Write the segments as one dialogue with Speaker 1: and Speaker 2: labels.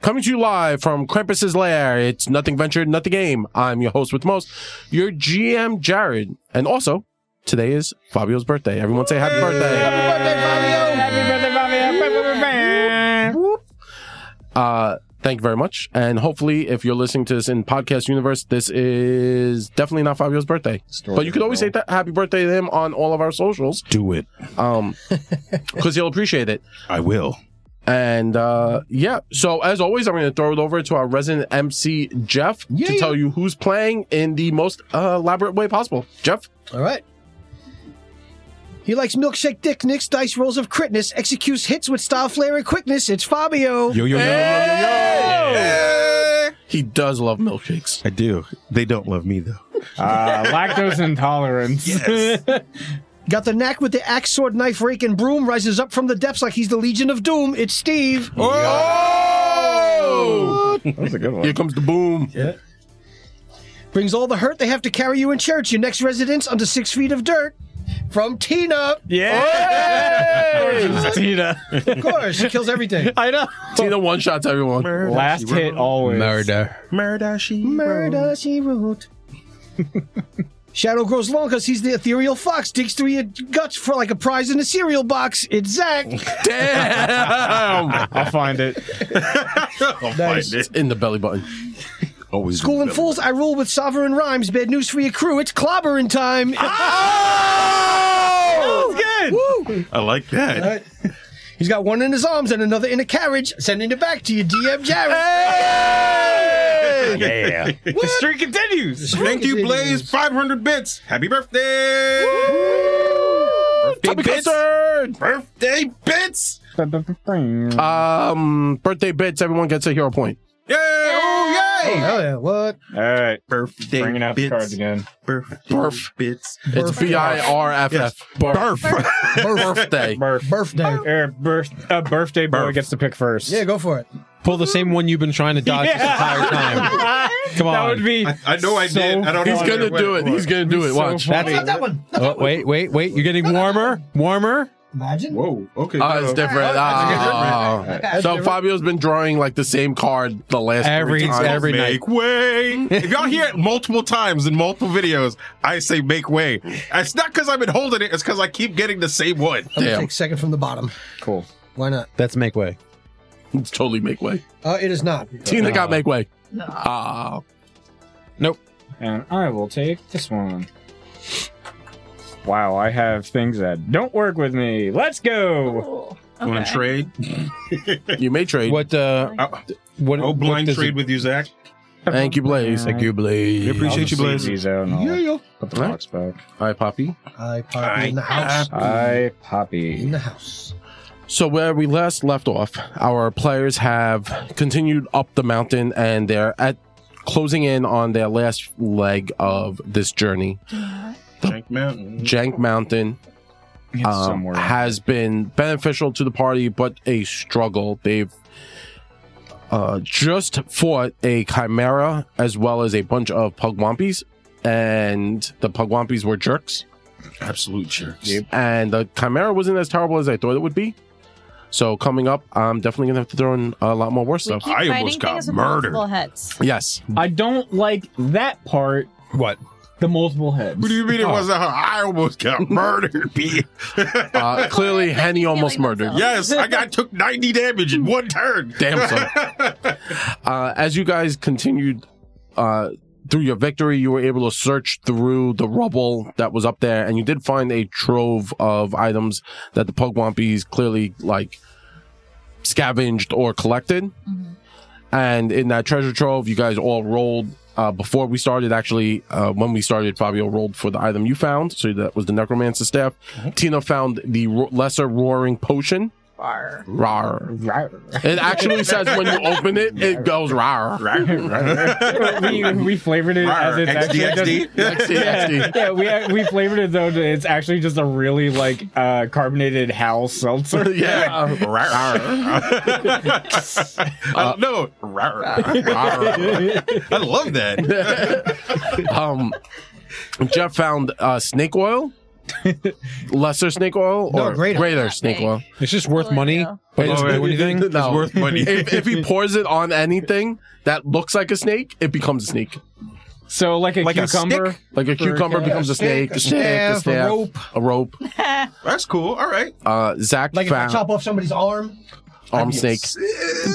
Speaker 1: Coming to you live from Krampus's lair. It's nothing ventured, nothing game. I'm your host with most, your GM Jared, and also today is Fabio's birthday. Everyone say happy birthday! Uh, thank you very much. And hopefully, if you're listening to this in podcast universe, this is definitely not Fabio's birthday. But you could always say that happy birthday to him on all of our socials,
Speaker 2: Do it.
Speaker 1: um, because he'll appreciate it.
Speaker 2: I will.
Speaker 1: And uh, yeah, so as always, I'm going to throw it over to our resident MC Jeff to
Speaker 3: Yeah.
Speaker 1: tell you who's playing in the most uh, elaborate way possible. Jeff,
Speaker 3: All right. He likes milkshake dick, nicks dice rolls of critness, executes hits with style, flair, and quickness. It's Fabio.
Speaker 2: Yo, yo, yo, yo, yo, yo.
Speaker 1: he does love milkshakes.
Speaker 2: I do. They don't love me, though.
Speaker 4: Uh, lactose intolerance.
Speaker 3: Got the knack with the axe, sword, knife, rake, and broom. Rises up from the depths like he's the Legion of Doom. It's Steve.
Speaker 1: Oh!
Speaker 4: That's a good one.
Speaker 1: Here comes the boom.
Speaker 3: Brings all the hurt they have to carry you in church. Your next residence under six feet of dirt. From Tina.
Speaker 1: Hey!
Speaker 5: Tina.
Speaker 3: Of course. she kills everything.
Speaker 5: I know.
Speaker 1: Tina one shots everyone.
Speaker 4: Last hit always.
Speaker 2: Murder, she
Speaker 3: Murder she wrote. Shadow grows long because he's the ethereal fox. Digs through your guts for like a prize in a cereal box. It's Zach.
Speaker 1: Damn!
Speaker 4: I'll find it.
Speaker 3: Nice.
Speaker 1: It's in the belly button.
Speaker 2: Oh, Always
Speaker 3: School and fools, I rule with sovereign rhymes. Bad news for your crew. It's clobbering time.
Speaker 4: Good.
Speaker 3: Woo.
Speaker 2: I like that.
Speaker 3: Alright. He's got one in his arms and another in a carriage. Sending it back to your DM, Jared.
Speaker 4: Yeah. The streak continues.
Speaker 6: Thank you, Blaze. 500 bits. Happy birthday!
Speaker 1: Topic concern.
Speaker 6: Birthday bits!
Speaker 1: Um, birthday bits. Everyone gets a hero point.
Speaker 6: Yay! Oh, yay!
Speaker 3: Hell yeah! What?
Speaker 4: All right.
Speaker 2: Birthday
Speaker 4: Bringing out the
Speaker 2: bits.
Speaker 4: cards again.
Speaker 2: Birthday
Speaker 1: Burf.
Speaker 2: bits.
Speaker 1: It's B I R F F. Barf. Birthday.
Speaker 4: Birth.
Speaker 3: Birthday.
Speaker 4: er, birth. Uh, birthday boy
Speaker 2: Birth.
Speaker 4: gets to pick first.
Speaker 3: Yeah, go for it.
Speaker 5: Pull the same one you've been trying to dodge this entire time. Come on.
Speaker 4: That would be.
Speaker 6: I, I know I
Speaker 4: So
Speaker 6: did. I don't know.
Speaker 1: He's gonna do it. He's gonna do it.
Speaker 4: so
Speaker 1: Watch.
Speaker 4: funny.
Speaker 5: That's-
Speaker 3: That one.
Speaker 5: Oh, wait, wait, wait. You're getting warmer. Warmer.
Speaker 3: Imagine.
Speaker 6: Whoa. Okay. Uh,
Speaker 1: Ah, it's different. Ah. so Fabio's been drawing like the same card the last
Speaker 5: Every-
Speaker 1: three times.
Speaker 5: every-
Speaker 6: Make way. if y'all hear it multiple times in multiple videos, I say make way. It's not because I've been holding it. It's because I keep getting the same one.
Speaker 3: I'm gonna
Speaker 1: Damn.
Speaker 3: take second from the bottom.
Speaker 4: Cool.
Speaker 3: Why not?
Speaker 5: That's make way.
Speaker 1: It's totally make way.
Speaker 3: Uh, it is not.
Speaker 1: Tina got make way. Ah,
Speaker 4: And I will take this one. Wow, I have things that don't work with me. Let's go.
Speaker 6: You want to trade?
Speaker 1: you may trade.
Speaker 5: What? Uh,
Speaker 6: Oh,
Speaker 5: what?
Speaker 6: oh,
Speaker 5: what
Speaker 6: blind
Speaker 5: does
Speaker 6: trade
Speaker 5: it-
Speaker 6: with you, Zach.
Speaker 1: Thank you, Blaze.
Speaker 4: Thank you,
Speaker 1: Blaze.
Speaker 6: appreciate you, Blaze.
Speaker 4: These out and I'll Put the
Speaker 1: Right.
Speaker 4: box back.
Speaker 1: All right, Poppy.
Speaker 3: I party in the house.
Speaker 4: I
Speaker 3: In
Speaker 4: Poppy.
Speaker 3: the house.
Speaker 1: So where we last left off, our players have continued up the mountain and they're at closing in on their last leg of this journey.
Speaker 6: Shank Mountain.
Speaker 1: Jank Mountain
Speaker 4: It's
Speaker 1: um,
Speaker 4: somewhere.
Speaker 1: has been beneficial to the party, but a struggle. They've uh, just fought a chimera as well as a bunch of pugwampies, and the pugwampies were jerks,
Speaker 2: Absolute jerks.
Speaker 1: and the chimera wasn't as terrible as I thought it would be. So coming up, I'm definitely gonna have to throw in a lot more worse
Speaker 7: We
Speaker 1: stuff.
Speaker 7: keep
Speaker 6: I
Speaker 7: fighting
Speaker 6: almost got
Speaker 7: things with
Speaker 6: murdered.
Speaker 7: multiple heads.
Speaker 1: Yes,
Speaker 4: I don't like that part.
Speaker 5: What?
Speaker 4: The multiple heads.
Speaker 6: What do you mean
Speaker 4: Oh.
Speaker 6: it wasn't her? I almost got murdered, B.
Speaker 1: uh, clearly Henny almost
Speaker 7: Killing
Speaker 1: murdered.
Speaker 7: themselves.
Speaker 6: yes, I got took 90 damage in one turn.
Speaker 1: Damn son. uh, as you guys continued uh, through your victory, you were able to search through the rubble that was up there, and you did find a trove of items that the Pugwampies clearly like scavenged or collected. And in that treasure trove, you guys all rolled. Uh, before we started, actually, uh, when we started, Fabio rolled for the item you found. So that was the necromancer staff. Tina found the ro- lesser roaring potion.
Speaker 7: Bar.
Speaker 1: Rar. It actually says when you open it, it goes rar.
Speaker 4: we, we flavored it as it's actually
Speaker 6: XDXD.
Speaker 1: XD, XD.
Speaker 4: yeah, we we flavored it though. to- It's actually just a really like uh, carbonated Hal seltzer.
Speaker 1: Yeah.
Speaker 6: I know. I love that.
Speaker 1: Um, Jeff found uh, snake oil Lesser snake oil
Speaker 8: No,
Speaker 1: or
Speaker 8: greater.
Speaker 1: snake oil?
Speaker 5: It's just worth
Speaker 7: Well,
Speaker 5: money,
Speaker 7: yeah.
Speaker 5: but it doesn't
Speaker 6: Oh,
Speaker 5: do
Speaker 6: it-
Speaker 5: anything.
Speaker 6: It's worth money.
Speaker 1: if, if he pours it on anything that looks like a snake, it becomes a snake.
Speaker 4: So like a
Speaker 6: Like a
Speaker 4: cucumber.
Speaker 6: stick?
Speaker 1: Like a cucumber
Speaker 4: yeah,
Speaker 1: becomes a snake, a stick, a,
Speaker 8: staff, a
Speaker 1: staff,
Speaker 8: rope.
Speaker 1: a rope.
Speaker 6: That's cool. All right.
Speaker 1: Uh, Zach
Speaker 8: Like if I
Speaker 1: found
Speaker 8: chop off somebody's arm,
Speaker 1: arm snake.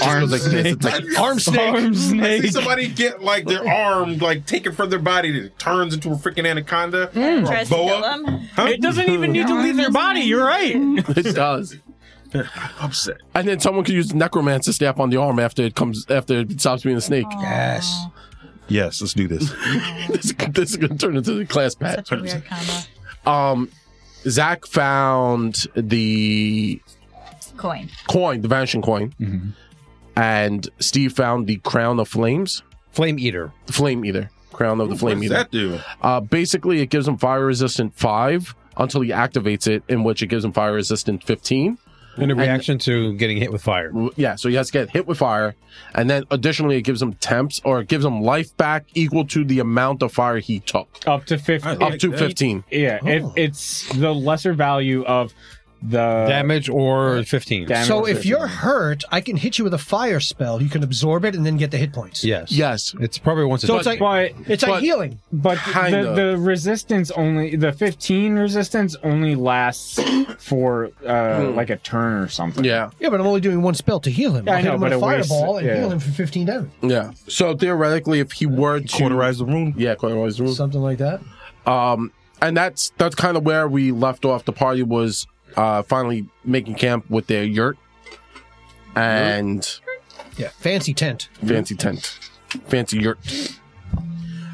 Speaker 4: Arm
Speaker 1: It goes like this. It's like
Speaker 6: Arm snake.
Speaker 4: Arm
Speaker 6: I see
Speaker 4: snake.
Speaker 6: somebody get like their arm like taken from their body and it turns into a freaking anaconda or a
Speaker 7: Tries to kill
Speaker 6: boa.
Speaker 7: him.
Speaker 4: It doesn't even need to leave their body. You're right.
Speaker 1: it does.
Speaker 6: Upset.
Speaker 1: And then someone could use necromancer staff on the arm after it comes after it stops being a snake.
Speaker 8: yes.
Speaker 7: Oh,
Speaker 2: Yes, let's do this.
Speaker 1: this, this is gonna turn into the class pet.
Speaker 7: Such a weird combo.
Speaker 1: Um, Zach found the
Speaker 7: Coin.
Speaker 1: coin, the vanishing coin, and Steve found the crown of flames,
Speaker 5: Flame eater.
Speaker 1: the flame eater, crown of the
Speaker 6: What
Speaker 1: flame
Speaker 6: does
Speaker 1: eater.
Speaker 6: that do?
Speaker 1: Uh, basically, it gives him fire resistant five until he activates it, in which it gives him fire resistant fifteen.
Speaker 5: In a reaction to getting hit with fire.
Speaker 1: Yeah, so he has to get hit with fire, and then additionally, it gives him temps or it gives him life back equal to the amount of fire he took,
Speaker 4: Up to fifty.
Speaker 1: up to fifteen.
Speaker 4: Yeah, it,
Speaker 6: Oh.
Speaker 4: it's the lesser value of the
Speaker 5: Damage or 15.
Speaker 4: Damage.
Speaker 8: So if you're hurt, I can hit you with a fire spell. You can absorb it and then get the hit points.
Speaker 5: Yes.
Speaker 1: Yes,
Speaker 5: It's probably once a
Speaker 8: So it's like
Speaker 4: But
Speaker 8: it's like
Speaker 1: But-
Speaker 8: healing.
Speaker 4: but
Speaker 1: Kinda.
Speaker 4: the, the resistance only the 15 resistance only lasts for uh, like a turn or something.
Speaker 1: yeah.
Speaker 8: Yeah, but I'm only doing one spell to heal him.
Speaker 4: Yeah, I
Speaker 8: I'll hit
Speaker 4: know,
Speaker 8: him with
Speaker 4: but
Speaker 8: a
Speaker 4: it wastes
Speaker 8: fireball
Speaker 4: it,
Speaker 8: and
Speaker 4: yeah.
Speaker 8: heal him for 15 damage.
Speaker 1: Yeah. So theoretically, if he were to
Speaker 2: Cauterize the wound.
Speaker 1: yeah, cauterize the wound.
Speaker 8: Something like that.
Speaker 1: Um, and that's that's kind of where we left off. The party was uh finally making camp with their yurt and
Speaker 8: Yeah. Fancy tent.
Speaker 1: fancy tent, fancy yurt.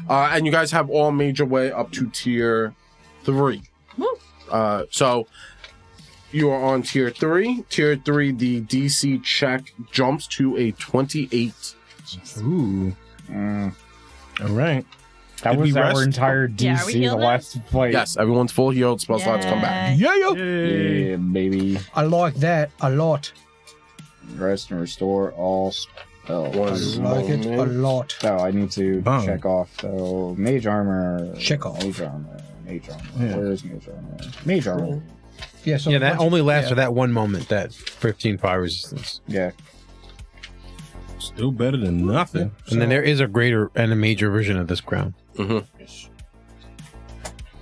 Speaker 1: Uh, and you guys have all made your way up to tier three. Uh, so you are on tier three. Tier three, the DC check jumps to a twenty-eight.
Speaker 2: Ooh.
Speaker 4: Mm.
Speaker 2: All right.
Speaker 4: That
Speaker 2: Did we
Speaker 4: was our
Speaker 2: rest?
Speaker 4: entire
Speaker 7: Yeah, are
Speaker 4: DC
Speaker 7: we
Speaker 4: the
Speaker 7: healed now?
Speaker 4: last fight.
Speaker 1: Yes, everyone's full healed. Spell slots come back.
Speaker 7: Yeah.
Speaker 4: Yeah, baby.
Speaker 8: I like that a lot.
Speaker 4: Rest and restore all spells.
Speaker 8: I
Speaker 1: Was-
Speaker 8: like it a lot.
Speaker 4: So I need to
Speaker 2: Boom.
Speaker 4: check off. So mage armor.
Speaker 8: Check off.
Speaker 4: Mage armor. Mage armor.
Speaker 2: Yeah.
Speaker 4: Where is mage armor? Mage armor.
Speaker 8: Yeah, so
Speaker 5: Yeah, that
Speaker 8: once-
Speaker 5: only lasts
Speaker 8: yeah.
Speaker 5: for that one moment, that 15 fire resistance.
Speaker 4: Yeah.
Speaker 2: Still better than nothing.
Speaker 5: And then there is a greater and a major version of this crown.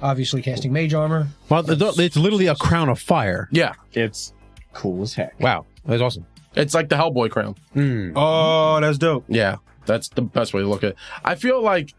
Speaker 8: Obviously, casting mage armor.
Speaker 5: Well, it's it's literally a crown of fire.
Speaker 1: Yeah,
Speaker 4: It's cool as heck.
Speaker 5: Wow. That's awesome.
Speaker 1: it's like the Hellboy crown.
Speaker 5: Mm.
Speaker 2: Oh, that's dope.
Speaker 1: Yeah, that's the best way to look at it. I feel like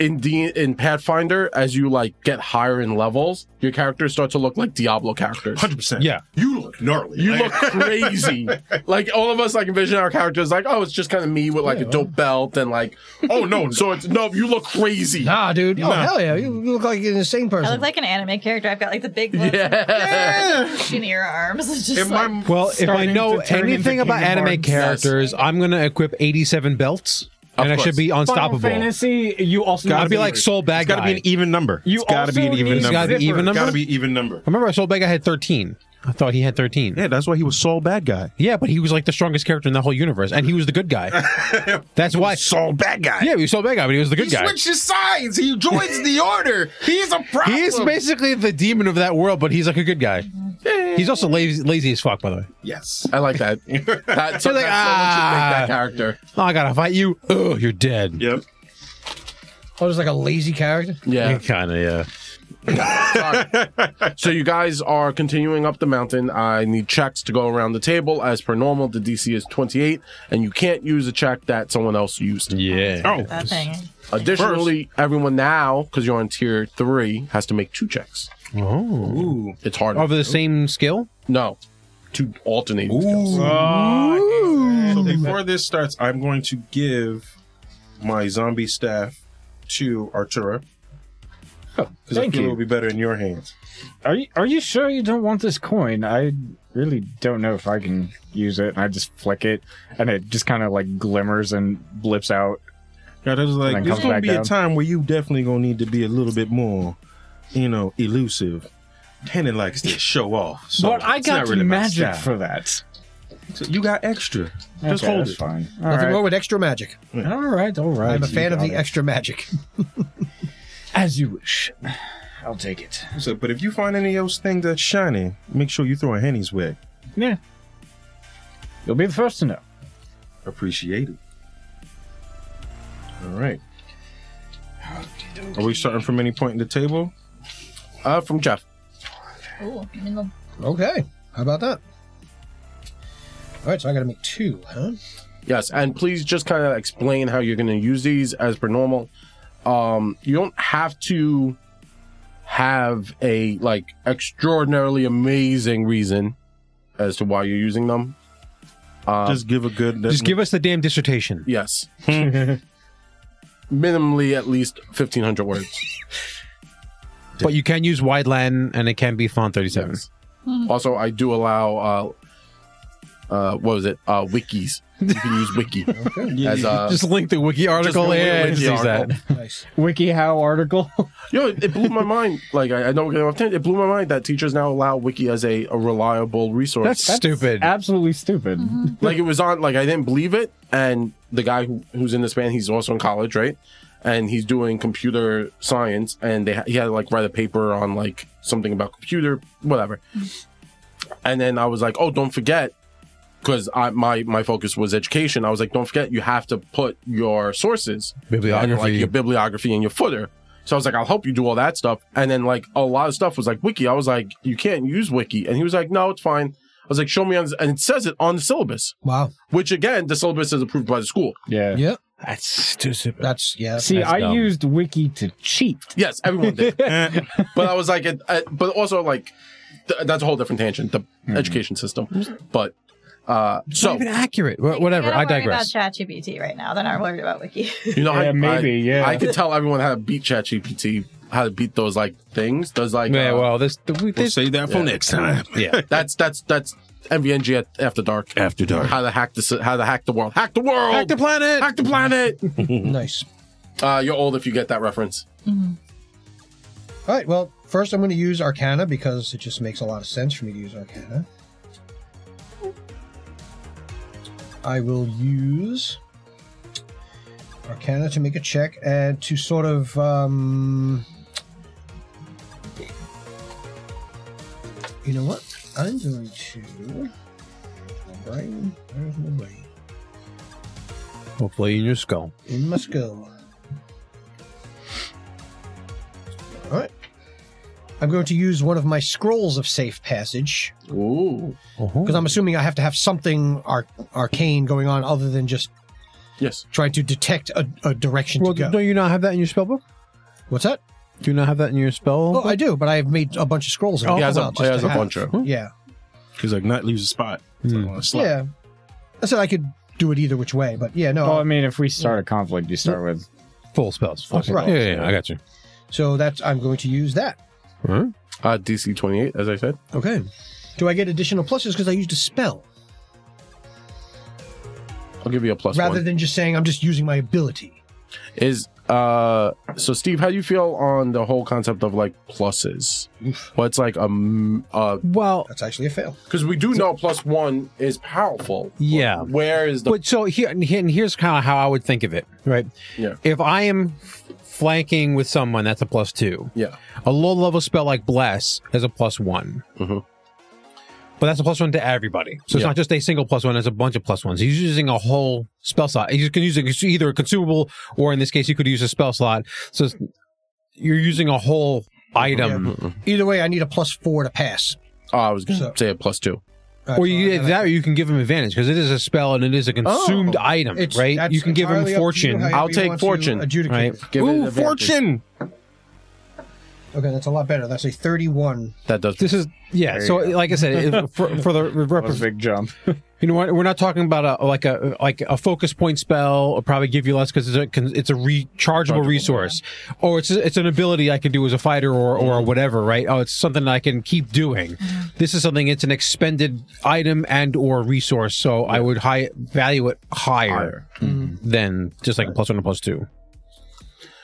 Speaker 1: in D- in Pathfinder, as you like get higher in levels, your characters start to look like Diablo characters.
Speaker 2: 100%.
Speaker 5: Yeah.
Speaker 2: You look gnarly.
Speaker 1: You look crazy. like all of us like envision our characters like, oh, it's just kind of me with like a dope belt and like, oh no, so it's no, you look crazy.
Speaker 8: Nah, dude. Oh, hell yeah. You you look like an insane person.
Speaker 7: I look like an anime character. I've got like the big
Speaker 1: Yeah.
Speaker 7: look, Shinier arms. It's just
Speaker 6: Am
Speaker 7: like,
Speaker 6: I-
Speaker 5: Well, if I
Speaker 4: Starting
Speaker 5: know
Speaker 4: to turn
Speaker 5: anything
Speaker 4: into
Speaker 5: about
Speaker 4: Kingdom
Speaker 5: anime
Speaker 4: Hearts.
Speaker 5: characters, I'm going to equip 87 belts and I should
Speaker 1: course.
Speaker 5: be
Speaker 4: Final
Speaker 5: unstoppable.
Speaker 4: Fantasy. You also
Speaker 5: Gotta
Speaker 4: need
Speaker 5: be
Speaker 4: to-
Speaker 5: like Soul Bad
Speaker 2: It's got to
Speaker 5: Guy.
Speaker 2: be an e- even number.
Speaker 4: You
Speaker 2: it's got to be an
Speaker 4: also
Speaker 2: even
Speaker 4: need-
Speaker 5: It's
Speaker 2: number.
Speaker 5: gotta be
Speaker 4: Zipper.
Speaker 5: even number?
Speaker 6: Gotta be even number.
Speaker 5: I remember Soul Bad Guy had 13. I thought he had 13.
Speaker 2: Yeah, that's why he was Saul Bad Guy.
Speaker 5: Yeah, but he was like the strongest character in the whole universe, and he was the good guy. That's why.
Speaker 2: Saul Bad Guy.
Speaker 5: Yeah, he was so bad guy, but he was the good
Speaker 6: He
Speaker 5: guy.
Speaker 6: switches sides. He joins the order. He's a problem.
Speaker 5: He's basically the demon of that world, but he's like a good guy. He's also lazy, lazy as fuck, by the way.
Speaker 6: yes.
Speaker 1: I like that. that so
Speaker 5: like,
Speaker 1: that
Speaker 5: ah.
Speaker 1: character.
Speaker 5: Oh, I gotta fight you. Oh, you're dead.
Speaker 6: Yep.
Speaker 8: Oh, there's like a lazy character.
Speaker 1: Yeah.
Speaker 5: kind of. Yeah.
Speaker 1: So you guys are continuing up the mountain. I need checks to go around the table. As per normal, the DC is 28, and you can't use a check that someone else used.
Speaker 5: Yeah.
Speaker 2: Oh,
Speaker 7: that thing.
Speaker 1: Additionally, everyone now, because you're on tier three, has to make two checks.
Speaker 5: Oh.
Speaker 2: ooh,
Speaker 1: It's harder.
Speaker 5: Over the same skill.
Speaker 1: no, two alternating skills.
Speaker 6: So before this starts, I'm going to give my zombie staff to Artura. Because I
Speaker 4: thank
Speaker 6: feel
Speaker 4: you.
Speaker 6: it'll be better in your hands.
Speaker 4: Are you are you sure you don't want this coin? I really don't know if I can use it. And I just flick it, and it just kind of like glimmers and blips out.
Speaker 2: yeah, there's
Speaker 4: then
Speaker 2: like there's
Speaker 4: comes
Speaker 2: gonna
Speaker 4: back
Speaker 2: be a
Speaker 4: down.
Speaker 2: time where you definitely gonna need to be a little bit more, you know, elusive. Tannen likes to show off. So
Speaker 4: but I
Speaker 2: it's not
Speaker 4: got
Speaker 2: really my
Speaker 4: magic
Speaker 2: style.
Speaker 4: for that.
Speaker 2: So you got extra. Just
Speaker 4: Okay,
Speaker 2: hold
Speaker 4: that's
Speaker 2: it.
Speaker 4: Fine. All
Speaker 8: Nothing
Speaker 4: right.
Speaker 8: wrong with extra magic.
Speaker 4: All right. All right.
Speaker 8: I'm a
Speaker 4: you
Speaker 8: fan of
Speaker 4: got
Speaker 8: the
Speaker 4: it.
Speaker 8: extra magic.
Speaker 4: As you wish.
Speaker 8: I'll take it.
Speaker 6: So, but if you find any of those things that's shiny, make sure you throw a henny's way.
Speaker 4: Yeah. You'll be the first to know.
Speaker 6: Appreciate it. All right. Are we starting from any point in the table?
Speaker 1: Uh, from Jeff.
Speaker 7: Ooh, I'm in the
Speaker 3: Okay. How about that? All right, so I got to make two, huh?
Speaker 1: Yes, and please just kind of explain how you're going to use these as per normal. Um, you don't have to have a like extraordinarily amazing reason as to why you're using them. Uh,
Speaker 6: Just give a good.
Speaker 5: Just give us the damn dissertation.
Speaker 1: yes, minimally at least fifteen hundred words.
Speaker 5: But you can use Wideland and it can be font 37.
Speaker 1: Yes. Also, I do allow uh, uh, what was it? Uh, wikis. You can use wiki as uh,
Speaker 5: Just link the wiki article.
Speaker 1: link the
Speaker 5: Yeah,
Speaker 1: wiki
Speaker 5: just use that.
Speaker 1: article.
Speaker 3: Nice.
Speaker 4: WikiHow article.
Speaker 1: Yo, it, it blew my mind. Like I, I know we're gonna have time. It blew my mind that teachers now allow Wiki as a, a reliable resource.
Speaker 5: That's, stupid.
Speaker 4: Absolutely stupid.
Speaker 1: like it was on. Like I didn't believe it. And the guy who, who's in this band, he's also in college, right? And he's doing computer science, and they ha- he had to, like write a paper on like something about computer, whatever. And then I was like, oh, don't forget, because I my my focus was education. I was like, don't forget, you have to put your sources and, like
Speaker 5: Bibliography.
Speaker 1: your bibliography and your footer. So I was like, I'll help you do all that stuff. And then like a lot of stuff was like wiki. I was like, you can't use wiki. And he was like, no, it's fine. I was like, show me on, and it says it on the syllabus,
Speaker 3: Wow.
Speaker 1: which again, the syllabus is approved by the school.
Speaker 4: Yeah.
Speaker 3: Yep.
Speaker 5: That's too stupid.
Speaker 3: That's yeah.
Speaker 4: See,
Speaker 5: That's
Speaker 4: I
Speaker 5: dumb.
Speaker 4: used Wiki to cheat.
Speaker 1: Yes, everyone did.
Speaker 4: Eh.
Speaker 1: but I was like, it, I, but also like, th- that's a whole different tangent, the
Speaker 4: Hmm.
Speaker 1: education system. But, uh, so,
Speaker 5: Not even accurate. Wha- Whatever. I digress.
Speaker 7: About ChatGPT right now. Then I'm worried about Wiki.
Speaker 1: you know,
Speaker 4: Yeah,
Speaker 1: I,
Speaker 4: maybe,
Speaker 1: I,
Speaker 4: yeah.
Speaker 1: I could tell everyone how to beat ChatGPT, how to beat those like things. Those like,
Speaker 5: Yeah,
Speaker 1: uh,
Speaker 5: well, this, the, we-
Speaker 6: We'll
Speaker 5: this
Speaker 6: save that for next time.
Speaker 5: yeah.
Speaker 1: that's, that's, that's MVNG at, after dark.
Speaker 6: After dark.
Speaker 1: How to hack the, s- how to hack the world. Hack the world!
Speaker 5: Hack the planet.
Speaker 1: Hack the planet!
Speaker 3: nice.
Speaker 1: uh, you're old if you get that reference.
Speaker 3: All right. Well, first I'm going to use Arcana because it just makes a lot of sense for me to use Arcana. I will use Arcana to make a check and to sort of um, you know what? I'm going to my brain. Where's my brain?
Speaker 5: Hopefully in your skull.
Speaker 3: In must go. Alright. I'm going to use one of my scrolls of safe passage.
Speaker 1: Ooh.
Speaker 3: Because I'm assuming I have to have something arc- arcane going on other than just
Speaker 1: Yes.
Speaker 3: trying to detect a, a direction
Speaker 5: Well,
Speaker 3: to go.
Speaker 5: do you not have that in your spell book?
Speaker 3: What's that?
Speaker 5: Do you not have that in your spell?
Speaker 3: Oh,
Speaker 5: book?
Speaker 3: I do, but I've made a bunch of scrolls.
Speaker 1: He has a,
Speaker 3: around
Speaker 1: he
Speaker 3: just
Speaker 1: has
Speaker 3: to
Speaker 1: a
Speaker 3: have.
Speaker 1: bunch of.
Speaker 3: Yeah.
Speaker 6: Because like not lose a spot. It's like on a slot.
Speaker 3: Yeah. I said I could do it either which way, but yeah, no.
Speaker 4: Well, I mean, if we start a conflict, you start with
Speaker 5: full spells. Full
Speaker 3: Okay.
Speaker 5: spells.
Speaker 3: Right.
Speaker 5: Yeah, yeah, yeah, I got you.
Speaker 3: so that's I'm going to use that.
Speaker 1: Uh, DC 28, as I said.
Speaker 3: Okay. Do I get additional pluses because I used a spell?
Speaker 1: I'll give you a plus
Speaker 3: rather
Speaker 1: one.
Speaker 3: than just saying I'm just using my ability.
Speaker 1: is uh so steve how do you feel on the whole concept of like pluses what's like um uh
Speaker 5: Well,
Speaker 3: That's actually a fail.
Speaker 1: because we do know plus one is powerful
Speaker 5: Yeah.
Speaker 1: But where is the
Speaker 5: but so here and here- and here's kind of how I would think of it, right?
Speaker 1: Yeah.
Speaker 5: If I am f- flanking with someone, that's a plus two.
Speaker 1: yeah
Speaker 5: A low level spell like bless is a plus one.
Speaker 1: Mhm.
Speaker 5: But that's a plus one to everybody. So it's
Speaker 1: Yeah.
Speaker 5: not just a single plus one, it's a bunch of plus ones. He's using a whole spell slot. You can use it- it's either a consumable or in this case, you could use a spell slot. So it's, you're using a whole item.
Speaker 3: Either way, I need a plus four to pass.
Speaker 1: oh i was gonna
Speaker 3: So-
Speaker 1: say a plus two
Speaker 3: All right,
Speaker 5: Or
Speaker 3: so
Speaker 5: you
Speaker 3: I
Speaker 5: either
Speaker 3: gotta-
Speaker 5: that, or you can give him advantage because it is a spell and it is a consumed item,
Speaker 3: it's-
Speaker 5: right?
Speaker 3: that's
Speaker 5: You can give him
Speaker 3: entirely up to you
Speaker 5: fortune.
Speaker 3: however
Speaker 1: Oh. I'll
Speaker 3: you
Speaker 1: take
Speaker 3: want to
Speaker 1: fortune,
Speaker 3: adjudicate
Speaker 5: right?
Speaker 3: it.
Speaker 1: Give it an
Speaker 5: Ooh,
Speaker 1: advantage.
Speaker 5: fortune!
Speaker 3: Okay, that's a lot better. That's a 31.
Speaker 1: that does
Speaker 5: This is yeah. So, like I said, if, for, for the
Speaker 4: a
Speaker 5: rep-
Speaker 4: big jump.
Speaker 5: you know what, we're not talking about a like a like a focus point spell. Will probably give you less because it's a con- it's a rechargeable resource, or it's it's an ability I can do as a fighter or or whatever, right? Oh, it's something I can keep doing. This is something. It's an expended item and or resource, so I would high value it higher, Mm-hmm. than just like a plus one and plus two.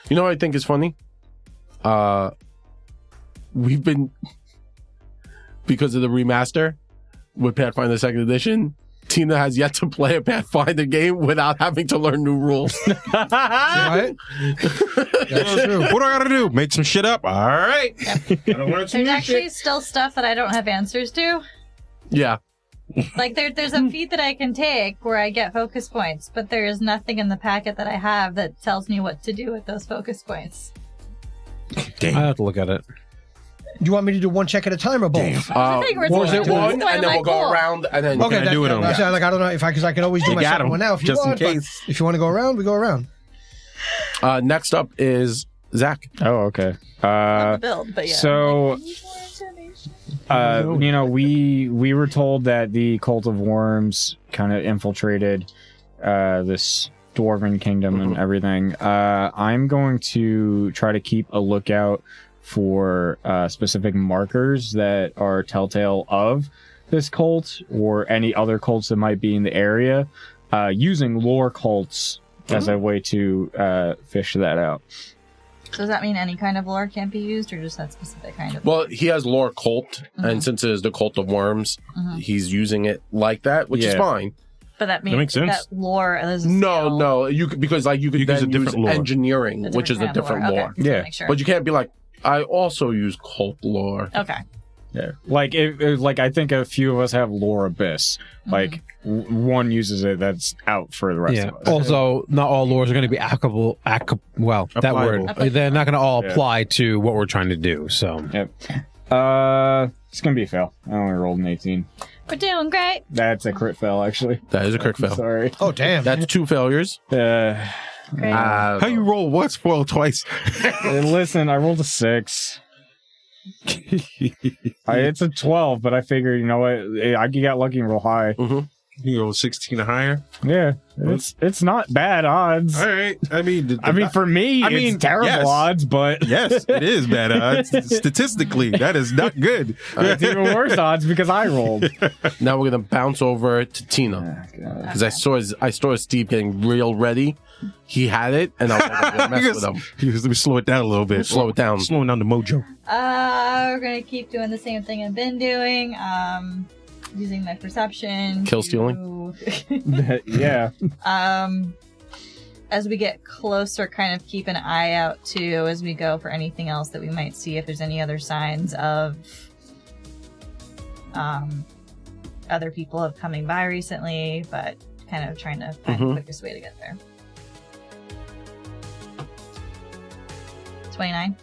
Speaker 1: you know what i think is funny uh we've been because of the remaster with pathfinder second edition Tina has yet to play a Pathfinder game without having to learn new rules.
Speaker 5: Right? That's true.
Speaker 6: What do I gotta do? Make some shit up. All right.
Speaker 9: I don't learn some
Speaker 7: There's
Speaker 9: new
Speaker 7: actually
Speaker 9: shit.
Speaker 7: still stuff that I don't have answers to.
Speaker 1: yeah.
Speaker 7: Like there, there's a feat that I can take where I get focus points, but there is nothing in the packet that I have that tells me what to do with those focus points.
Speaker 5: I have to look at it.
Speaker 3: Do you want me to do one check at a time or both?
Speaker 1: Uh,
Speaker 7: Like, where it's
Speaker 1: what was
Speaker 7: like,
Speaker 1: it
Speaker 7: do I
Speaker 1: one?
Speaker 7: do I
Speaker 1: And then we'll
Speaker 7: like
Speaker 1: go
Speaker 7: cool?
Speaker 1: around and then.
Speaker 6: Okay. I do it on?
Speaker 3: I said, like I don't know if I because I can always do
Speaker 6: You
Speaker 3: my
Speaker 6: got
Speaker 3: second
Speaker 6: 'em,
Speaker 3: one now if you
Speaker 6: just in
Speaker 3: want. but
Speaker 6: case.
Speaker 3: If you want to go around, we go around.
Speaker 1: Uh, next up is Zach.
Speaker 4: Oh, okay.
Speaker 7: On
Speaker 4: Uh,
Speaker 7: the build, but yeah.
Speaker 4: so uh, you know, we we were told that the cult of worms kind of infiltrated uh, this dwarven kingdom and everything. Uh, I'm going to try to keep a lookout for uh, specific markers that are telltale of this cult or any other cults that might be in the area, uh, using lore cults as a way to uh, fish that out.
Speaker 7: So does that mean any kind of lore can't be used, or just that specific kind of?
Speaker 1: Well, he has lore cult,
Speaker 7: Mhm.
Speaker 1: and since it is the cult of worms,
Speaker 7: Mhm.
Speaker 1: he's using it like that, which is
Speaker 4: Yeah.
Speaker 1: fine.
Speaker 7: But that means
Speaker 6: makes sense.
Speaker 7: that lore is
Speaker 1: No, no, you could, because like you could
Speaker 6: You could
Speaker 1: then
Speaker 6: use a
Speaker 1: use
Speaker 6: different lore.
Speaker 1: engineering, which is a different lore.
Speaker 4: Yeah.
Speaker 7: Make sure.
Speaker 1: But you can't be like, I also use cult lore.
Speaker 7: okay.
Speaker 4: Yeah. Like it, it- like I think a few of us have lore abyss. Like w- one uses it that's out for the rest
Speaker 5: Yeah.
Speaker 4: of us.
Speaker 5: Also, not all laws are going to be applicable. Ac- well, that word.
Speaker 6: Applicable.
Speaker 5: They're not going to all
Speaker 4: Yeah.
Speaker 5: apply to what we're trying to do. So,
Speaker 4: Uh it's gonna be a fail. I only rolled an eighteen.
Speaker 7: We're doing great.
Speaker 4: That's a crit fail actually.
Speaker 1: That is a quick fail.
Speaker 4: Sorry.
Speaker 3: Oh damn!
Speaker 1: That's two failures.
Speaker 4: Uh
Speaker 7: Great.
Speaker 1: Uh,
Speaker 6: How you roll once, foil twice.
Speaker 4: and listen, I rolled a six. I, it's a twelve, but I figured, you know what, I got lucky and roll high.
Speaker 6: You roll 16 or higher.
Speaker 4: Yeah, it's it's not bad odds.
Speaker 6: All right. I mean, the-
Speaker 4: I mean, for me,
Speaker 6: I
Speaker 4: it's
Speaker 6: mean,
Speaker 4: terrible
Speaker 6: yes.
Speaker 4: odds, but
Speaker 6: yes, it is bad odds. Statistically, that is not good.
Speaker 4: it's even worse odds because I rolled.
Speaker 1: now we're gonna bounce over to Tina
Speaker 6: Oh,
Speaker 1: because I saw his, I saw Steve getting real ready. He had it, and I was like, I'm gonna mess with him.
Speaker 6: Let me slow it down a little bit.
Speaker 1: Slow it down.
Speaker 6: Slowing down the mojo.
Speaker 7: Uh, we're gonna keep doing the same thing I've been doing. Um, using my perception.
Speaker 1: Kill
Speaker 7: to-
Speaker 1: stealing?
Speaker 4: yeah.
Speaker 7: um, as we get closer, kind of keep an eye out too as we go for anything else that we might see. If there's any other signs of, um, other people have coming by recently, but kind of trying to find
Speaker 1: Mhm.
Speaker 7: the quickest way to get there. Twenty nine.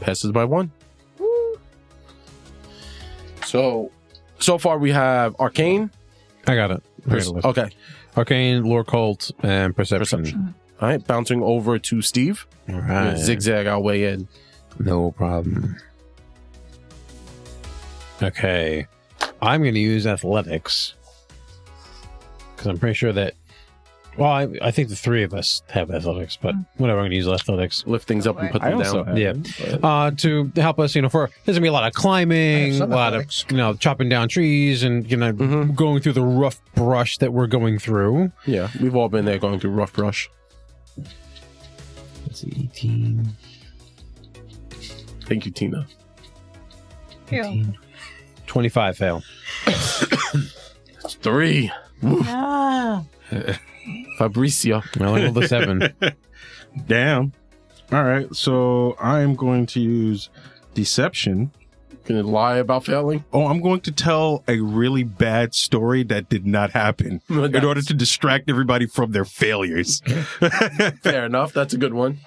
Speaker 1: Passes by one. So, so far we have arcane.
Speaker 5: I got it. I got
Speaker 1: Pers- oh.
Speaker 5: a list.
Speaker 1: okay,
Speaker 5: Arcane, lore cult, and perception.
Speaker 1: all right. Bouncing over to Steve.
Speaker 5: All
Speaker 6: Ah,
Speaker 1: I'm
Speaker 5: right.
Speaker 1: gonna Zigzag our way in.
Speaker 5: No problem. Okay. I'm going to use athletics. Because I'm pretty sure that. Well, I, I think the three of us have athletics, but whatever. I'm going to use athletics.
Speaker 1: Lift things up and put
Speaker 4: I
Speaker 1: them
Speaker 4: also
Speaker 1: down.
Speaker 4: have.
Speaker 5: Yeah. Uh, to help us, you know, for there's gonna be a lot of climbing,
Speaker 3: I have
Speaker 5: a
Speaker 3: some
Speaker 5: lot
Speaker 3: athletics.
Speaker 5: of you know, chopping down trees, and you know,
Speaker 1: Mhm.
Speaker 5: going through the rough brush that we're going through.
Speaker 1: Yeah, we've all been there going through rough brush.
Speaker 5: Let's see, 18,
Speaker 1: Thank you, Tina.
Speaker 5: 25 fail.
Speaker 1: Three.
Speaker 7: Ah.
Speaker 1: Fabricia.
Speaker 5: I only rolled a seven.
Speaker 6: Damn. All right. So I am going to use deception.
Speaker 1: Gonna lie about failing.
Speaker 6: Oh, I'm going to tell a really bad story that did not happen
Speaker 1: No,
Speaker 6: in
Speaker 1: that's-
Speaker 6: order to distract everybody from their failures.
Speaker 1: Fair enough. That's a good one.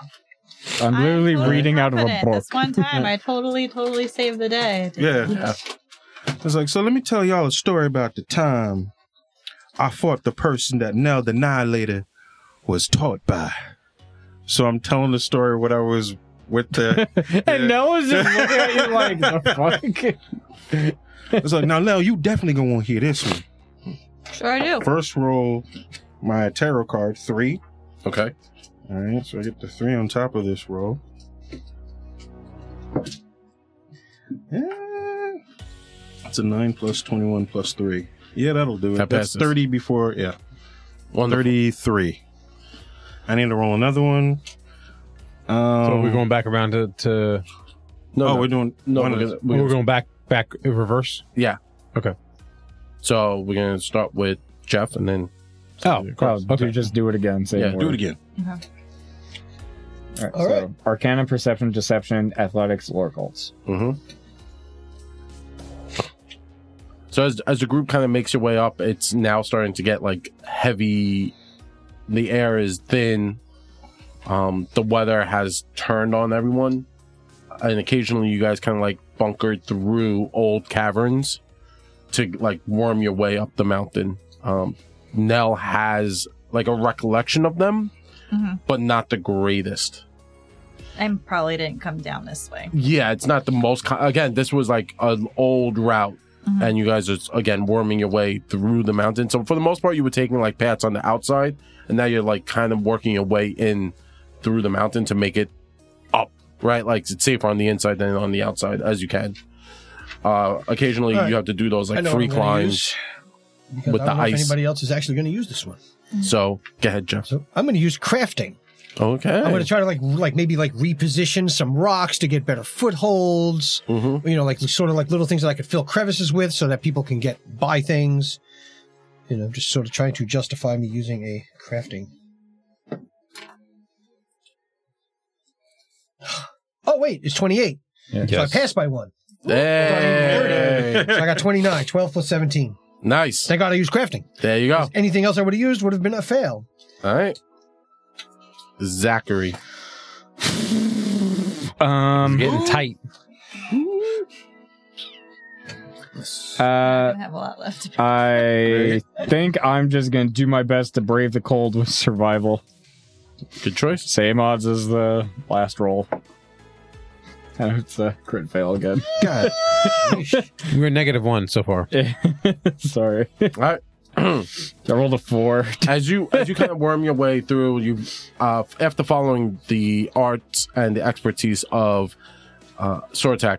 Speaker 4: I'm literally
Speaker 7: totally
Speaker 4: reading out of a
Speaker 7: confident.
Speaker 4: book.
Speaker 7: This one time, I totally, totally saved the day.
Speaker 6: Yeah. I was like, so let me tell y'all a story about the time I fought the person that now the Annihilator was taught by. So I'm telling the story what I was with the.
Speaker 4: And Noah's just looking at you like, the
Speaker 6: It's like, now, Lel, you definitely gonna want to hear this one.
Speaker 7: Sure I do.
Speaker 6: First roll, my tarot card, three.
Speaker 1: Okay.
Speaker 6: All right, so I get the three on top of this roll. Yeah. It's a nine plus twenty-one plus three. Yeah, that'll do it.
Speaker 1: That
Speaker 6: That's
Speaker 1: passes.
Speaker 6: thirty before. Yeah,
Speaker 1: Wonderful.
Speaker 6: thirty-three. I need to roll another one. Um,
Speaker 5: so we're going back around to. to
Speaker 1: No,
Speaker 6: oh,
Speaker 1: no,
Speaker 6: we're doing
Speaker 1: no,
Speaker 6: one
Speaker 1: we're
Speaker 6: of-
Speaker 1: gonna- we're
Speaker 5: we're
Speaker 1: gonna-
Speaker 5: going back back in reverse.
Speaker 1: Yeah. So we're gonna start with Jeff, and then
Speaker 5: Oh,
Speaker 4: Oh,
Speaker 5: Okay.
Speaker 4: do just do it again. Say
Speaker 1: Yeah,
Speaker 4: more.
Speaker 6: Do it again.
Speaker 4: All right.
Speaker 3: All
Speaker 4: so
Speaker 3: right.
Speaker 4: Arcana, Perception, Deception, Athletics, Lore Cults.
Speaker 1: Mm-hmm. So as as the group kind of makes your way up, it's now starting to get like heavy. The air is thin. Um, the weather has turned on everyone, and occasionally you guys kind of like bunker through old caverns to like worm your way up the mountain. Um, Nell has like a recollection of them,
Speaker 7: Mhm.
Speaker 1: but not the greatest.
Speaker 7: I probably didn't come down this way.
Speaker 1: Yeah, it's not the most. Con- again, this was like an old route,
Speaker 7: Mhm.
Speaker 1: and you guys are again worming your way through the mountain. So for the most part, you were taking like paths on the outside, and now you're like kind of working your way in through the mountain to make it up, right? Like it's safer on the inside than on the outside as you can. Uh, occasionally,
Speaker 3: All right.
Speaker 1: you have to do those
Speaker 3: I
Speaker 1: like
Speaker 3: know
Speaker 1: free
Speaker 3: what I'm gonna
Speaker 1: climbs.
Speaker 3: use, because
Speaker 1: with
Speaker 3: I don't
Speaker 1: the
Speaker 3: know if
Speaker 1: ice.
Speaker 3: anybody else is actually going to use this one.
Speaker 1: So go ahead, Jeff.
Speaker 3: So I'm going to use crafting.
Speaker 1: Okay.
Speaker 3: I'm going to try to like like maybe like reposition some rocks to get better footholds.
Speaker 1: hmm
Speaker 3: You know, like sort of like little things that I could fill crevices with, so that people can get by things. You know, just sort of trying to justify me using a crafting. Oh wait, it's 28.
Speaker 4: Yeah.
Speaker 3: So I passed by one.
Speaker 1: Hey,
Speaker 3: So I got 29, 12 plus 17.
Speaker 1: nice.
Speaker 3: Thank God I used crafting.
Speaker 1: There you
Speaker 2: Oh.
Speaker 1: go.
Speaker 3: Anything else I would have used would have been a fail.
Speaker 1: All right, Zachary.
Speaker 4: Um,
Speaker 5: Getting tight.
Speaker 7: I
Speaker 4: uh,
Speaker 7: don't have a lot left.
Speaker 4: I think I'm just gonna do my best to brave the cold with survival.
Speaker 1: Good choice.
Speaker 4: Same odds as the last roll. And it's a crit fail again.
Speaker 2: God,
Speaker 5: We're negative one so far.
Speaker 4: Sorry,
Speaker 1: All right.
Speaker 4: I rolled a four.
Speaker 1: as you as you kind of worm your way through you uh after following the arts and the expertise of uh Sortak,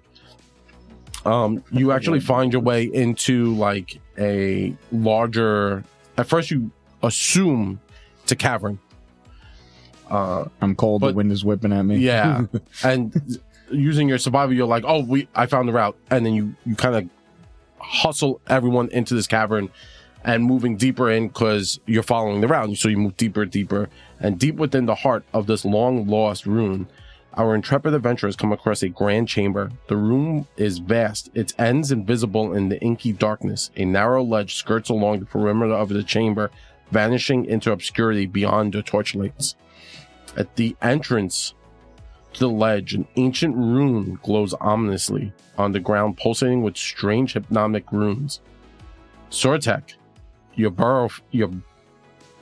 Speaker 1: um you actually find your way into like a larger at first you assume it's a cavern uh
Speaker 4: I'm cold. the
Speaker 1: But-
Speaker 4: wind is whipping at me.
Speaker 1: yeah and using your survival you're like oh we i found the route and then you you kind of hustle everyone into this cavern and moving deeper in because you're following the route so you move deeper deeper and deep within the heart of this long lost ruin our intrepid adventurers come across a grand chamber. The room is vast, its ends invisible in the inky darkness. A narrow ledge skirts along the perimeter of the chamber, vanishing into obscurity beyond the torchlights. At the entrance to the ledge, an ancient rune glows ominously on the ground, pulsating with strange hypnotic runes. Sortek, your burrow, your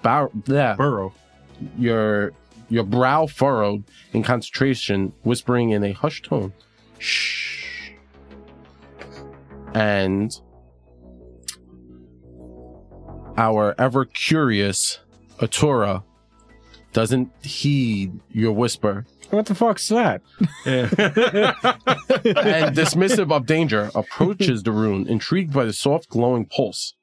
Speaker 1: bow, yeah,
Speaker 2: burrow.
Speaker 1: your your brow furrowed in concentration, whispering in a hushed tone, "Shh." And our ever curious Atura doesn't heed your whisper
Speaker 4: What the fuck's that?
Speaker 1: and dismissive of danger, approaches the rune, intrigued by the soft glowing pulse.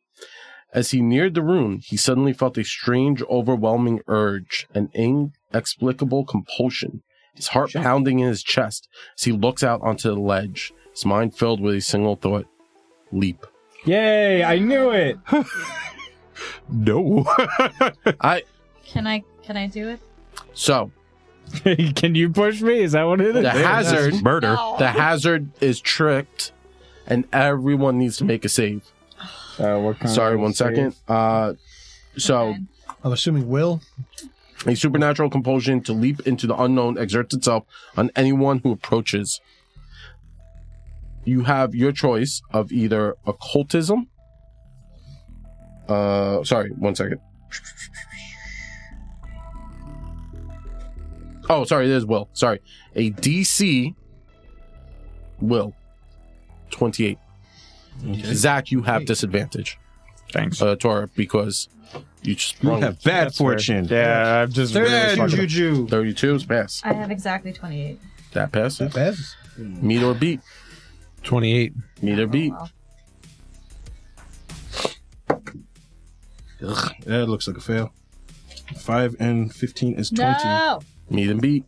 Speaker 1: As he neared the rune, he suddenly felt a strange, overwhelming urge, an inexplicable compulsion, his heart pounding in his chest as he looks out onto the ledge, his mind filled with a single thought leap.
Speaker 4: Yay! I knew it.
Speaker 2: No.
Speaker 1: I
Speaker 7: Can I? Can I do it?
Speaker 1: so
Speaker 4: Can you push me? Is that what it is?
Speaker 1: the hazard
Speaker 2: Murder.
Speaker 7: No.
Speaker 1: the hazard is tricked and everyone needs to make a save.
Speaker 4: Uh, what kind
Speaker 1: Sorry,
Speaker 4: of
Speaker 1: one
Speaker 4: save?
Speaker 1: second. Uh so
Speaker 7: Fine.
Speaker 3: I'm assuming Will.
Speaker 1: A supernatural compulsion to leap into the unknown exerts itself on anyone who approaches. You have your choice of either occultism. Uh, sorry, one second. Oh, sorry, there's Will. Sorry. A DC Will 28. Zach, you have disadvantage.
Speaker 4: Thanks.
Speaker 1: Uh, Tora, because you just
Speaker 2: You
Speaker 1: wrong.
Speaker 2: have bad
Speaker 4: That's fair.
Speaker 2: fortune.
Speaker 4: Yeah, I'm just really
Speaker 2: Bad
Speaker 4: fucking-
Speaker 2: juju.
Speaker 1: 32 is pass.
Speaker 7: I have exactly twenty-eight. Oh,
Speaker 1: That passes.
Speaker 3: Bez.
Speaker 1: Meet or beat.
Speaker 5: Twenty-eight.
Speaker 1: Meet or beat.
Speaker 7: well.
Speaker 2: That looks like a fail. Five and fifteen is twenty.
Speaker 7: No.
Speaker 1: Meet and beat.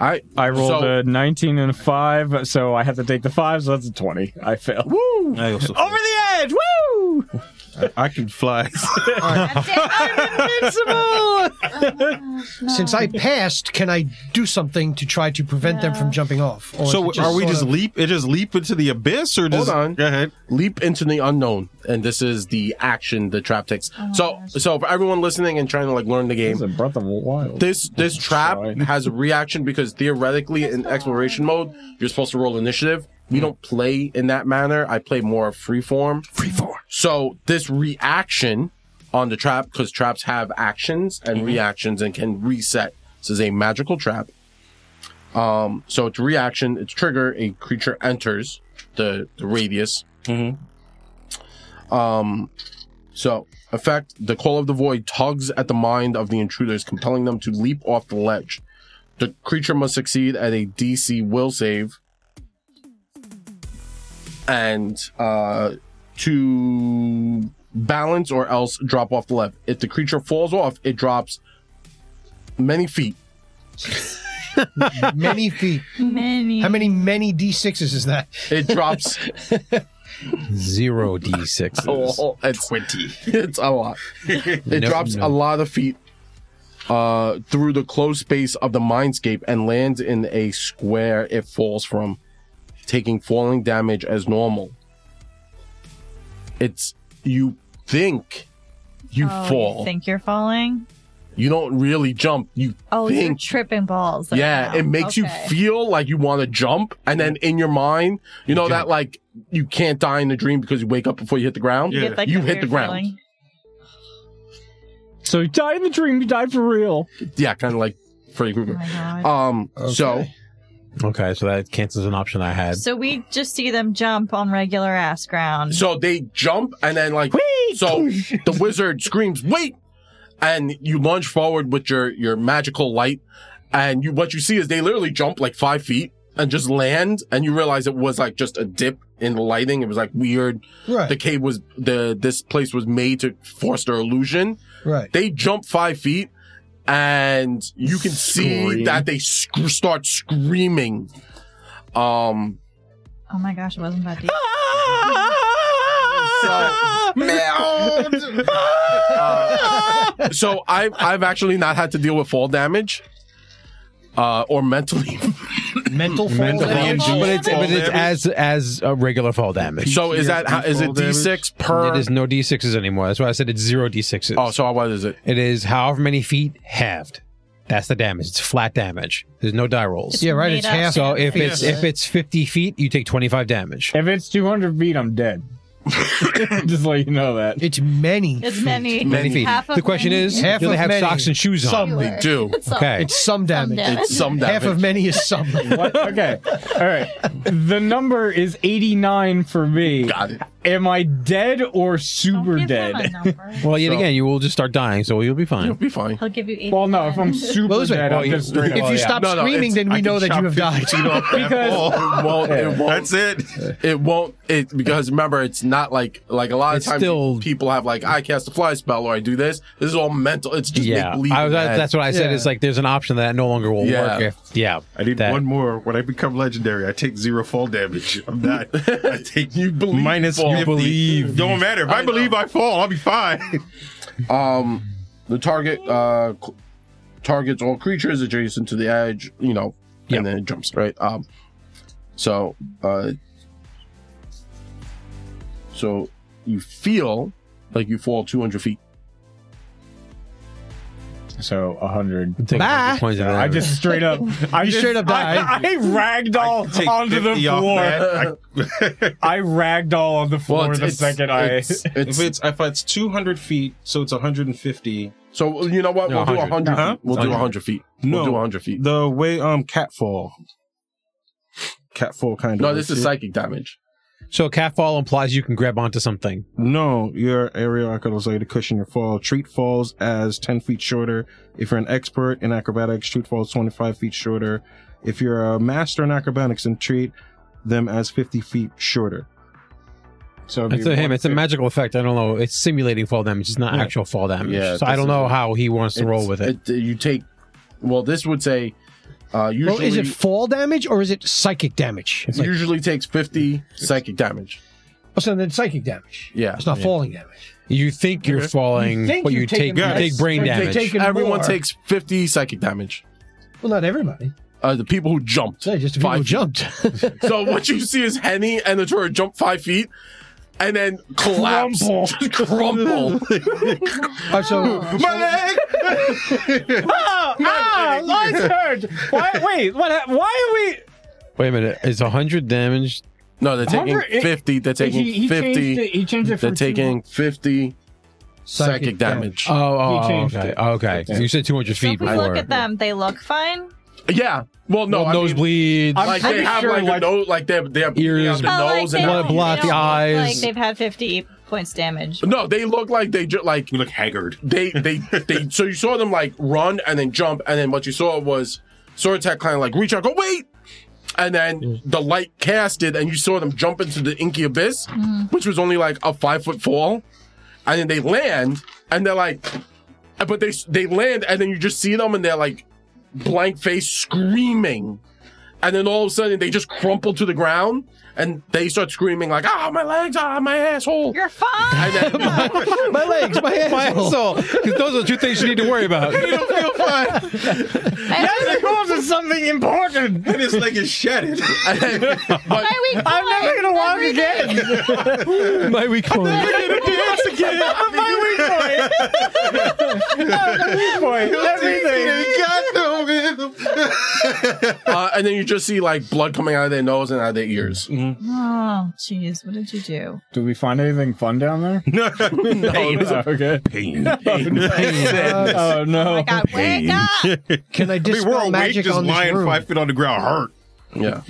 Speaker 1: All right.
Speaker 4: I rolled
Speaker 1: So-
Speaker 4: a 19 and a 5, so I have to take the 5, so that's a 20. I failed.
Speaker 2: I also
Speaker 4: Over the edge! Woo!
Speaker 2: I can fly.
Speaker 7: I'm invincible.
Speaker 3: Since I passed, can I do something to try to prevent them from
Speaker 7: No.
Speaker 3: jumping off? Or
Speaker 2: so
Speaker 3: is it
Speaker 2: are we
Speaker 3: sort
Speaker 2: just
Speaker 3: of-
Speaker 2: leap? It just leap into the abyss, or just
Speaker 1: on.
Speaker 2: Go ahead.
Speaker 1: leap into the unknown and this is the action the trap takes so so for everyone listening and trying to like learn the
Speaker 4: It's
Speaker 1: game
Speaker 4: a breath of wild.
Speaker 1: this this trap
Speaker 4: Sorry.
Speaker 1: has a reaction because theoretically in exploration mode you're supposed to roll initiative we don't play in that manner i play more free form free form so this reaction on the trap because traps have actions and reactions and can reset this is a magical trap um so it's reaction it's trigger a creature enters the, the radius So, effect the call of the void tugs at the mind of the intruders, compelling them to leap off the ledge. The creature must succeed at a DC will save. And uh, to balance or else drop off the ledge. If the creature falls off, it drops many feet.
Speaker 3: many feet?
Speaker 7: Many.
Speaker 3: How many many d sixes is that?
Speaker 1: It drops
Speaker 5: Zero d sixes.
Speaker 1: a
Speaker 7: Oh.
Speaker 1: lot. It's,
Speaker 6: 20.
Speaker 1: it's a lot. It
Speaker 5: No,
Speaker 1: drops
Speaker 5: no.
Speaker 1: a lot of feet uh, through the closed space of the mindscape and lands in a square it falls from, taking falling damage as normal. It's you think you
Speaker 7: Oh,
Speaker 1: fall.
Speaker 7: You
Speaker 1: You,
Speaker 7: think you're falling?
Speaker 1: don't really jump. You
Speaker 7: Oh, you're
Speaker 1: think.
Speaker 7: tripping balls. right
Speaker 1: yeah,
Speaker 7: now.
Speaker 1: it makes
Speaker 7: Okay.
Speaker 1: you feel like you want to jump, and then in your mind, you know that like you can't die in the dream because you wake up before you hit the ground.
Speaker 7: You, get, like,
Speaker 1: you
Speaker 7: that
Speaker 1: hit the
Speaker 7: weird
Speaker 1: ground.
Speaker 7: feeling.
Speaker 4: So you die in the dream, you die for real.
Speaker 1: Yeah, kind of like Freddy
Speaker 7: Oh
Speaker 1: Krueger.
Speaker 7: my god.
Speaker 1: Um, so
Speaker 3: Okay.
Speaker 5: Okay, so that cancels an option I had.
Speaker 7: So we just see them jump on regular ass ground.
Speaker 1: So they jump and then like so the wizard screams, wait! And you lunge forward with your your magical light, and you what you see is they literally jump like five feet and just land, and you realize it was like just a dip in the lighting. It was like weird.
Speaker 3: Right,
Speaker 1: The cave was the this place was made to foster illusion.
Speaker 3: right.
Speaker 1: They jump five feet. And you can see
Speaker 4: Scream.
Speaker 1: that they sc- start screaming. Um,
Speaker 7: oh my gosh, it wasn't that deep.
Speaker 1: so- Uh, so I've I've actually not had to deal with fall damage, uh, or mentally.
Speaker 3: Mental fall.
Speaker 2: Mental
Speaker 3: damage.
Speaker 7: fall.
Speaker 5: but it's,
Speaker 7: Fall
Speaker 5: but it's as as a regular fall damage.
Speaker 1: so is that how, is it
Speaker 2: PTSD
Speaker 1: D six per?
Speaker 5: it is no d sixes anymore. That's why I said it's zero d sixes.
Speaker 1: oh, so what is it?
Speaker 5: it is however many feet halved. That's the damage. It's flat damage. There's no die rolls.
Speaker 3: Yeah, right.
Speaker 7: Made
Speaker 3: It's
Speaker 7: up.
Speaker 3: half.
Speaker 5: So if it's
Speaker 3: Yeah.
Speaker 5: if it's 50 feet, you take 25 damage.
Speaker 4: If it's 200 feet, I'm dead. just let you know that.
Speaker 3: It's many.
Speaker 7: It's many.
Speaker 1: Many feet.
Speaker 7: Half of
Speaker 5: The question
Speaker 7: many.
Speaker 5: is,
Speaker 3: Half
Speaker 5: do they
Speaker 3: of
Speaker 5: have
Speaker 3: many.
Speaker 5: socks and shoes on?
Speaker 3: Some.
Speaker 1: They do.
Speaker 7: It's all-
Speaker 5: Okay.
Speaker 3: It's some damage.
Speaker 7: damage.
Speaker 1: It's some
Speaker 3: Half
Speaker 1: damage.
Speaker 3: of many is some.
Speaker 4: What? Okay. All right. The number is 89 for me.
Speaker 1: Got it.
Speaker 4: Am I dead or
Speaker 7: Don't
Speaker 4: super
Speaker 7: give him a
Speaker 4: dead?
Speaker 7: number.
Speaker 5: Well, yet
Speaker 1: So-
Speaker 5: again, you will just start dying, so you'll be
Speaker 1: You'll
Speaker 5: fine.
Speaker 1: be fine.
Speaker 7: He'll give you eight.
Speaker 4: Well, no. If I'm super
Speaker 3: Well, this way-
Speaker 4: dead,
Speaker 5: well,
Speaker 4: I'm
Speaker 5: you-
Speaker 4: just straight
Speaker 3: If
Speaker 4: up.
Speaker 3: you
Speaker 5: yeah.
Speaker 3: stop
Speaker 1: No, no,
Speaker 3: screaming,
Speaker 1: it's-
Speaker 3: then we
Speaker 2: I
Speaker 3: know
Speaker 2: can
Speaker 3: that you
Speaker 2: chop
Speaker 3: have died.
Speaker 4: because
Speaker 1: It won't. It won't.
Speaker 2: That's it.
Speaker 1: It won't. It because remember, it's not like like a lot of
Speaker 5: It's
Speaker 1: times
Speaker 5: still-
Speaker 1: people have like I cast a fly spell or I do this. This is all mental. It's just
Speaker 5: Yeah,
Speaker 1: make believe.
Speaker 5: I was, that's what I said. It's like there's an option that no longer will
Speaker 1: Yeah.
Speaker 5: work. If, yeah,
Speaker 2: I need
Speaker 5: that-
Speaker 2: one more. When I become legendary, I take zero fall damage. I'm not. I take
Speaker 1: you believe.
Speaker 2: minus
Speaker 1: fall.
Speaker 2: 50. Don't matter. If I,
Speaker 1: I know.
Speaker 2: believe I fall, I'll be fine.
Speaker 1: Um, the target uh c- targets all creatures adjacent to the edge, you know,
Speaker 5: Yeah.
Speaker 1: and then it jumps right. Um, so uh, so you feel like you fall 200 feet.
Speaker 4: so 100.
Speaker 5: Take
Speaker 3: Bye.
Speaker 5: points of
Speaker 4: I
Speaker 5: damage.
Speaker 4: just straight up. I
Speaker 3: You
Speaker 4: just-
Speaker 3: straight up
Speaker 4: I-
Speaker 3: died.
Speaker 4: I, ragdoll
Speaker 2: Take
Speaker 4: onto the
Speaker 2: 50 off
Speaker 4: floor.
Speaker 2: that. I-
Speaker 4: I ragdoll on the floor the second I.
Speaker 1: it's,
Speaker 6: If
Speaker 1: it's,
Speaker 6: it's if it's 200 feet, so it's 150.
Speaker 1: so you know what?
Speaker 5: No,
Speaker 1: We'll do
Speaker 5: 100.
Speaker 1: 100.
Speaker 2: Huh?
Speaker 1: Feet. We'll do
Speaker 2: 100.
Speaker 1: 100 feet.
Speaker 2: No.
Speaker 1: We'll do 100 feet.
Speaker 2: The way um catfall, catfall kind of.
Speaker 1: No, this is psychic damage.
Speaker 5: so catfall implies you can grab onto something.
Speaker 2: No, your aerial acrobatics like to cushion your fall. Treat falls as 10 feet shorter. If you're an expert in acrobatics, treat falls 25 feet shorter. If you're a master in acrobatics, then treat them as 50 feet shorter. So it'd
Speaker 5: It's
Speaker 2: be
Speaker 5: a him. It's a
Speaker 2: 150.
Speaker 5: magical effect. I don't know. It's simulating fall damage. It's not
Speaker 2: Yeah.
Speaker 5: actual fall damage.
Speaker 1: Yeah,
Speaker 5: so I
Speaker 1: this
Speaker 5: don't
Speaker 1: is-
Speaker 5: know how he wants to roll
Speaker 1: It's-
Speaker 5: with it.
Speaker 1: You take. Well, this would say. Uh, usually,
Speaker 3: Well, is it fall damage or is it psychic damage?
Speaker 1: usually takes 50 psychic damage.
Speaker 3: Oh, so then it's psychic damage.
Speaker 1: Yeah.
Speaker 3: It's not falling damage.
Speaker 5: You think you're falling,
Speaker 3: You think
Speaker 5: but
Speaker 3: you're
Speaker 5: you take
Speaker 3: taking
Speaker 5: you
Speaker 3: less,
Speaker 5: take brain
Speaker 3: but you're
Speaker 5: damage.
Speaker 3: taking
Speaker 1: Everyone
Speaker 3: more.
Speaker 1: takes 50 psychic damage.
Speaker 3: Well, not everybody.
Speaker 1: Uh, the people who jumped.
Speaker 3: So just the people
Speaker 1: Five
Speaker 3: who
Speaker 1: feet.
Speaker 3: jumped.
Speaker 1: so what you see is Henny and the turret jump five feet and then collapse.
Speaker 2: Crumple.
Speaker 1: Just crumple.
Speaker 3: All right, so
Speaker 2: My leg!
Speaker 4: Oh, ah, lights hurt. Why? Wait, what? hap- Why are
Speaker 5: Wait a minute, is hundred damage?
Speaker 1: no, they're taking
Speaker 4: Hundred- it-
Speaker 1: 50. They're
Speaker 4: we?
Speaker 1: taking
Speaker 4: he, he
Speaker 1: 50.
Speaker 4: changed it. He changed it
Speaker 1: they're
Speaker 4: from
Speaker 1: taking 50 psychic,
Speaker 3: Psychic
Speaker 1: damage.
Speaker 5: Oh, oh,
Speaker 4: He
Speaker 5: oh,
Speaker 4: changed
Speaker 5: okay,
Speaker 4: it.
Speaker 5: Oh, okay.
Speaker 4: Yeah.
Speaker 5: So you said two hundred
Speaker 7: So
Speaker 5: feet
Speaker 7: if we
Speaker 5: before.
Speaker 7: look at them, they look fine.
Speaker 1: Yeah. Well, no,
Speaker 5: Well,
Speaker 1: I mean,
Speaker 5: nosebleeds.
Speaker 4: I'm
Speaker 1: like
Speaker 4: pretty
Speaker 1: they have
Speaker 4: sure,
Speaker 1: like,
Speaker 4: like-
Speaker 1: a nose, like they have, they have
Speaker 5: Ears
Speaker 1: ears, the
Speaker 7: Oh, like
Speaker 1: nose,
Speaker 7: they
Speaker 1: and
Speaker 5: Blood
Speaker 7: don't- they
Speaker 5: blot the
Speaker 7: don't look
Speaker 5: eyes.
Speaker 7: Like they've had 50 points damage.
Speaker 1: no, they look like they ju- like
Speaker 6: You look haggard.
Speaker 1: they they they. so you saw them like run and then jump, and then what you saw was Sword Attack kind of like reach out, go wait, and then the light casted, and you saw them jump into the inky abyss, which was only like a five foot fall, and then they land, and they're like, but they they land, and then you just see them, and they're like blank face screaming. And then all of a sudden, they just crumple to the ground, and they start screaming like, "Ah, my legs! Ah, my asshole!"
Speaker 7: You're fine.
Speaker 1: And then,
Speaker 3: my legs, my asshole.
Speaker 5: My asshole. Because those are the two things you need to worry about.
Speaker 4: Two? Balls is something important.
Speaker 6: And his leg is shattered.
Speaker 1: and then- but-
Speaker 7: My weak
Speaker 4: I'm never
Speaker 7: point.
Speaker 4: gonna walk
Speaker 7: Everything.
Speaker 4: again.
Speaker 5: My weak point.
Speaker 4: My weak point. My weak point. Everything.
Speaker 1: uh, and then you just see like blood coming out of their nose and out of their ears.
Speaker 7: Oh, jeez, what did you do?
Speaker 4: Do we find anything fun down there?
Speaker 1: Pain.
Speaker 4: okay.
Speaker 6: Pain.
Speaker 4: Oh no.
Speaker 7: I got wake up.
Speaker 3: Can I dispel magic on this room?
Speaker 6: feet on the ground hurt.
Speaker 1: Yeah.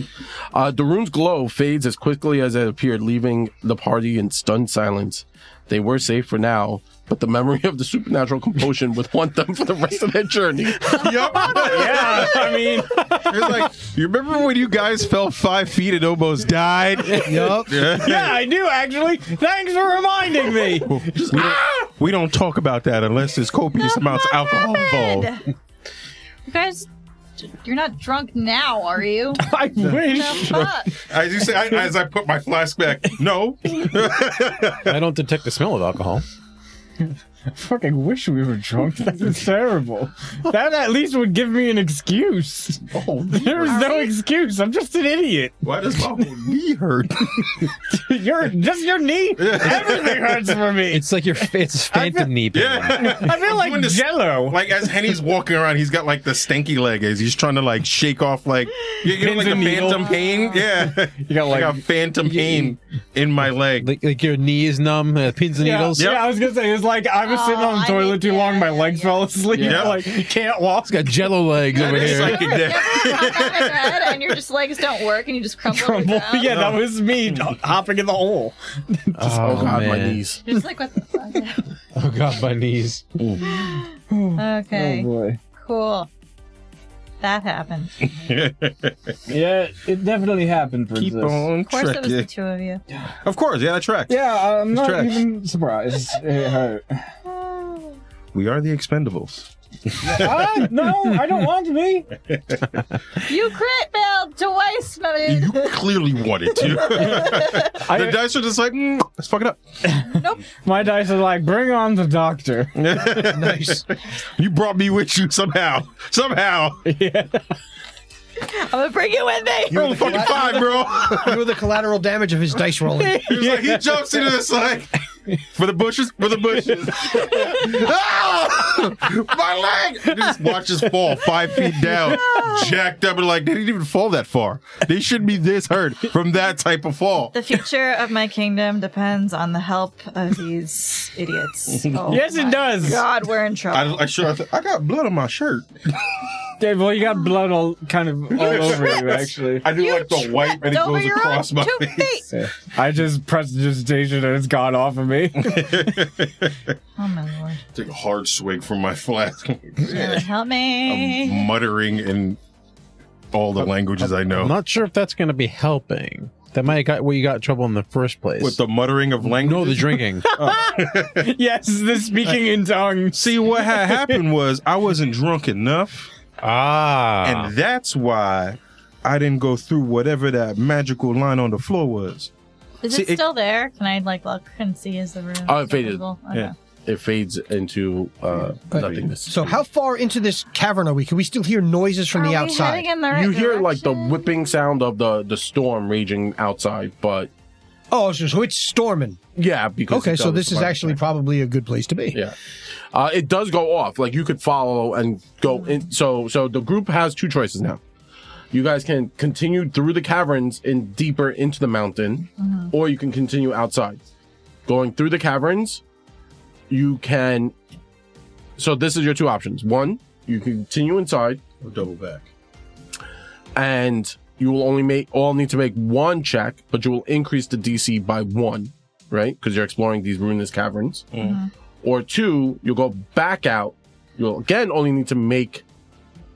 Speaker 1: Uh, the room's glow fades as quickly as it appeared, leaving the party in stunned silence. They were safe for now, but the memory of the supernatural compulsion would haunt them for the rest of their journey.
Speaker 6: Yup.
Speaker 4: Yeah. I mean,
Speaker 6: It's like, you remember when you guys fell five feet and almost died?
Speaker 3: Yup.
Speaker 4: yeah, I do actually. Thanks for reminding me.
Speaker 2: We don't, we don't talk about that unless there's copious amounts of alcohol involved.
Speaker 7: Happened. You guys, you're not drunk now, are you?
Speaker 4: I
Speaker 7: The
Speaker 4: wish.
Speaker 7: fuck?
Speaker 6: As you say, I, as I put my flask back, no.
Speaker 5: I don't detect the smell of alcohol.
Speaker 4: fucking wish we were drunk. That is terrible. That at least would give me an excuse.
Speaker 6: Oh,
Speaker 4: there is no excuse. I'm just an idiot.
Speaker 6: Why does my whole knee hurt?
Speaker 4: Your just your knee. Everything hurts for me.
Speaker 5: It's like your it's phantom knee pain.
Speaker 4: I feel like
Speaker 6: doing this-
Speaker 4: Jello.
Speaker 6: Like as Henny's walking around, he's got like the stanky leg as he's trying to like shake off like you, you know
Speaker 4: Pins
Speaker 6: like the
Speaker 4: and needles.
Speaker 6: phantom pain. Yeah,
Speaker 4: you got
Speaker 6: I got phantom pain in my leg.
Speaker 5: Like, like your knee is numb, uh, pins and
Speaker 4: Yeah,
Speaker 5: needles.
Speaker 4: yeah, I was gonna say it's like I was sitting
Speaker 7: Oh,
Speaker 4: on the
Speaker 7: I
Speaker 4: toilet
Speaker 7: think-
Speaker 4: too long, my
Speaker 7: yeah,
Speaker 4: legs
Speaker 7: yeah.
Speaker 4: fell asleep.
Speaker 1: Yeah.
Speaker 4: Like can't walk.
Speaker 5: It's got jello legs over
Speaker 6: is
Speaker 5: here.
Speaker 6: like-
Speaker 7: You ever- you ever hop out of bed and your just legs don't work and you just crumble. on the
Speaker 4: Crumble.
Speaker 7: ground?
Speaker 4: Yeah, that was me hopping in the hole.
Speaker 1: oh, God, my
Speaker 5: man.
Speaker 1: knees.
Speaker 7: You're just like what the fuck?
Speaker 5: Oh god, my knees.
Speaker 7: Okay,
Speaker 4: boy.
Speaker 7: cool. That happened. Of
Speaker 4: Yeah, it definitely happened. Princess.
Speaker 2: Keep on
Speaker 7: course, it was the
Speaker 2: trekking.
Speaker 7: two of you.
Speaker 2: Of course, yeah, that tracks.
Speaker 4: Yeah, I'm not
Speaker 2: tracks.
Speaker 4: even surprised. It hurt.
Speaker 2: We are the Expendables.
Speaker 4: Ah, no, I don't want to be.
Speaker 7: You crit failed to waste money.
Speaker 6: You clearly wanted to. the dice are just like, mm, let's fuck it up.
Speaker 4: My dice are like, bring on the doctor.
Speaker 3: Nice.
Speaker 6: You brought me with you somehow. Somehow.
Speaker 7: I'm gonna bring it with me.
Speaker 6: You're on fucking five, bro.
Speaker 3: You were the collateral damage of his dice rolling.
Speaker 6: He was like, he jumps into this like for the bushes, for the bushes. Ah! My leg! You just watch this fall five feet down, jacked up, and like they didn't even fall that far. They shouldn't be this hurt from that type of fall.
Speaker 7: The future of my kingdom depends on the help of these idiots. Oh
Speaker 4: Yes, it
Speaker 7: my
Speaker 4: does.
Speaker 7: God, we're in
Speaker 6: I,
Speaker 7: trouble.
Speaker 6: I sure I, th- I got blood on my shirt.
Speaker 4: Dave, well, you got blood all kind of all over you, actually.
Speaker 6: I do
Speaker 7: You
Speaker 6: like the white, and it
Speaker 7: over
Speaker 6: goes
Speaker 7: your
Speaker 6: across
Speaker 7: own
Speaker 6: my
Speaker 7: two
Speaker 6: face.
Speaker 7: feet.
Speaker 4: Yeah. I just pressed the digitation and it's gone off of me.
Speaker 7: Oh my lord!
Speaker 6: Take a hard swig from my flask,
Speaker 7: Gonna help
Speaker 6: Um,
Speaker 7: me.
Speaker 6: muttering in all the languages I
Speaker 5: I'm
Speaker 6: know.
Speaker 5: not sure if that's gonna be helping. That might have got where you got in trouble in the first place.
Speaker 6: With the muttering of language.
Speaker 5: no, the drinking.
Speaker 4: yes, the speaking in tongues.
Speaker 2: See, what had happened was I wasn't drunk enough,
Speaker 5: ah,
Speaker 6: Um,
Speaker 2: and that's why I didn't go through whatever that magical line on the floor was.
Speaker 7: Is
Speaker 2: See,
Speaker 7: it
Speaker 2: it-
Speaker 7: still there? Can I like look and see is the room?
Speaker 1: Oh, it
Speaker 7: still
Speaker 1: faded.
Speaker 7: visible?
Speaker 2: Yeah.
Speaker 1: It fades into uh,
Speaker 3: But-
Speaker 1: nothingness.
Speaker 3: So how far into this cavern are we? Can we still hear noises from
Speaker 7: Are
Speaker 3: the
Speaker 7: we
Speaker 3: outside?
Speaker 7: heading in the right
Speaker 1: you hear like the
Speaker 7: direction?
Speaker 1: whipping sound of the the storm raging outside, but
Speaker 3: oh, so, so it's storming.
Speaker 1: yeah, because
Speaker 3: Okay,
Speaker 1: it's
Speaker 3: so
Speaker 1: on the
Speaker 3: this is
Speaker 1: survival
Speaker 3: actually
Speaker 1: side.
Speaker 3: probably a good place to be.
Speaker 1: yeah. Uh, it does go off. Like you could follow and go in. So so the group has two choices now. You guys can continue through the caverns and deeper into the mountain, or you can continue outside. Going through the caverns, you can. So this is your two options. One, you can continue inside.
Speaker 6: Or double back.
Speaker 1: and you will only make all need to make one check, but you will increase the DC by one, right? Because you're exploring these ruinous caverns. Mm-hmm. Or two, you'll go back out. You'll again only need to make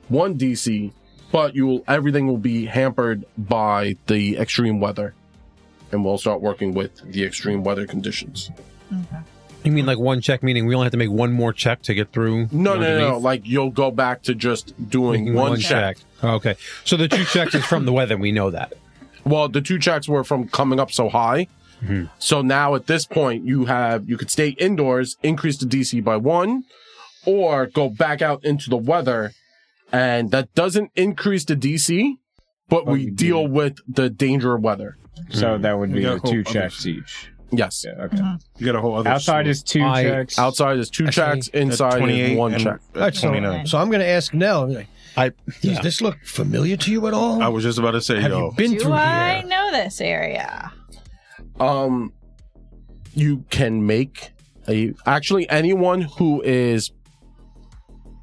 Speaker 1: one DC, but you will everything will be hampered by the extreme weather. And we'll start working with the extreme weather conditions.
Speaker 5: You mean like one check, meaning we only have to make one more check to get through?
Speaker 1: No, no, no,
Speaker 5: underneath?
Speaker 1: no. Like you'll go back to just doing
Speaker 5: Making
Speaker 1: one, check.
Speaker 5: Okay, so the two checks is from the weather. We know that.
Speaker 1: well the two checks were from coming up so high so now at this point you have you could stay indoors increase the dc by one or go back out into the weather and that doesn't increase the dc but we
Speaker 4: you
Speaker 1: deal with the danger of weather
Speaker 4: So that would be
Speaker 6: got
Speaker 4: the
Speaker 6: cool
Speaker 4: two
Speaker 6: others.
Speaker 4: checks each.
Speaker 1: yes
Speaker 4: Yeah, okay.
Speaker 6: You got a whole other.
Speaker 4: Outside is two
Speaker 5: I-
Speaker 4: checks.
Speaker 1: outside is two
Speaker 3: Actually,
Speaker 1: checks inside is one check
Speaker 3: Alright, so-
Speaker 7: nine.
Speaker 3: So I'm going to ask Nell. like,
Speaker 5: I
Speaker 3: Does this look familiar to you at all?
Speaker 6: I was just about to say,
Speaker 3: Have
Speaker 6: yo.
Speaker 3: you been
Speaker 7: Do
Speaker 3: through
Speaker 7: I
Speaker 3: here?
Speaker 7: know this area?
Speaker 1: um you can make a actually anyone who is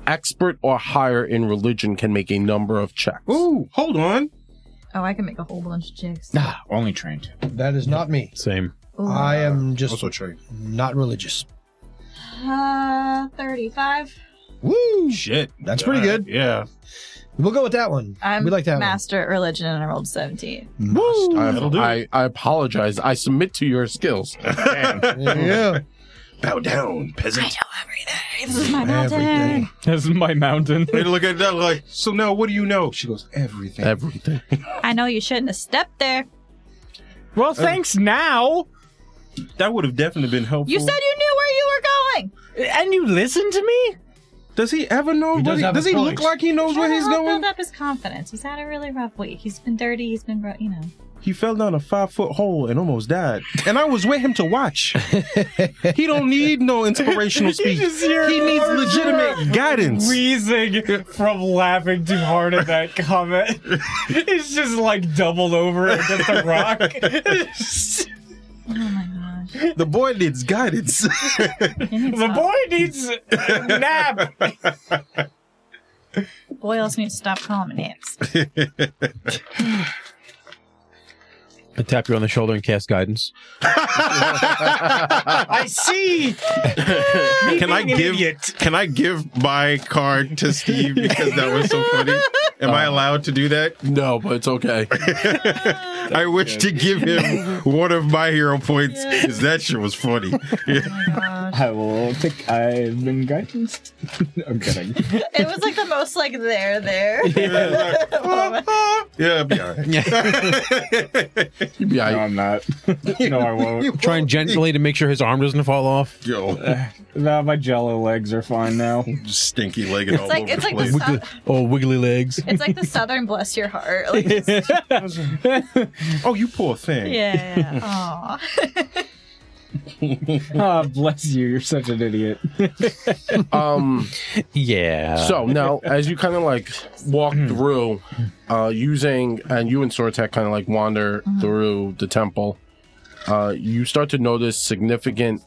Speaker 1: expert or higher in religion can make a number of checks
Speaker 2: Ooh, hold on.
Speaker 7: Oh, I can make a whole bunch of jigs.
Speaker 4: Ah, only trained.
Speaker 3: That is not me.
Speaker 5: same.
Speaker 7: Ooh.
Speaker 3: I am just
Speaker 6: Also trained.
Speaker 3: not religious.
Speaker 7: Uh, 35.
Speaker 3: Woo!
Speaker 6: Shit.
Speaker 3: That's pretty good.
Speaker 6: Yeah.
Speaker 3: We'll go with that one.
Speaker 7: I'm
Speaker 3: we like that
Speaker 7: master at religion and I rolled 17.
Speaker 1: I,
Speaker 6: That'll do.
Speaker 1: I, I apologize. I submit to your skills.
Speaker 3: one. There you go.
Speaker 6: Bow down,
Speaker 7: I
Speaker 6: peasant.
Speaker 7: know everything. This is my
Speaker 3: Everything.
Speaker 7: mountain.
Speaker 4: This is my mountain.
Speaker 6: They look at that like, so now what do you know? She goes, everything.
Speaker 1: Everything.
Speaker 7: I know you shouldn't have stepped there.
Speaker 4: well, thanks now.
Speaker 2: That would have definitely been helpful.
Speaker 7: You said you knew where you were going.
Speaker 4: And you listen to me?
Speaker 2: Does he ever know?
Speaker 3: He
Speaker 2: what
Speaker 3: does
Speaker 2: he,
Speaker 3: have
Speaker 2: does
Speaker 3: a
Speaker 2: he
Speaker 3: point.
Speaker 2: look like he knows where
Speaker 7: Trying to
Speaker 2: he's
Speaker 7: help
Speaker 2: going?
Speaker 7: Build up his confidence. He's had a really rough week. He's been dirty. He's been, ru- you know.
Speaker 2: He fell down a five foot hole and almost died. And I was with him to watch. he don't need no inspirational speech.
Speaker 4: just hear
Speaker 2: He needs
Speaker 4: Arthur
Speaker 2: legitimate guidance.
Speaker 4: Wheezing from laughing too hard at that comment. it's just like doubled over against a rock.
Speaker 7: Oh my gosh.
Speaker 2: The boy needs guidance.
Speaker 7: He needs
Speaker 4: The
Speaker 7: help.
Speaker 4: boy needs a nap.
Speaker 7: Boy else needs to stop calling me names.
Speaker 5: I tap you on the shoulder and cast guidance.
Speaker 4: I see.
Speaker 6: Can I give? Can I give my card to Steve because that was so funny? Am
Speaker 2: Uh-huh.
Speaker 6: I allowed to do that?
Speaker 1: No, but it's okay.
Speaker 6: I wish to give him one of my hero points because that shit was funny.
Speaker 7: Oh my gosh.
Speaker 4: I will pick. I've been guidance. I'm kidding.
Speaker 7: It was like the most like there, there.
Speaker 6: yeah, it'd be all right.
Speaker 1: Yeah,
Speaker 4: No, I'm not. No, I won't.
Speaker 5: Trying gently to make sure his arm doesn't fall off.
Speaker 6: Yo,
Speaker 4: No, my jello legs are fine now.
Speaker 6: stinky legged all
Speaker 7: It's like
Speaker 6: over
Speaker 7: it's
Speaker 6: the
Speaker 7: like the
Speaker 6: place.
Speaker 7: sou-
Speaker 5: Oh, wiggly legs.
Speaker 7: it's like the southern bless your heart. Like it's-
Speaker 2: oh, you poor thing.
Speaker 7: yeah. Aw.
Speaker 4: Ah, bless you. You're such an idiot.
Speaker 1: Um.
Speaker 5: Yeah.
Speaker 1: So now, as you kind of like walk through, uh, using and you and Sortek kind of like wander through the temple, uh, you start to notice significant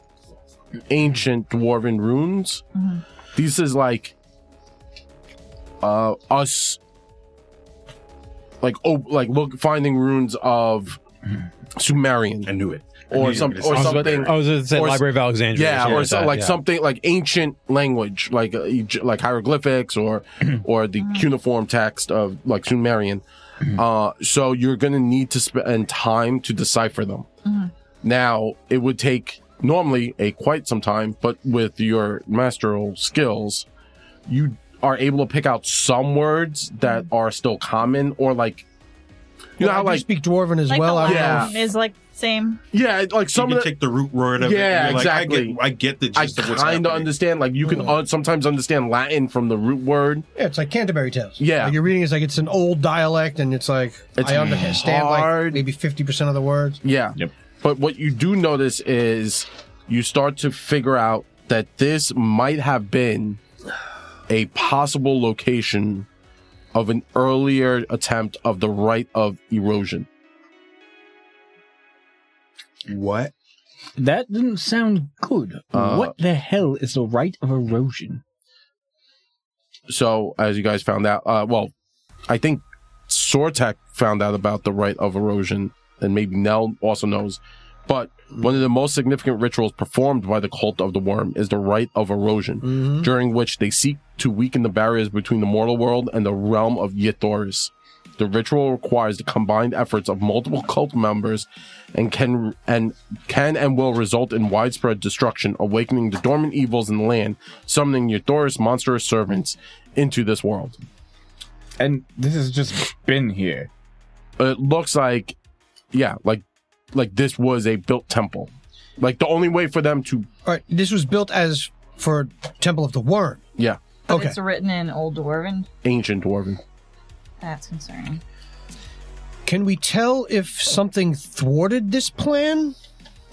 Speaker 1: ancient dwarven runes. This is like, uh, us, like oh, like look finding runes of Sumerian.
Speaker 6: I knew it. I knew
Speaker 1: or
Speaker 6: you
Speaker 1: some
Speaker 6: were gonna
Speaker 1: or
Speaker 6: say
Speaker 1: something.
Speaker 5: I was going to Oh, say
Speaker 1: Or s-
Speaker 5: Library of Alexandria.
Speaker 1: Yeah, or so,
Speaker 5: that,
Speaker 1: like
Speaker 5: yeah.
Speaker 1: something like ancient language, like uh, Egy- like hieroglyphics or or the cuneiform text of like Sumerian. Uh, so you're gonna need to spend time to decipher them. Now it would take normally a quite some time, but with your masteral skills, you are able to pick out some words that are still common or like you know
Speaker 3: I
Speaker 1: how
Speaker 3: do
Speaker 1: like
Speaker 3: speak dwarven as
Speaker 7: Like
Speaker 3: well.
Speaker 7: the
Speaker 3: I don't know
Speaker 1: Yeah.
Speaker 7: Latin is like same.
Speaker 1: Yeah, like some
Speaker 6: you
Speaker 1: of
Speaker 6: can
Speaker 1: the,
Speaker 6: take the root word of
Speaker 1: Yeah,
Speaker 6: it. and you're like,
Speaker 1: exactly.
Speaker 6: I get, I get the
Speaker 1: I
Speaker 6: gist of what's
Speaker 1: kind
Speaker 6: happening.
Speaker 1: of understand. Like you can un- sometimes understand Latin from the root word.
Speaker 3: Yeah, it's like Canterbury Tales.
Speaker 1: Yeah.
Speaker 3: Like you're reading it's like it's an old dialect and it's like
Speaker 1: It's
Speaker 3: I understand
Speaker 1: hard.
Speaker 3: like maybe fifty percent of the words.
Speaker 1: Yeah.
Speaker 4: Yep.
Speaker 1: But what you do notice is you start to figure out that this might have been a possible location of an earlier attempt of the rite of erosion.
Speaker 2: What?
Speaker 4: That didn't sound good.
Speaker 1: Uh,
Speaker 4: what the hell is the right of erosion?
Speaker 1: So, as you guys found out, uh, well, I think Sortek found out about the rite of erosion, and maybe Nell also knows. But one of the most significant rituals performed by the cult of the worm is the rite of erosion, during which they seek to weaken the barriers between the mortal world and the realm of Ythoris. The ritual requires the combined efforts of multiple cult members and can and can and will result in widespread destruction, awakening the dormant evils in the land, summoning Ythoris monstrous servants into this world.
Speaker 4: And this has just been here.
Speaker 1: it looks like yeah like like this was a built temple like the only way for them to
Speaker 3: All right. This was built as for Temple of the Worm.
Speaker 1: yeah
Speaker 7: But
Speaker 3: Okay.
Speaker 7: it's written in Old Dwarven.
Speaker 1: ancient dwarven
Speaker 7: That's concerning.
Speaker 3: Can we tell if something thwarted this plan?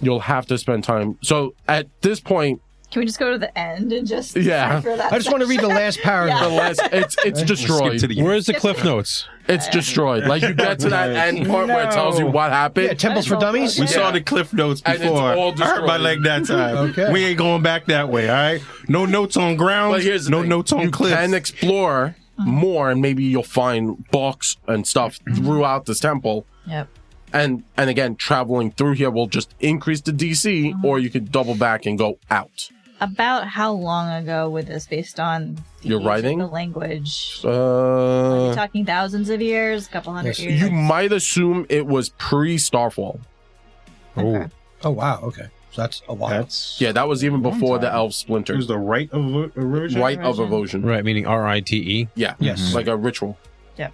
Speaker 1: you'll have to spend time so at this point
Speaker 7: Can we just go to the end and just
Speaker 1: Yeah.
Speaker 7: decipher that
Speaker 3: I just want to read the last paragraph.
Speaker 1: unless it's it's destroyed
Speaker 6: to the
Speaker 5: Where's the cliff notes?
Speaker 1: it's destroyed like you get to that end part where it tells you what happened
Speaker 3: Yeah, Temples for Dummies.
Speaker 6: We
Speaker 1: Yeah.
Speaker 6: saw the cliff notes
Speaker 1: And it's
Speaker 6: before.
Speaker 1: all
Speaker 6: I hurt my
Speaker 1: destroyed.
Speaker 6: leg that time.
Speaker 3: Okay.
Speaker 6: We ain't going back that way, all right? No notes on ground.
Speaker 1: but here's the
Speaker 6: no
Speaker 1: thing.
Speaker 6: notes on
Speaker 1: you
Speaker 6: cliffs.
Speaker 1: can explore more and maybe you'll find books and stuff throughout this temple
Speaker 7: Yep.
Speaker 1: and and again traveling through here will just increase the dc
Speaker 6: Uh-huh.
Speaker 1: or you could double back and go out
Speaker 7: About how long ago would this, based on the
Speaker 1: Your
Speaker 7: age of
Speaker 1: writing?
Speaker 7: the language? Are we
Speaker 1: uh
Speaker 7: talking thousands of years, a couple hundred
Speaker 3: Yes.
Speaker 7: years?
Speaker 1: You might assume it was pre Starfall.
Speaker 7: Okay.
Speaker 3: Oh wow. Okay. So that's a while.
Speaker 4: That's
Speaker 1: Yeah, that was even before the
Speaker 4: time.
Speaker 1: elf
Speaker 6: it
Speaker 1: splinter.
Speaker 6: was the right of evo- erosion.
Speaker 1: Rite of
Speaker 7: Erosion.
Speaker 1: erosion.
Speaker 5: Right, meaning R I T E.
Speaker 1: Yeah. Mm-hmm.
Speaker 3: Yes.
Speaker 1: Like a ritual.
Speaker 7: Yep.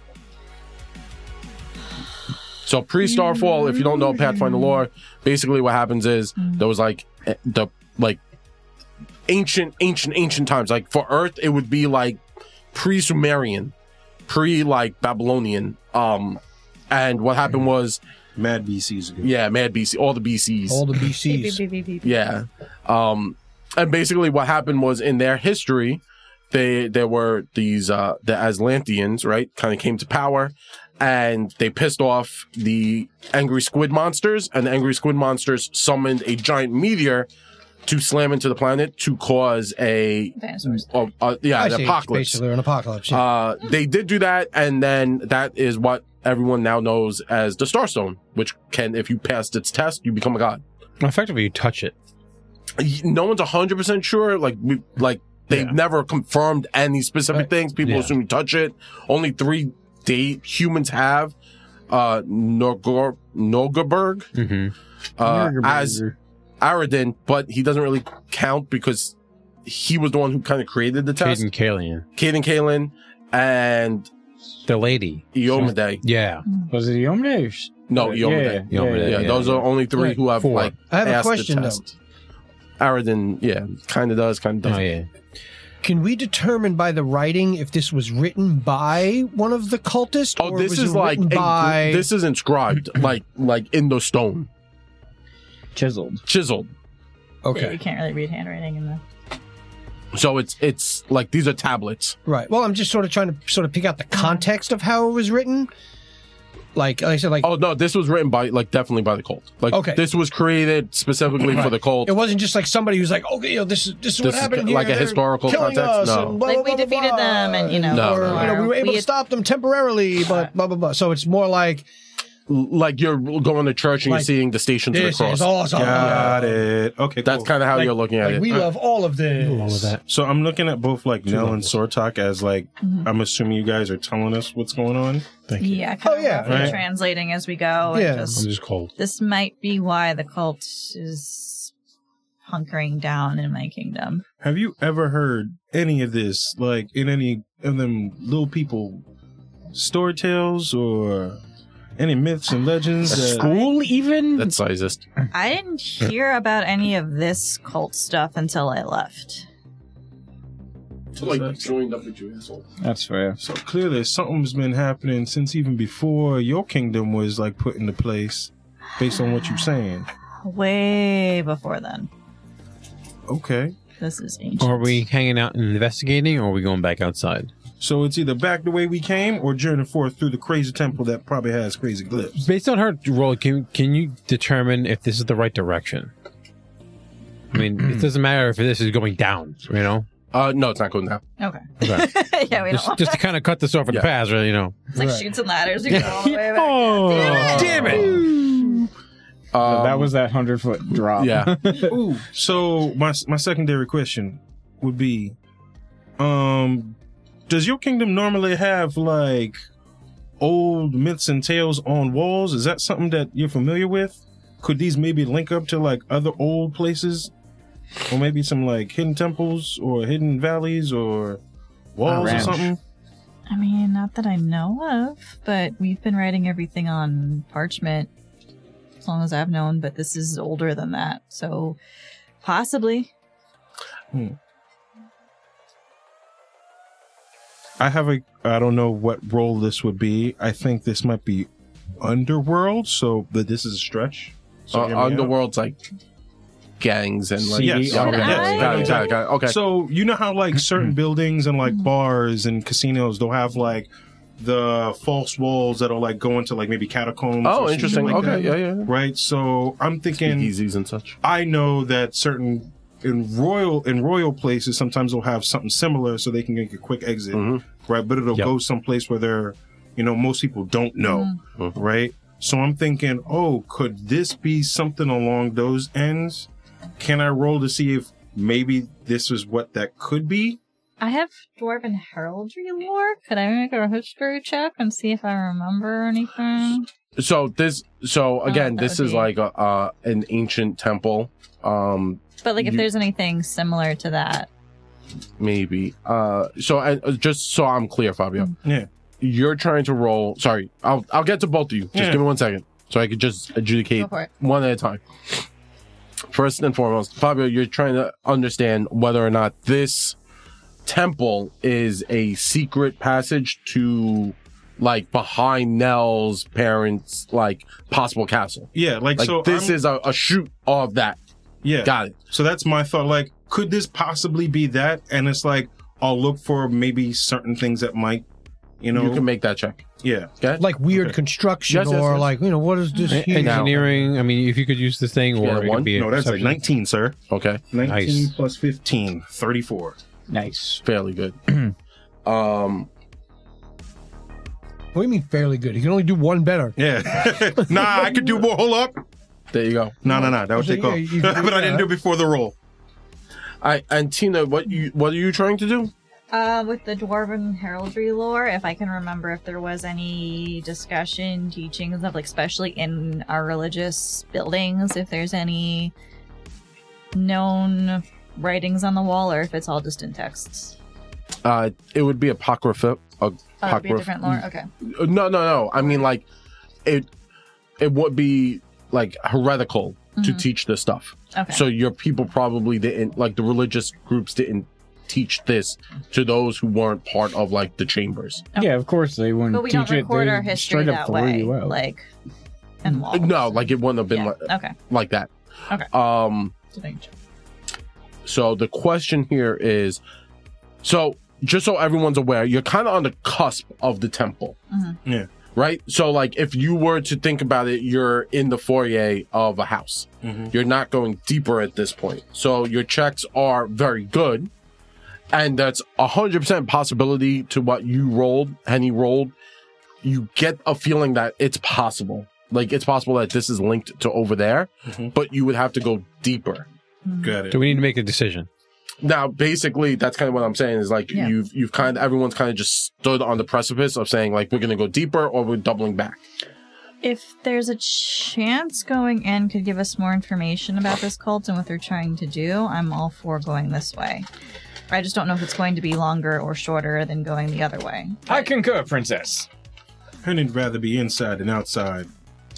Speaker 1: So pre Starfall, if you don't know Pathfinder lore, basically what happens is there was like eh, the like ancient, ancient, ancient times. Like for Earth, it would be like pre Sumerian, pre like Babylonian. Um and what happened was,
Speaker 6: Mad BC's again.
Speaker 1: yeah, Mad BC, all the BCs.
Speaker 3: All the
Speaker 7: Beep, beep,
Speaker 3: BCs.
Speaker 7: beep, beep, beep.
Speaker 1: Yeah. Um and basically what happened was in their history they there were these uh the Aslanteans, right? Kind of came to power and they pissed off the angry squid monsters and the angry squid monsters summoned a giant meteor to slam into the planet to cause a,
Speaker 7: Dinosaurs.
Speaker 1: a, a- yeah,
Speaker 3: I
Speaker 1: an
Speaker 3: see, it's
Speaker 1: apocalypse.
Speaker 3: Basically, an apocalypse. yeah.
Speaker 1: Uh, they did do that, and then that is what everyone now knows as the Starstone, which can, if you passed its test, you become a god
Speaker 5: Effectively, you touch it.
Speaker 1: no one's hundred percent sure. Like we, like they've never confirmed any specific
Speaker 3: Right.
Speaker 1: things. People
Speaker 5: Yeah.
Speaker 1: assume you touch it. Only three day humans have. Uh, Norgor Norgaberg,
Speaker 5: Mm-hmm.
Speaker 1: uh, as Aradin, but he doesn't really count because he was the one who kind of created the test.
Speaker 5: Caden Kalian,
Speaker 1: Caden Kalen and
Speaker 5: the lady.
Speaker 1: Iomade.
Speaker 5: Yeah.
Speaker 4: was it Yomdesh?
Speaker 1: No,
Speaker 4: yeah,
Speaker 1: Iomade.
Speaker 4: yeah,
Speaker 5: Yomade,
Speaker 4: yeah,
Speaker 1: Yeah,
Speaker 4: yeah,
Speaker 1: those are only three
Speaker 5: Right,
Speaker 1: who have
Speaker 5: four.
Speaker 1: like
Speaker 3: I have a
Speaker 1: passed
Speaker 3: question,
Speaker 1: the
Speaker 3: though.
Speaker 1: test. Aradin, yeah, kind of does, kind of
Speaker 5: Oh
Speaker 1: doesn't.
Speaker 5: yeah.
Speaker 3: Can we determine by the writing if this was written by one of the cultists?
Speaker 1: Oh,
Speaker 3: or
Speaker 1: this
Speaker 3: was
Speaker 1: is
Speaker 3: it
Speaker 1: like
Speaker 3: written
Speaker 1: eng-
Speaker 3: by
Speaker 1: this is inscribed like like in the stone,
Speaker 4: Chiseled.
Speaker 1: chiseled.
Speaker 7: Yeah, you
Speaker 3: okay,
Speaker 7: can't really read handwriting in the.
Speaker 1: So it's it's like these are tablets.
Speaker 3: right. Well, I'm just sort of trying to sort of pick out the context of how it was written. Like, like I said, like
Speaker 1: Oh no, this was written by like definitely by the cult. Like
Speaker 3: Okay.
Speaker 1: this was created specifically for the cult.
Speaker 3: it wasn't just like somebody who's like, okay, you know, this is this is
Speaker 1: This
Speaker 3: what
Speaker 1: is
Speaker 3: happened.
Speaker 1: ki- like
Speaker 3: here.
Speaker 1: a
Speaker 3: They're
Speaker 1: historical
Speaker 3: killing
Speaker 1: context?
Speaker 3: us
Speaker 1: No.
Speaker 3: and blah,
Speaker 7: Like,
Speaker 3: blah,
Speaker 7: we
Speaker 3: blah,
Speaker 7: defeated
Speaker 3: blah,
Speaker 7: them and, you know,
Speaker 1: No,
Speaker 3: or,
Speaker 1: no,
Speaker 3: you know,
Speaker 7: no.
Speaker 3: we were able
Speaker 7: We-
Speaker 3: to stop them temporarily, but blah blah blah. So it's more like
Speaker 1: Like you're going to church and you're
Speaker 3: Like,
Speaker 1: seeing the stations of the
Speaker 3: this
Speaker 1: cross.
Speaker 3: is awesome.
Speaker 6: Got it. Okay,
Speaker 1: That's
Speaker 6: cool.
Speaker 1: kind of how
Speaker 3: Like-
Speaker 1: you're looking at
Speaker 3: Like,
Speaker 1: it. Uh,
Speaker 3: we love all of this.
Speaker 6: So I'm looking at both like Nell and Sortok as like I'm assuming you guys are telling us what's going on.
Speaker 7: Yeah, kind
Speaker 3: Oh,
Speaker 7: of
Speaker 3: yeah,
Speaker 7: roughly
Speaker 6: right.
Speaker 7: translating as we go.
Speaker 3: Yeah.
Speaker 7: And
Speaker 5: I'm
Speaker 7: just,
Speaker 5: just cold.
Speaker 7: this might be why the cult is hunkering down in my kingdom.
Speaker 6: Have you ever heard any of this, like in any of them little people story tales or Any myths and legends? that-
Speaker 4: School even?
Speaker 1: That's sizest.
Speaker 7: I didn't hear about any of this cult stuff until I left.
Speaker 1: like joined up with you, asshole.
Speaker 4: That's fair.
Speaker 6: so clearly, something's been happening since even before your kingdom was like put into place, based on what you're saying.
Speaker 7: Way before then.
Speaker 6: Okay.
Speaker 7: This is ancient.
Speaker 5: Are we hanging out and investigating, or are we going back outside?
Speaker 6: So it's either back the way we came or journey forth through the crazy temple that probably has crazy glyphs.
Speaker 5: Based on her role, can can you determine if this is the right direction? I mean, it doesn't matter if this is going down. You know,
Speaker 1: Uh, no, it's not going down.
Speaker 7: Okay.
Speaker 5: Okay.
Speaker 7: yeah, we don't
Speaker 5: just,
Speaker 7: want
Speaker 5: just to kind of cut this off in
Speaker 1: Yeah.
Speaker 5: the past, really. You know.
Speaker 7: It's like shoots and ladders. We go all the way back.
Speaker 5: Oh, damn it!
Speaker 1: Um,
Speaker 4: that was that hundred foot
Speaker 3: uh,
Speaker 4: drop.
Speaker 1: yeah.
Speaker 6: Ooh. So my my secondary question would be, um, does your kingdom normally have like old myths and tales on walls? Is that something that you're familiar with? Could these maybe link up to like other old places, or maybe some like hidden temples or hidden valleys or walls or
Speaker 4: ranch.
Speaker 6: something?
Speaker 7: I mean, not that I know of, but we've been writing everything on parchment as long as I've known, but this is older than that. So possibly.
Speaker 6: I have a I don't know what role this would be. I think this might be underworld. So, but this is a stretch. So
Speaker 1: uh,
Speaker 6: hear me out.
Speaker 1: underworld's like gangs and like.
Speaker 4: CD
Speaker 6: Yes.
Speaker 1: Yeah, okay.
Speaker 7: Should I?
Speaker 1: Got it, got it, got it. Okay. Mm-hmm.
Speaker 6: So you know how like certain buildings and like bars and casinos they'll have like the false walls that'll like go into like maybe catacombs.
Speaker 1: oh,
Speaker 6: or
Speaker 1: interesting.
Speaker 6: something like
Speaker 1: okay.
Speaker 6: that,
Speaker 1: Yeah, yeah.
Speaker 6: Right. So I'm thinking
Speaker 1: Speakeasies and such.
Speaker 6: I know that certain in royal in royal places sometimes they'll have something similar so they can make a quick exit,
Speaker 1: Mhm.
Speaker 6: right? But it'll
Speaker 5: Yep.
Speaker 6: go someplace where they're you know most people don't know,
Speaker 1: Mhm.
Speaker 6: right? So I'm thinking, oh, could this be something along those ends? Can I roll to see if maybe this is what that could be?
Speaker 7: I have Dwarven Heraldry lore. Could I make a history check and see if I remember anything?
Speaker 1: So this. So again,
Speaker 7: that
Speaker 1: this
Speaker 7: would
Speaker 1: is
Speaker 7: be-
Speaker 1: like a, uh, an ancient temple. Um,
Speaker 7: But like, if
Speaker 1: You-
Speaker 7: there's anything similar to that,
Speaker 1: maybe. Uh, so I, uh, just so I'm clear, Fabio.
Speaker 6: Mm. Yeah.
Speaker 1: You're trying to roll. Sorry, I'll I'll get to both of you. Just
Speaker 6: Yeah.
Speaker 1: give me one second, so I could just adjudicate
Speaker 7: go for it.
Speaker 1: one at a time. First and foremost, Fabio, you're trying to understand whether or not this temple is a secret passage to like behind Nell's parents' like possible castle.
Speaker 6: Yeah, like,
Speaker 1: Like
Speaker 6: so.
Speaker 1: this
Speaker 6: I'm-
Speaker 1: is a, a shoot of that.
Speaker 6: yeah.
Speaker 1: Got it.
Speaker 6: So that's my thought. Like, could this possibly be that? And it's like I'll look for maybe certain things that might, you know,
Speaker 1: You can make that check.
Speaker 6: yeah.
Speaker 3: Like weird
Speaker 6: Okay.
Speaker 3: construction
Speaker 1: Yes, yes,
Speaker 3: or
Speaker 1: yes.
Speaker 3: like, you know, what is this here?
Speaker 5: Engineering. I mean, if you could use this thing, or
Speaker 1: Yeah,
Speaker 5: it could
Speaker 1: one.
Speaker 5: be a
Speaker 6: No, that's like
Speaker 5: perception.
Speaker 6: 19, sir.
Speaker 1: Okay.
Speaker 6: 19
Speaker 5: Nice.
Speaker 6: plus 15, 34.
Speaker 4: Nice.
Speaker 1: Fairly good. um
Speaker 3: What do you mean fairly good? You can only do one better.
Speaker 6: Yeah. nah, I could do more. Hold up.
Speaker 1: there you go.
Speaker 6: No, no, no. That would
Speaker 3: So,
Speaker 6: take
Speaker 3: yeah,
Speaker 6: off.
Speaker 3: you-
Speaker 6: but I didn't do it before the roll.
Speaker 1: I and Tina, what you what are you trying to do?
Speaker 7: Uh, with the Dwarven Heraldry lore, if I can remember if there was any discussion, teachings of, like, especially in our religious buildings, if there's any known writings on the wall or if it's all just in texts.
Speaker 1: Uh it would be apocrypha a,
Speaker 7: Oh, it'd be a
Speaker 1: Apocryph-
Speaker 7: different lore? Okay.
Speaker 1: No, no, no. I mean, like, it it would be like heretical to
Speaker 7: Mhm.
Speaker 1: teach this stuff.
Speaker 7: Okay.
Speaker 1: So your people probably didn't like the religious groups didn't teach this to those who weren't part of like the chambers.
Speaker 4: Yeah, of course they wouldn't
Speaker 7: but we
Speaker 4: teach
Speaker 7: don't record
Speaker 4: it. They
Speaker 7: our history
Speaker 4: straight up
Speaker 7: that
Speaker 4: threw
Speaker 7: way.
Speaker 4: you out.
Speaker 7: Like, and walls.
Speaker 1: No, like it wouldn't have been
Speaker 7: Yeah,
Speaker 1: like,
Speaker 7: Okay.
Speaker 1: like that.
Speaker 7: Okay.
Speaker 1: Um.
Speaker 7: So thank you.
Speaker 1: So the question here is, so just so everyone's aware, you're kind of on the cusp of the temple.
Speaker 7: Mhm.
Speaker 6: Yeah.
Speaker 1: Right. So like, if you were to think about it, you're in the foyer of a house.
Speaker 5: Mm-hmm.
Speaker 6: Mhm.
Speaker 1: You're not going deeper at this point. So your checks are very good, and that's a hundred percent possibility to what you rolled. Henny rolled. You get a feeling that it's possible. Like it's possible that this is linked to over there,
Speaker 6: Mhm.
Speaker 1: but you would have to go deeper
Speaker 6: Got it.
Speaker 5: Do we need to make a decision?
Speaker 1: now basically that's kind of what i'm saying is like
Speaker 7: Yeah.
Speaker 1: you've you've kind of everyone's kind of just stood on the precipice of saying like we're gonna go deeper or we're doubling back
Speaker 7: If there's a chance going in could give us more information about this cult and what they're trying to do, I'm all for going this way. I just don't know if it's going to be longer or shorter than going the other way.
Speaker 4: I concur, princess.
Speaker 6: I'd rather be inside than outside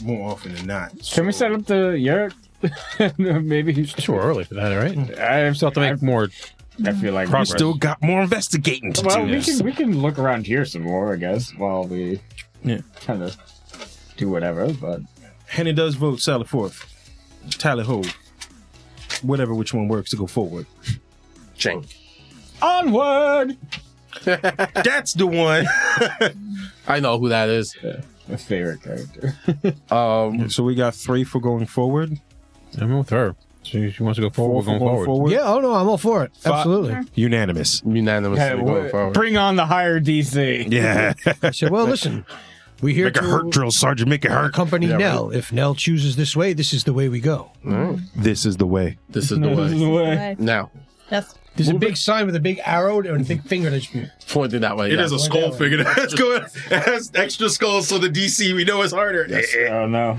Speaker 6: more often than not.
Speaker 4: Can we
Speaker 6: So-
Speaker 4: set up the yurt? Maybe.
Speaker 5: It's too early for that, all right?
Speaker 4: I
Speaker 5: Still have to make more.
Speaker 4: I feel like
Speaker 6: We still got more investigating to
Speaker 4: Well,
Speaker 6: do.
Speaker 4: we can we can look around here some more, I guess, while we
Speaker 6: Yeah.
Speaker 4: kind of do whatever. But
Speaker 6: Henny does vote Sally forth. Tally ho. Whatever which one works to go forward.
Speaker 1: Ching.
Speaker 4: onward.
Speaker 6: That's the one.
Speaker 1: I know who that is.
Speaker 4: My favorite character.
Speaker 1: Um,
Speaker 6: so we got three for going forward.
Speaker 5: I'm with her. She, she wants to go forward.
Speaker 6: Four
Speaker 5: We're going forward.
Speaker 3: Yeah, oh no, I'm all for it. Absolutely.
Speaker 6: Unanimous.
Speaker 1: unanimously
Speaker 4: Hey,
Speaker 1: going
Speaker 4: wh-
Speaker 1: forward.
Speaker 4: bring on the higher DC.
Speaker 6: Yeah.
Speaker 3: I said, well, listen, we here
Speaker 6: Make
Speaker 3: to
Speaker 6: a hurt drill, Sergeant. Make a hurt.
Speaker 3: accompany
Speaker 1: Yeah,
Speaker 3: Nell. If Nell chooses this way, this is the way we go.
Speaker 6: This is the way.
Speaker 1: This is the way.
Speaker 7: But
Speaker 1: Now,
Speaker 7: that's
Speaker 3: There's a big sign with a big arrow and a big finger that's
Speaker 1: pointing that way.
Speaker 6: It
Speaker 1: yeah.
Speaker 6: is a skull figure. That's going. It has extra skulls, so the DC we know is harder. Eh,
Speaker 4: Oh no.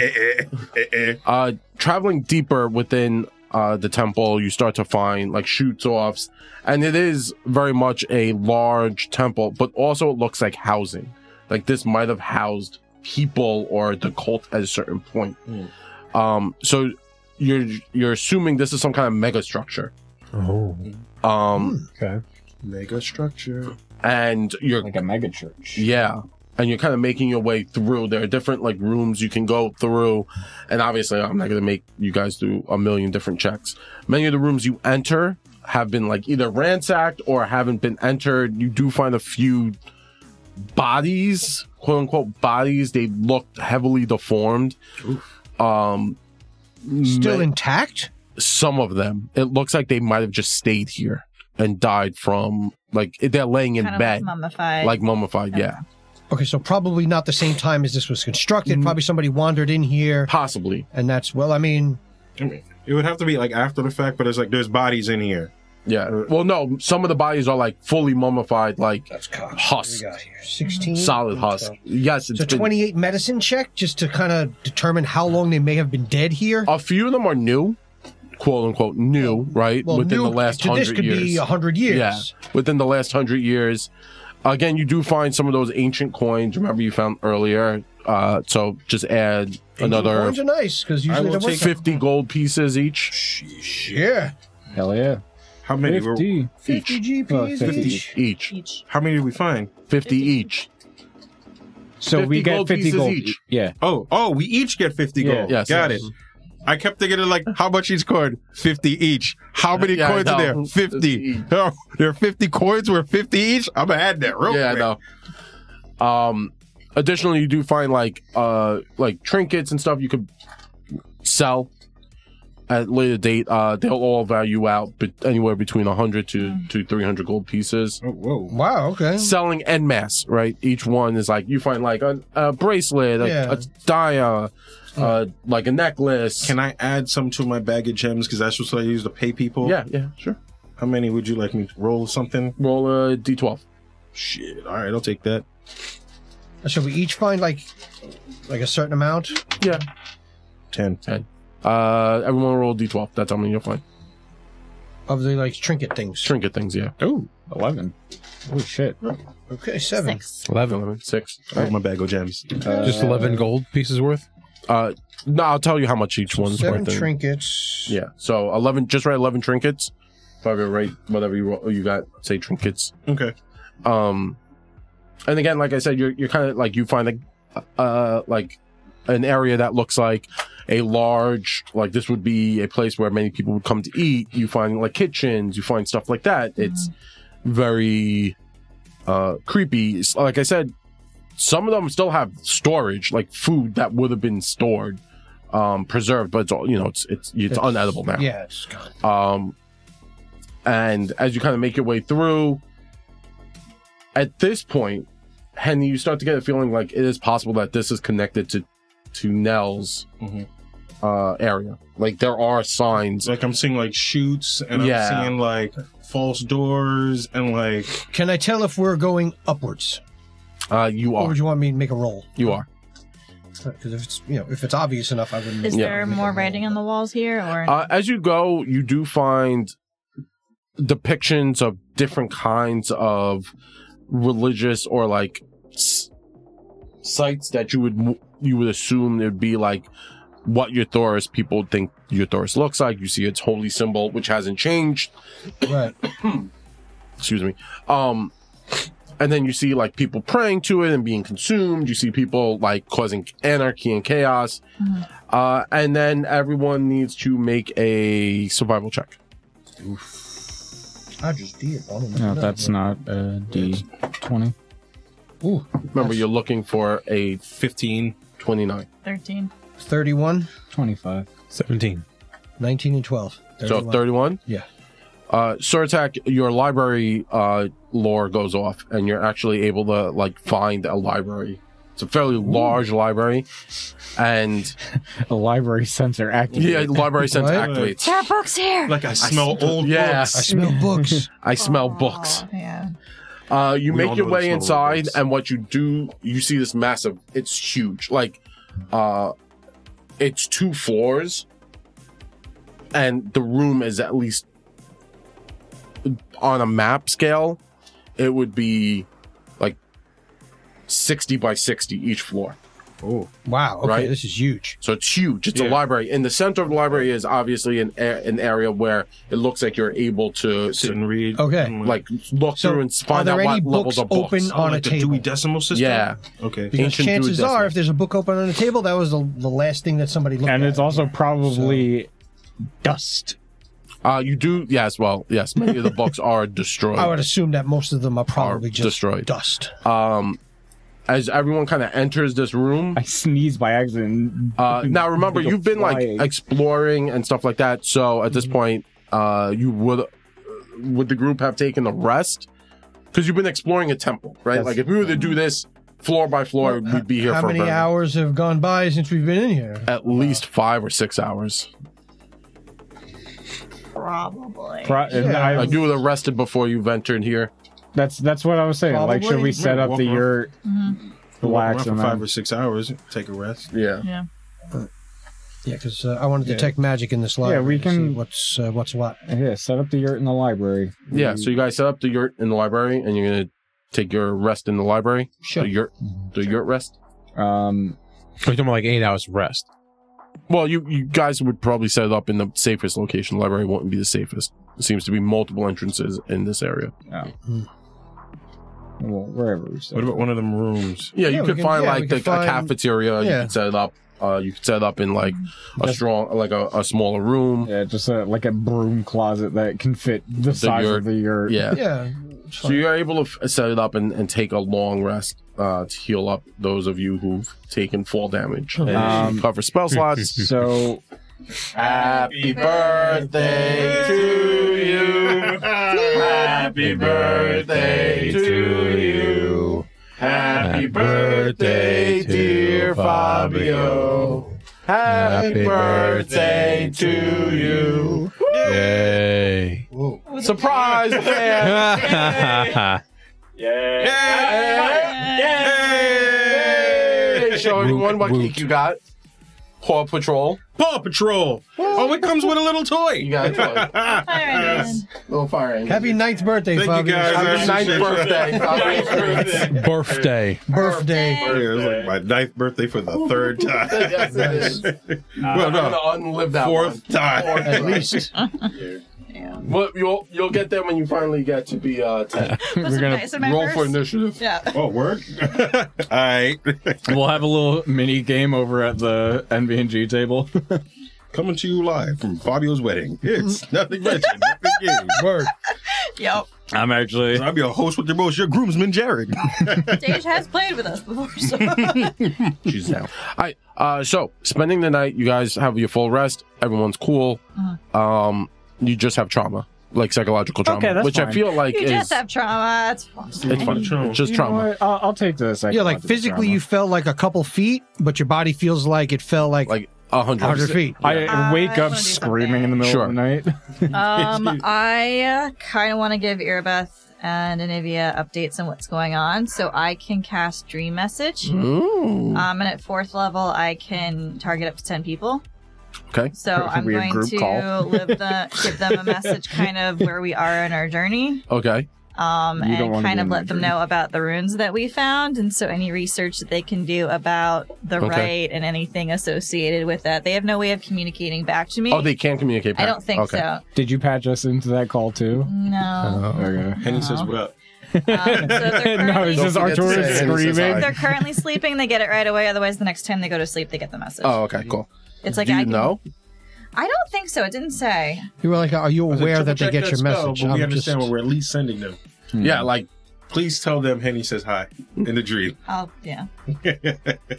Speaker 1: uh, traveling deeper within uh, the temple, you start to find like shoots offs, and it is very much a large temple, but also it looks like housing. Like this might have housed people or the cult at a certain point. Um, so you're you're assuming this is some kind of mega structure.
Speaker 5: Oh, Hmm.
Speaker 1: Um,
Speaker 5: okay.
Speaker 6: Mega structure.
Speaker 1: and you're
Speaker 4: Like a mega church.
Speaker 1: Yeah. And you're kind of making your way through. There are different like rooms you can go through. And obviously, I'm not going to make you guys do a million different checks. Many of the rooms you enter have been like either ransacked or haven't been entered. You do find a few bodies, quote unquote bodies. They looked heavily deformed. Um,
Speaker 3: still
Speaker 1: ma-
Speaker 3: intact.
Speaker 1: some of them, it looks like they might have just stayed here and died from like they're laying in
Speaker 7: kind of
Speaker 1: bed,
Speaker 7: like mummified.
Speaker 1: like mummified.
Speaker 7: Okay.
Speaker 1: Yeah,
Speaker 3: Okay, so probably not the same time as this was constructed. Probably somebody wandered in here,
Speaker 1: possibly.
Speaker 3: and that's well. I mean,
Speaker 6: I mean, it would have to be like after the fact, but it's like there's bodies in here.
Speaker 1: Yeah. Well, no, some of the bodies are like fully mummified, like
Speaker 3: that's cocked.
Speaker 1: husk,
Speaker 3: Sixteen
Speaker 1: solid husk. Yes, it's
Speaker 3: So
Speaker 1: been-
Speaker 3: twenty-eight medicine check just to kind of determine how long they may have been dead here.
Speaker 1: A few of them are new, quote unquote new, right? Within the
Speaker 3: new
Speaker 1: last
Speaker 3: to this
Speaker 1: hundred
Speaker 3: could
Speaker 1: years.
Speaker 3: be hundred years.
Speaker 1: Yeah, within the last hundred years. Again, you do find some of those ancient coins. Remember you found earlier. Uh, so just add
Speaker 3: Ancient
Speaker 1: another
Speaker 3: coins are nice because
Speaker 6: I
Speaker 3: usually
Speaker 6: will
Speaker 3: they're worth
Speaker 6: take-
Speaker 3: something.
Speaker 1: fifty gold pieces each.
Speaker 3: Yeah,
Speaker 4: Hell yeah.
Speaker 6: How many? Were,
Speaker 3: fifty GPs
Speaker 4: 50.
Speaker 3: each.
Speaker 1: Each
Speaker 7: each.
Speaker 6: how many did we find?
Speaker 1: fifty each.
Speaker 4: So we
Speaker 1: 50
Speaker 4: get
Speaker 1: gold
Speaker 4: fifty
Speaker 1: pieces
Speaker 4: gold
Speaker 1: each.
Speaker 4: Yeah.
Speaker 6: Oh, oh, we each get fifty
Speaker 4: Yeah.
Speaker 6: gold.
Speaker 1: Yes,
Speaker 6: got
Speaker 1: yes.
Speaker 6: it. I kept thinking of like how much each coin? Fifty each. How many
Speaker 1: Yeah, I
Speaker 6: coins are
Speaker 1: know.
Speaker 6: there? Fifty. Oh, there are fifty coins worth fifty each. I'm gonna add that real
Speaker 1: yeah,
Speaker 6: quick.
Speaker 1: I know. Um, additionally, you do find like uh like trinkets and stuff you could sell at a later date. Uh, they'll all value out but anywhere between hundred to to three hundred gold pieces.
Speaker 6: Oh, whoa.
Speaker 3: Wow. Okay.
Speaker 1: Selling en masse, right? Each one is like you find like a, a bracelet, a,
Speaker 3: Yeah.
Speaker 1: a dia, uh, like a necklace.
Speaker 6: Can I add some to my bag of gems? Because that's what I use to pay people.
Speaker 1: yeah, yeah, sure.
Speaker 6: How many would you like me to roll something?
Speaker 1: Roll a d twelve.
Speaker 6: Shit. All right, I'll take that.
Speaker 3: So we each find like like a certain amount.
Speaker 1: Yeah.
Speaker 6: Ten.
Speaker 1: Uh, everyone roll d twelve. That's how many you'll find.
Speaker 3: of the like trinket things.
Speaker 1: Trinket things, yeah.
Speaker 4: Oh, 11. Oh shit.
Speaker 3: Okay, seven.
Speaker 7: Six.
Speaker 5: Eleven.
Speaker 1: Eleven, six.
Speaker 6: I have my bag of gems.
Speaker 5: Just eleven gold pieces worth.
Speaker 1: Uh, no, I'll tell you how much each one's
Speaker 3: Seven
Speaker 1: worth. in-
Speaker 3: trinkets.
Speaker 1: yeah, so eleven, just write eleven trinkets. If I could write whatever you ro- you got, say trinkets.
Speaker 6: Okay.
Speaker 1: Um, and again, like I said, you're you're kind of like you find like uh like an area that looks like a large like this would be a place where many people would come to eat. You find like kitchens, you find stuff like that. It's very uh creepy. It's- Like I said, some of them still have storage, like food that would have been stored, um, preserved, but it's all you know, it's it's it's, unedible now.
Speaker 3: Yeah, it's gone.
Speaker 1: Um, and as you kind of make your way through, at this point, Henny, you start to get a feeling like it is possible that this is connected to to Nell's
Speaker 6: Mhm.
Speaker 1: uh, area. Like there are signs.
Speaker 6: Like I'm seeing like shoots, and
Speaker 1: Yeah.
Speaker 6: I'm seeing like false doors, and like
Speaker 3: Can I tell if we're going upwards,
Speaker 1: Uh, you
Speaker 3: or
Speaker 1: are,
Speaker 3: would you want me to make a roll?
Speaker 1: you are.
Speaker 3: Because if it's you know if it's obvious enough, I wouldn't.
Speaker 7: Is
Speaker 1: Yeah.
Speaker 7: there more writing on the walls here, or
Speaker 1: Uh, as you go, you do find depictions of different kinds of religious or like s- sites that you would you would assume it would be like what your Thoris people think your Thoris looks like. You see its holy symbol, which hasn't changed.
Speaker 3: Right.
Speaker 1: Excuse me. Um, and then you see like people praying to it and being consumed. You see people like causing anarchy and chaos. Uh, and then everyone needs to make a survival check.
Speaker 3: I just did. I don't
Speaker 4: No,
Speaker 3: know.
Speaker 4: that's not a D20.
Speaker 3: Ooh,
Speaker 1: Remember, you're looking for a
Speaker 6: 15.
Speaker 1: 29.
Speaker 7: 13.
Speaker 3: 31,
Speaker 4: 25.
Speaker 5: 17.
Speaker 3: 19, and 12.
Speaker 1: So 31?
Speaker 3: Yeah.
Speaker 1: Uh, Surtac, your library uh, lore goes off, and you're actually able to like find a library. It's a fairly large library, and
Speaker 4: A library sensor activated.
Speaker 1: yeah, library sense
Speaker 3: Right.
Speaker 1: activates.
Speaker 7: There are books here.
Speaker 6: Like I smell old
Speaker 1: yeah.
Speaker 6: books.
Speaker 3: I smell books.
Speaker 1: I smell books.
Speaker 7: Oh, Yeah.
Speaker 1: Uh, you
Speaker 6: We
Speaker 1: make
Speaker 6: all
Speaker 1: your
Speaker 6: know the
Speaker 1: way
Speaker 6: smell of
Speaker 1: inside,
Speaker 6: books.
Speaker 1: and what you do, you see this massive. It's huge. Like, uh, it's two floors, and the room is at least on a map scale. It would be like sixty by sixty each floor.
Speaker 3: Wow. Okay,
Speaker 1: Right.
Speaker 3: this is huge.
Speaker 1: So it's huge. It's a
Speaker 6: Yeah.
Speaker 1: library. In the center of the library is obviously an a- an area where it looks like you're able to,
Speaker 6: Sit
Speaker 1: to
Speaker 6: and read.
Speaker 3: Okay.
Speaker 1: like look
Speaker 3: So,
Speaker 1: through and
Speaker 3: Are
Speaker 1: find out
Speaker 3: there any
Speaker 1: what levels
Speaker 3: books
Speaker 1: of books.
Speaker 3: open on
Speaker 6: like
Speaker 3: a
Speaker 6: the Dewey
Speaker 3: table?
Speaker 6: Decimal System?
Speaker 1: yeah.
Speaker 6: Okay.
Speaker 3: Because
Speaker 1: Ancient
Speaker 3: chances
Speaker 1: Druidism.
Speaker 3: are, if there's a book open on a table, that was the, the last thing that somebody looked
Speaker 4: And
Speaker 3: at.
Speaker 4: it's also probably dust.
Speaker 1: Uh, you do, yes. Well, yes. Many of the books are destroyed.
Speaker 3: I would assume that most of them are
Speaker 1: are
Speaker 3: probably just
Speaker 1: destroyed.
Speaker 3: dust.
Speaker 1: Um, as everyone kind of enters this room.
Speaker 4: I sneezed by accident.
Speaker 1: Uh, now remember,
Speaker 4: Go
Speaker 1: you've been like
Speaker 4: flying.
Speaker 1: exploring and stuff like that. So at this
Speaker 3: Mm-hmm.
Speaker 1: point, uh, you would would the group have taken a rest because you've been exploring a temple, right?
Speaker 4: Yes.
Speaker 1: Like if we were to do this floor by floor, we'd be here
Speaker 3: How
Speaker 1: for
Speaker 3: many
Speaker 1: very-
Speaker 3: hours have gone by since we've been in here?
Speaker 1: at least five or six hours.
Speaker 7: Probably.
Speaker 4: Pro- and
Speaker 3: Yeah.
Speaker 4: I-
Speaker 1: Like you would have rested before you ventured here.
Speaker 4: that's that's what I was saying. Like, should
Speaker 3: Probably.
Speaker 4: we set up
Speaker 6: Walk
Speaker 4: the
Speaker 6: around.
Speaker 4: yurt,
Speaker 7: Mm-hmm.
Speaker 4: relax,
Speaker 6: Walk
Speaker 4: and
Speaker 6: around for five
Speaker 4: then
Speaker 6: or six hours, take a rest.
Speaker 1: Yeah.
Speaker 7: Yeah.
Speaker 3: Yeah, because uh, I want to
Speaker 6: Yeah.
Speaker 3: detect magic in this
Speaker 4: Yeah,
Speaker 3: library.
Speaker 4: we
Speaker 3: to see
Speaker 4: can-
Speaker 3: What's uh, what's what?
Speaker 4: yeah, set up the yurt in the library.
Speaker 1: Yeah. So you guys set up the yurt in the library, and you're gonna take your rest in the library.
Speaker 3: Sure.
Speaker 1: The yurt, the yurt rest.
Speaker 4: Um,
Speaker 5: So you're talking about like eight hours rest.
Speaker 1: Well, you, you guys would probably set it up in the safest location. Library wouldn't be the safest. There seems to be multiple entrances in this area.
Speaker 4: well, wherever. we set
Speaker 6: What about one of them rooms?
Speaker 1: Yeah,
Speaker 3: Yeah,
Speaker 1: you
Speaker 3: we
Speaker 1: could
Speaker 3: can-
Speaker 1: find
Speaker 3: yeah, we
Speaker 1: like
Speaker 3: can
Speaker 1: the,
Speaker 3: find-
Speaker 1: a cafeteria. You
Speaker 3: yeah.
Speaker 1: could set it up. Uh, you could set it up in like a strong, like a, a smaller
Speaker 4: it.
Speaker 1: room.
Speaker 4: yeah, just a, like a broom closet that can fit the, size
Speaker 1: yurt.
Speaker 4: of the yurt.
Speaker 1: Yeah.
Speaker 3: Yeah. it's
Speaker 1: So
Speaker 3: fine.
Speaker 1: you are able to f- set it up and, and take a long rest uh, to heal up those of you who've taken fall damage and
Speaker 4: Um,
Speaker 1: cover spell slots.
Speaker 4: So
Speaker 1: Happy birthday to you. Happy birthday to you. Happy birthday, dear Fabio. Happy birthday to you.
Speaker 5: Yay.
Speaker 1: Surprise, man. Hey, Show everyone what geek you got. Paw Patrol.
Speaker 6: Paw Patrol! Oh, it comes with a little
Speaker 1: You
Speaker 6: toy!
Speaker 1: got a toy.
Speaker 7: Yes.
Speaker 1: little fire engine.
Speaker 3: Happy ninth birthday,
Speaker 6: Thank you,
Speaker 3: Fabio.
Speaker 6: guys.
Speaker 1: Happy ninth birthday.
Speaker 5: Birthday.
Speaker 3: birthday.
Speaker 6: Yeah, it was like my ninth birthday for the third time.
Speaker 1: yes, it is.
Speaker 6: well,
Speaker 1: I'm gonna
Speaker 6: no,
Speaker 1: unlive that
Speaker 6: fourth time.
Speaker 1: One.
Speaker 3: At least.
Speaker 7: Yeah.
Speaker 1: Well, you'll you'll get there when you finally get to be uh, ten.
Speaker 7: We're
Speaker 4: gonna
Speaker 1: Roll for initiative.
Speaker 7: Yeah.
Speaker 6: Oh, work? All right.
Speaker 10: We'll have a little mini game over at the NVNG table.
Speaker 6: Coming to you live from Fabio's wedding. It's nothing mentioned, nothing gained.
Speaker 3: Word.
Speaker 7: Yep.
Speaker 10: I'm actually.
Speaker 6: I'm your host with your most, your groomsman, Jared.
Speaker 7: Dej has played with us before, so
Speaker 1: She's down. I uh, so spending the night. You guys have your full rest. Everyone's cool.
Speaker 7: Uh-huh.
Speaker 1: Um, you just have trauma, like psychological trauma,
Speaker 4: Okay, that's
Speaker 1: which I
Speaker 4: fine.
Speaker 1: feel like
Speaker 7: you
Speaker 1: is
Speaker 7: just have trauma. It's fine.
Speaker 1: it's fine. It's just
Speaker 4: you know
Speaker 1: trauma.
Speaker 4: what? I'll, I'll take this.
Speaker 3: Yeah, like physically, you felt like a couple feet, but your body feels like it fell like,
Speaker 1: Like a
Speaker 3: a hundred
Speaker 1: hundred.
Speaker 3: feet.
Speaker 4: I
Speaker 7: I
Speaker 4: wake up
Speaker 7: wanna do
Speaker 4: screaming
Speaker 7: something.
Speaker 4: in the middle
Speaker 1: Sure.
Speaker 4: of the night.
Speaker 7: Um, I uh, kind of want to give Erebeth and Anivia updates on what's going on, so I can cast Dream
Speaker 4: Mm-hmm.
Speaker 7: Message.
Speaker 1: Ooh.
Speaker 7: Um, and at fourth level, I can target up to ten people.
Speaker 1: Okay.
Speaker 7: So
Speaker 4: Could
Speaker 7: I'm
Speaker 4: be a
Speaker 7: going
Speaker 4: group
Speaker 7: to
Speaker 4: call.
Speaker 7: live the, give them a message, kind of where we are in our journey.
Speaker 1: Okay.
Speaker 7: um,
Speaker 4: You don't
Speaker 7: and
Speaker 4: wanna
Speaker 7: kind
Speaker 4: be
Speaker 7: of
Speaker 4: in
Speaker 7: let
Speaker 4: that
Speaker 7: them
Speaker 4: dream.
Speaker 7: know about the runes that we found. And so any research that they can do about the
Speaker 1: Okay.
Speaker 7: right and anything associated with that. They have no way of communicating back to me.
Speaker 1: Oh, they can communicate.
Speaker 7: I
Speaker 1: back.
Speaker 7: don't think
Speaker 1: okay.
Speaker 7: so.
Speaker 4: Did you patch us into that call too? Uh,
Speaker 7: No.
Speaker 4: Okay.
Speaker 6: Henny says, "What up?"
Speaker 7: Um, so if they're
Speaker 4: no,
Speaker 7: currently-
Speaker 4: it's just
Speaker 1: forget to
Speaker 4: Arturus
Speaker 1: say Henny says
Speaker 4: screaming.
Speaker 1: hi.
Speaker 7: they're currently sleeping, they get it right away. Otherwise, the next time they go to sleep, they get the message.
Speaker 1: Oh, okay, cool.
Speaker 7: it's like
Speaker 1: Do
Speaker 7: I
Speaker 1: you
Speaker 7: can-
Speaker 1: know?
Speaker 7: I don't think so. It didn't say.
Speaker 3: You were like, are you
Speaker 6: I said,
Speaker 3: aware
Speaker 6: "Triple
Speaker 3: that they
Speaker 6: check
Speaker 3: get your
Speaker 6: spell,
Speaker 3: message?
Speaker 6: But we
Speaker 3: I'm
Speaker 6: understand
Speaker 3: just-
Speaker 6: what we're at least sending them.
Speaker 3: Hmm.
Speaker 1: Yeah, like
Speaker 6: Please tell them Henny says hi in the dream.
Speaker 7: I'll yeah.
Speaker 1: thank you.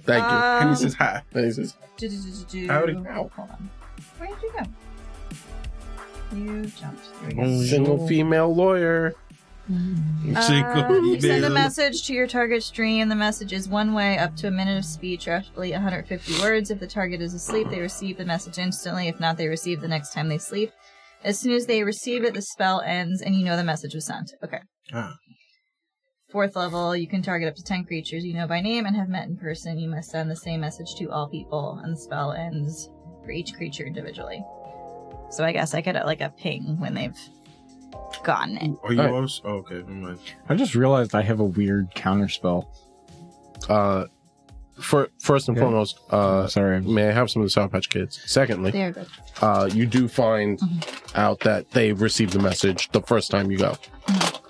Speaker 6: Henny
Speaker 7: Um,
Speaker 6: says hi.
Speaker 1: Henny says,
Speaker 7: do, do, do, do, do.
Speaker 6: Howdy.
Speaker 7: Hold on. Where did you go? You jumped. There we
Speaker 1: Single female lawyer.
Speaker 7: go. Uh, you send a message to your target stream. The message is one way up to a minute of speech, roughly 150 words. If the target is asleep, they receive the message instantly. If not, they receive the next time they sleep. As soon as they receive it, the spell ends, and you know the message was sent. Okay.
Speaker 6: Ah.
Speaker 7: Fourth level, you can target up to 10 creatures you know by name and have met in person. You must send the same message to all people, and the spell ends for each creature individually. So I guess I get uh, like a ping when they've gotten it.
Speaker 6: Are you
Speaker 1: Alright.
Speaker 6: also? Oh, okay, never mind.
Speaker 4: I just realized I have a weird counterspell.
Speaker 1: Uh, for first and
Speaker 4: Yeah.
Speaker 1: foremost, uh,
Speaker 4: Sorry.
Speaker 1: may I have some of the Sour Patch Kids? Secondly,
Speaker 7: There, good.
Speaker 1: uh, you do find
Speaker 7: Mm-hmm.
Speaker 1: out that they received the message the first time you go.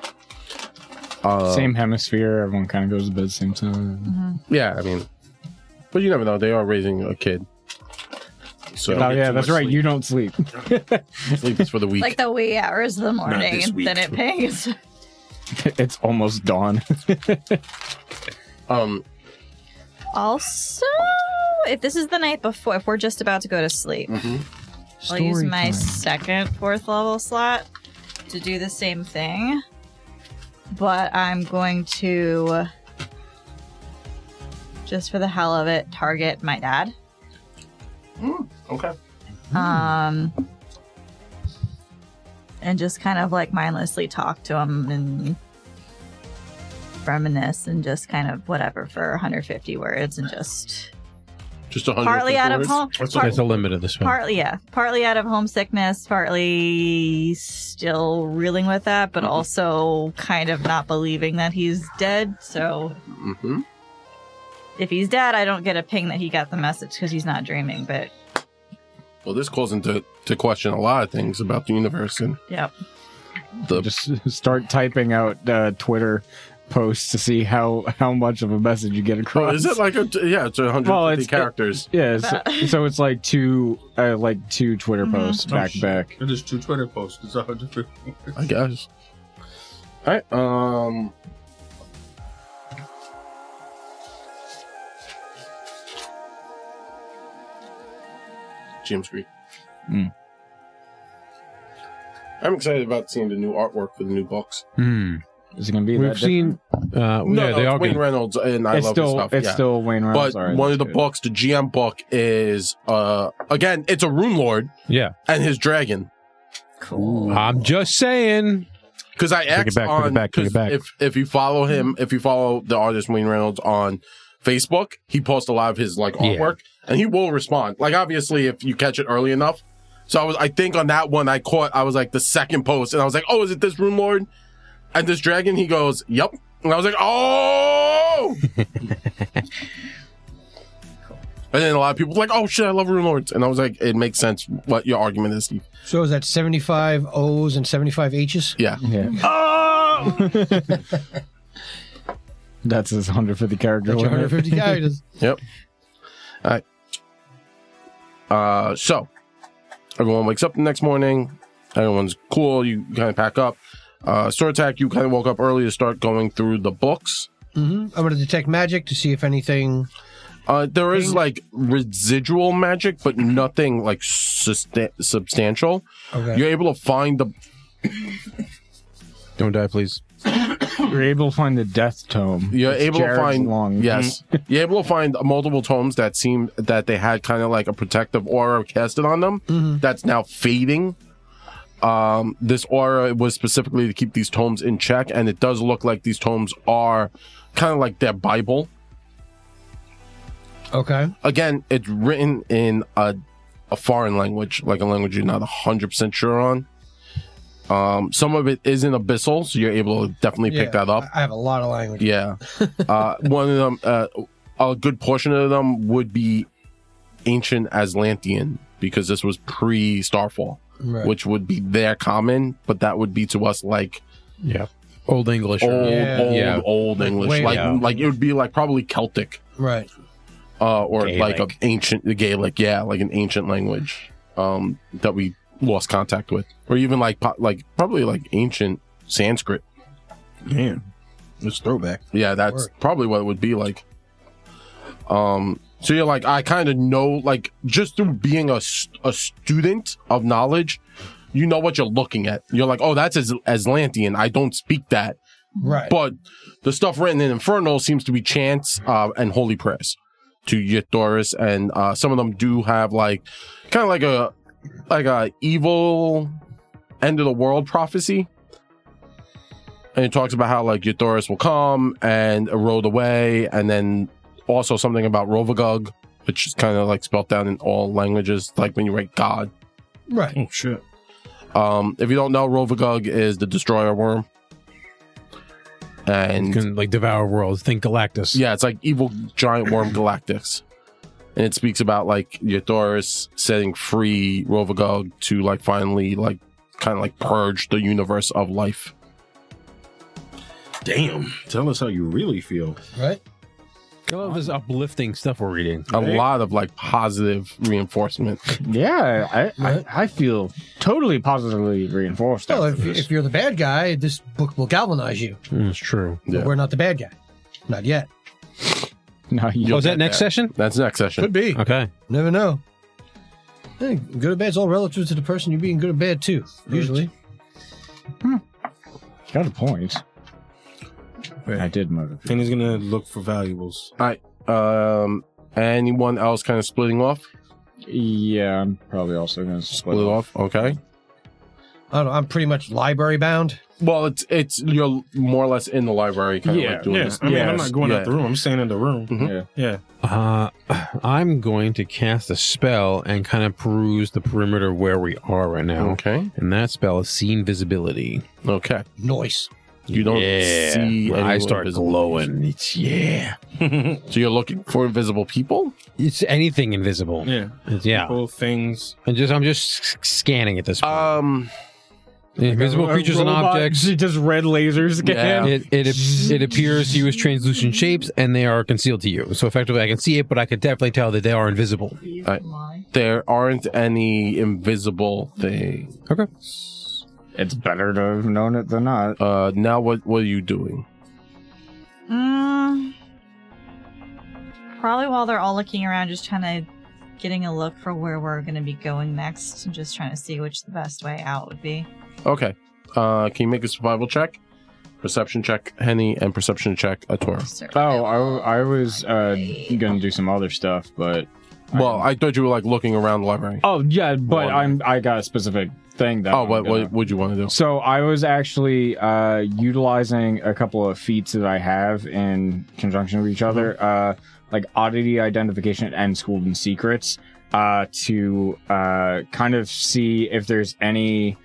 Speaker 7: Mm-hmm.
Speaker 1: Uh,
Speaker 4: same hemisphere. Everyone kind of goes to bed same time.
Speaker 1: Yeah, I mean, but you never know. They are raising a kid,
Speaker 4: Oh
Speaker 1: so
Speaker 6: get
Speaker 4: yeah,
Speaker 6: too
Speaker 4: that's
Speaker 6: much
Speaker 4: right.
Speaker 6: sleep.
Speaker 4: You don't sleep.
Speaker 1: sleep is for the weak.
Speaker 7: Like the wee hours of the morning,
Speaker 6: this
Speaker 7: and then it pings.
Speaker 4: it's almost dawn.
Speaker 1: um,
Speaker 7: Also, if this is the night before, if we're just about to go to sleep, I'll use my second fourth level slot to do the same thing. But I'm going to, just for the hell of it, target my dad.
Speaker 1: okay.
Speaker 7: Um, and just kind of like mindlessly talk to him and reminisce and just kind of whatever for 150 words and just
Speaker 1: Just a hundred.
Speaker 7: partly out of home,
Speaker 5: There's a limit of this one.
Speaker 7: partly yeah, partly out of homesickness, partly still reeling with that, but also kind of not believing that he's dead. So
Speaker 1: Mm-hmm.
Speaker 7: if he's dead, I don't get a ping that he got the message because he's not dreaming. But
Speaker 1: Well, this calls into to question a lot of things about the universe and
Speaker 7: yep,
Speaker 1: the
Speaker 4: just start typing out uh, Twitter posts to see how how much of a message you get
Speaker 1: Bro,
Speaker 4: across.
Speaker 1: Oh, is it like a yeah? It's a hundred
Speaker 4: Well,
Speaker 1: fifty
Speaker 4: it's-
Speaker 1: characters.
Speaker 4: Yeah, so, so it's like two, uh, like two Twitter
Speaker 7: Mhm.
Speaker 4: posts
Speaker 6: Oh,
Speaker 4: back to
Speaker 6: shit.
Speaker 4: back.
Speaker 6: It is two Twitter posts. It's 150.
Speaker 1: I guess. All right. Um. James Green.
Speaker 4: Hmm.
Speaker 1: I'm excited about seeing the new artwork for the new books.
Speaker 4: Hmm. Is it gonna be?
Speaker 5: We've
Speaker 4: that
Speaker 5: seen.
Speaker 4: Oh,
Speaker 1: No,
Speaker 5: Uh, yeah,
Speaker 1: no,
Speaker 5: they
Speaker 1: it's
Speaker 5: are
Speaker 1: Wayne
Speaker 5: good.
Speaker 1: Reynolds, and
Speaker 4: different?
Speaker 1: I love
Speaker 4: It's
Speaker 1: his
Speaker 4: still
Speaker 1: stuff.
Speaker 4: it's
Speaker 1: yeah.
Speaker 4: still Wayne Reynolds.
Speaker 1: but one of the books,
Speaker 4: books.
Speaker 1: the GM book, is uh again, it's a rune lord
Speaker 5: Yeah,
Speaker 1: and his dragon.
Speaker 7: cool.
Speaker 5: I'm just saying.
Speaker 1: Because I
Speaker 5: it
Speaker 1: asked
Speaker 5: back, take it
Speaker 1: on
Speaker 5: back, take it
Speaker 1: 'cause
Speaker 5: back.
Speaker 1: if if you follow him, if you follow the artist Wayne Reynolds on Facebook, he posts a lot of his like
Speaker 5: Yeah.
Speaker 1: artwork, and he will respond. Like obviously, if you catch it early enough. So I was, I think on that one, I caught, I was like the second post, and I was like, oh, is it this Rune Lord and this dragon? He goes, yep, and I was like, oh. and then a lot of people were like, oh shit, I love Rune Lords, and I was like, it makes sense what your argument is. Steve.
Speaker 3: So is that 75 O's and 75 H's?
Speaker 1: Yeah,
Speaker 4: That's his 150 character.
Speaker 3: That's your
Speaker 4: limit.
Speaker 3: 150 characters.
Speaker 1: Uh, so everyone wakes up the next morning. Everyone's cool. You kind of pack up. Uh, Sword Attack, you kind of woke up early to start going through the books.
Speaker 3: hmm I'm going to detect magic to see if anything.
Speaker 1: Uh, there is like residual magic, but nothing like susta- substantial.
Speaker 3: Okay.
Speaker 1: You're able to find the
Speaker 5: Don't die, please.
Speaker 4: You're able to find the death tome.
Speaker 1: you're
Speaker 4: It's
Speaker 1: able
Speaker 4: Jared's Mm-hmm.
Speaker 1: to find
Speaker 4: long.
Speaker 1: yes, you're able to find multiple tomes that seem that they had kind of like a protective aura casted on them
Speaker 4: Mm-hmm.
Speaker 1: that's now fading. Um, this aura was specifically to keep these tomes in check, and it does look like these tomes are kind of like their Bible.
Speaker 3: Okay.
Speaker 1: Again, it's written in a a foreign language, like a language you're not hundred percent sure on. Um, some of it is in abyssal, so you're able to definitely
Speaker 3: Yeah,
Speaker 1: pick that up.
Speaker 3: I- I have a lot of language.
Speaker 1: Yeah. Uh, one of them, uh, a good portion of them would be ancient Aslantean because this was pre Starfall,
Speaker 3: Right.
Speaker 1: which would be their common, but that would be to us like
Speaker 5: Old English.
Speaker 1: old,
Speaker 3: Yeah.
Speaker 1: old,
Speaker 5: Yeah.
Speaker 1: old English.
Speaker 3: Way
Speaker 1: like,
Speaker 5: down.
Speaker 1: like it would be like probably Celtic
Speaker 3: Right.
Speaker 1: uh, or like an
Speaker 4: Gaelic.
Speaker 1: ancient Gaelic. Yeah, like an ancient language um, that we lost contact with, or even like po- like probably like ancient Sanskrit.
Speaker 6: Man, it's throwback.
Speaker 1: Yeah, that's
Speaker 3: Word.
Speaker 1: probably what it would be like. Um, so you're like, I kind of know, like, just through being a, st- a student of knowledge, you know what you're looking at. You're like, oh, that's As- Aslantean. I don't speak that.
Speaker 3: Right.
Speaker 1: But the stuff written in Infernal seems to be chants uh, and holy prayers to Yithoris, and uh, some of them do have like kind of like a like a evil end of the world prophecy. And it talks about how like Yithoris will come and erode away, and then also something about Rovagug, which is kind of like spelt down in all languages, like when you write God.
Speaker 3: right.
Speaker 6: Oh shit.
Speaker 1: Um, if you don't know, Rovagug is the destroyer worm. And
Speaker 5: Can like devour worlds. Think Galactus.
Speaker 1: yeah, it's like evil giant worm Galactics. And it speaks about like Yathoris setting free Rovagog to like finally like kind of like purge the universe of life.
Speaker 6: Damn. Tell us how you really feel.
Speaker 3: Right.
Speaker 5: I love this uplifting stuff we're reading.
Speaker 1: A
Speaker 6: Right.
Speaker 1: lot of like positive reinforcement.
Speaker 4: Yeah, I,
Speaker 3: Right.
Speaker 4: I, I feel totally positively reinforced.
Speaker 3: Well,
Speaker 4: after
Speaker 3: if,
Speaker 4: this.
Speaker 3: if you're the bad guy, this book will galvanize you.
Speaker 5: That's Hmm, true.
Speaker 1: Yeah.
Speaker 3: But we're not the bad guy. Not yet.
Speaker 4: no, you
Speaker 5: Oh,
Speaker 1: You'll
Speaker 5: is that
Speaker 1: get
Speaker 5: next
Speaker 1: there.
Speaker 5: session?
Speaker 1: That's next session.
Speaker 5: be. Okay.
Speaker 3: Never know. Hey, good or bad's all relative to the person you're being good or bad to. Usually.
Speaker 4: got a point. I did murder. people.
Speaker 6: And he's gonna look for valuables.
Speaker 1: Um anyone else kind of splitting off?
Speaker 4: Yeah, I'm probably also going to split
Speaker 1: Split
Speaker 4: off.
Speaker 1: off. Okay.
Speaker 3: I don't know. I'm pretty much library bound.
Speaker 1: Well, it's it's you're more or less in the library kind of
Speaker 4: Yeah.
Speaker 1: like doing
Speaker 6: Yeah,
Speaker 1: this.
Speaker 6: I mean, I'm
Speaker 4: Yes.
Speaker 6: not going
Speaker 1: Yeah.
Speaker 6: out the room. I'm staying in the room.
Speaker 1: Mhm.
Speaker 6: Yeah.
Speaker 5: Uh, I'm going to cast a spell and kind of peruse the perimeter where we are right now.
Speaker 1: Okay.
Speaker 5: And that spell is see invisibility.
Speaker 1: Okay.
Speaker 3: Noise.
Speaker 1: You don't
Speaker 5: Yeah.
Speaker 1: see
Speaker 5: I
Speaker 1: anyone
Speaker 5: start
Speaker 1: visible.
Speaker 5: glowing. It's yeah.
Speaker 1: So you're looking for invisible people?
Speaker 5: It's anything invisible.
Speaker 6: Yeah.
Speaker 5: It's- yeah.
Speaker 6: People, things.
Speaker 5: And just I'm just s- scanning at this point.
Speaker 1: Um
Speaker 5: invisible creatures and
Speaker 4: Uh,
Speaker 5: objects.
Speaker 4: Just red lasers.
Speaker 1: Yeah.
Speaker 5: It it, ap- it appears you as translucent shapes, and they are concealed to you. So effectively, I can see it, but I can definitely tell that they are invisible.
Speaker 1: I- there aren't any invisible thing.
Speaker 4: It's better to have known it than not.
Speaker 1: Uh, now what what are you doing?
Speaker 7: Mm, probably while they're all looking around, just trying to getting a look for where we're going to be going next, and just trying to see which the best way out would be.
Speaker 1: Okay, uh, can you make a survival check, perception check, Henny, and perception check, Atora?
Speaker 4: Oh, I, I was uh, going to do some other stuff, but
Speaker 1: Well, I thought you were like looking around the library.
Speaker 4: oh yeah, but
Speaker 1: Well-
Speaker 4: I'm I got a specific thing that.
Speaker 1: Oh,
Speaker 4: I'm
Speaker 1: what
Speaker 4: gonna-
Speaker 1: what would you want to do?
Speaker 4: So I was actually uh, utilizing a couple of feats that I have in conjunction with each other, uh, like oddity identification and schooled in secrets, uh, to uh, kind of see if there's any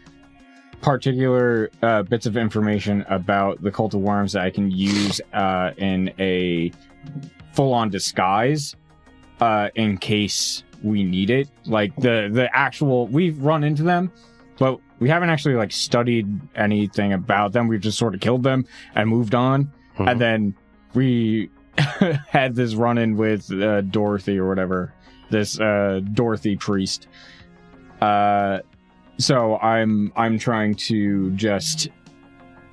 Speaker 4: particular uh, bits of information about the cult of worms that I can use uh, in a full-on disguise uh, in case we need it. Like the the actual we've run into them but we haven't actually like studied anything about them. We've just sort of killed them and moved on.
Speaker 1: Mhm.
Speaker 4: And then we had this run in with uh, Dorothy or whatever, this uh, Dorothy priest. Uh, so I'm I'm trying to just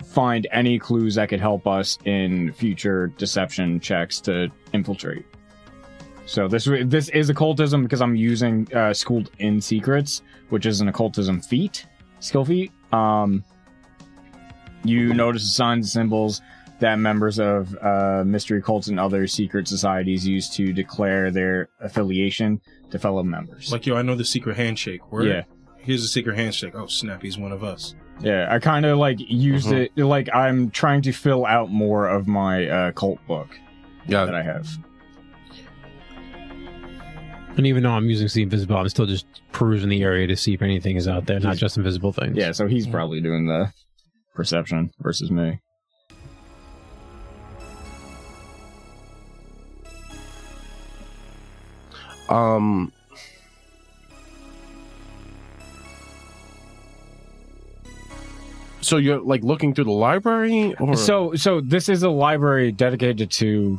Speaker 4: find any clues that could help us in future deception checks to infiltrate. So this this is occultism because I'm using uh, schooled in secrets which is an occultism feat, skill feat. Um, you notice the signs and symbols that members of uh, mystery cults and other secret societies use to declare their affiliation to fellow members.
Speaker 6: Like, yo, I know the secret handshake. Word.
Speaker 4: yeah,
Speaker 6: Here's the secret handshake. Oh, snap. He's one of us.
Speaker 4: yeah. I kind of like used
Speaker 1: Mhm.
Speaker 4: it. Like I'm trying to fill out more of my uh, cult book
Speaker 1: Yeah,
Speaker 4: that I have.
Speaker 5: And even though I'm using see invisible, I'm still just perusing the area to see if anything is out there, not just invisible things.
Speaker 4: Yeah, so he's probably doing the perception versus me.
Speaker 1: Um. So you're like looking through the library, or
Speaker 4: So so this is a library dedicated to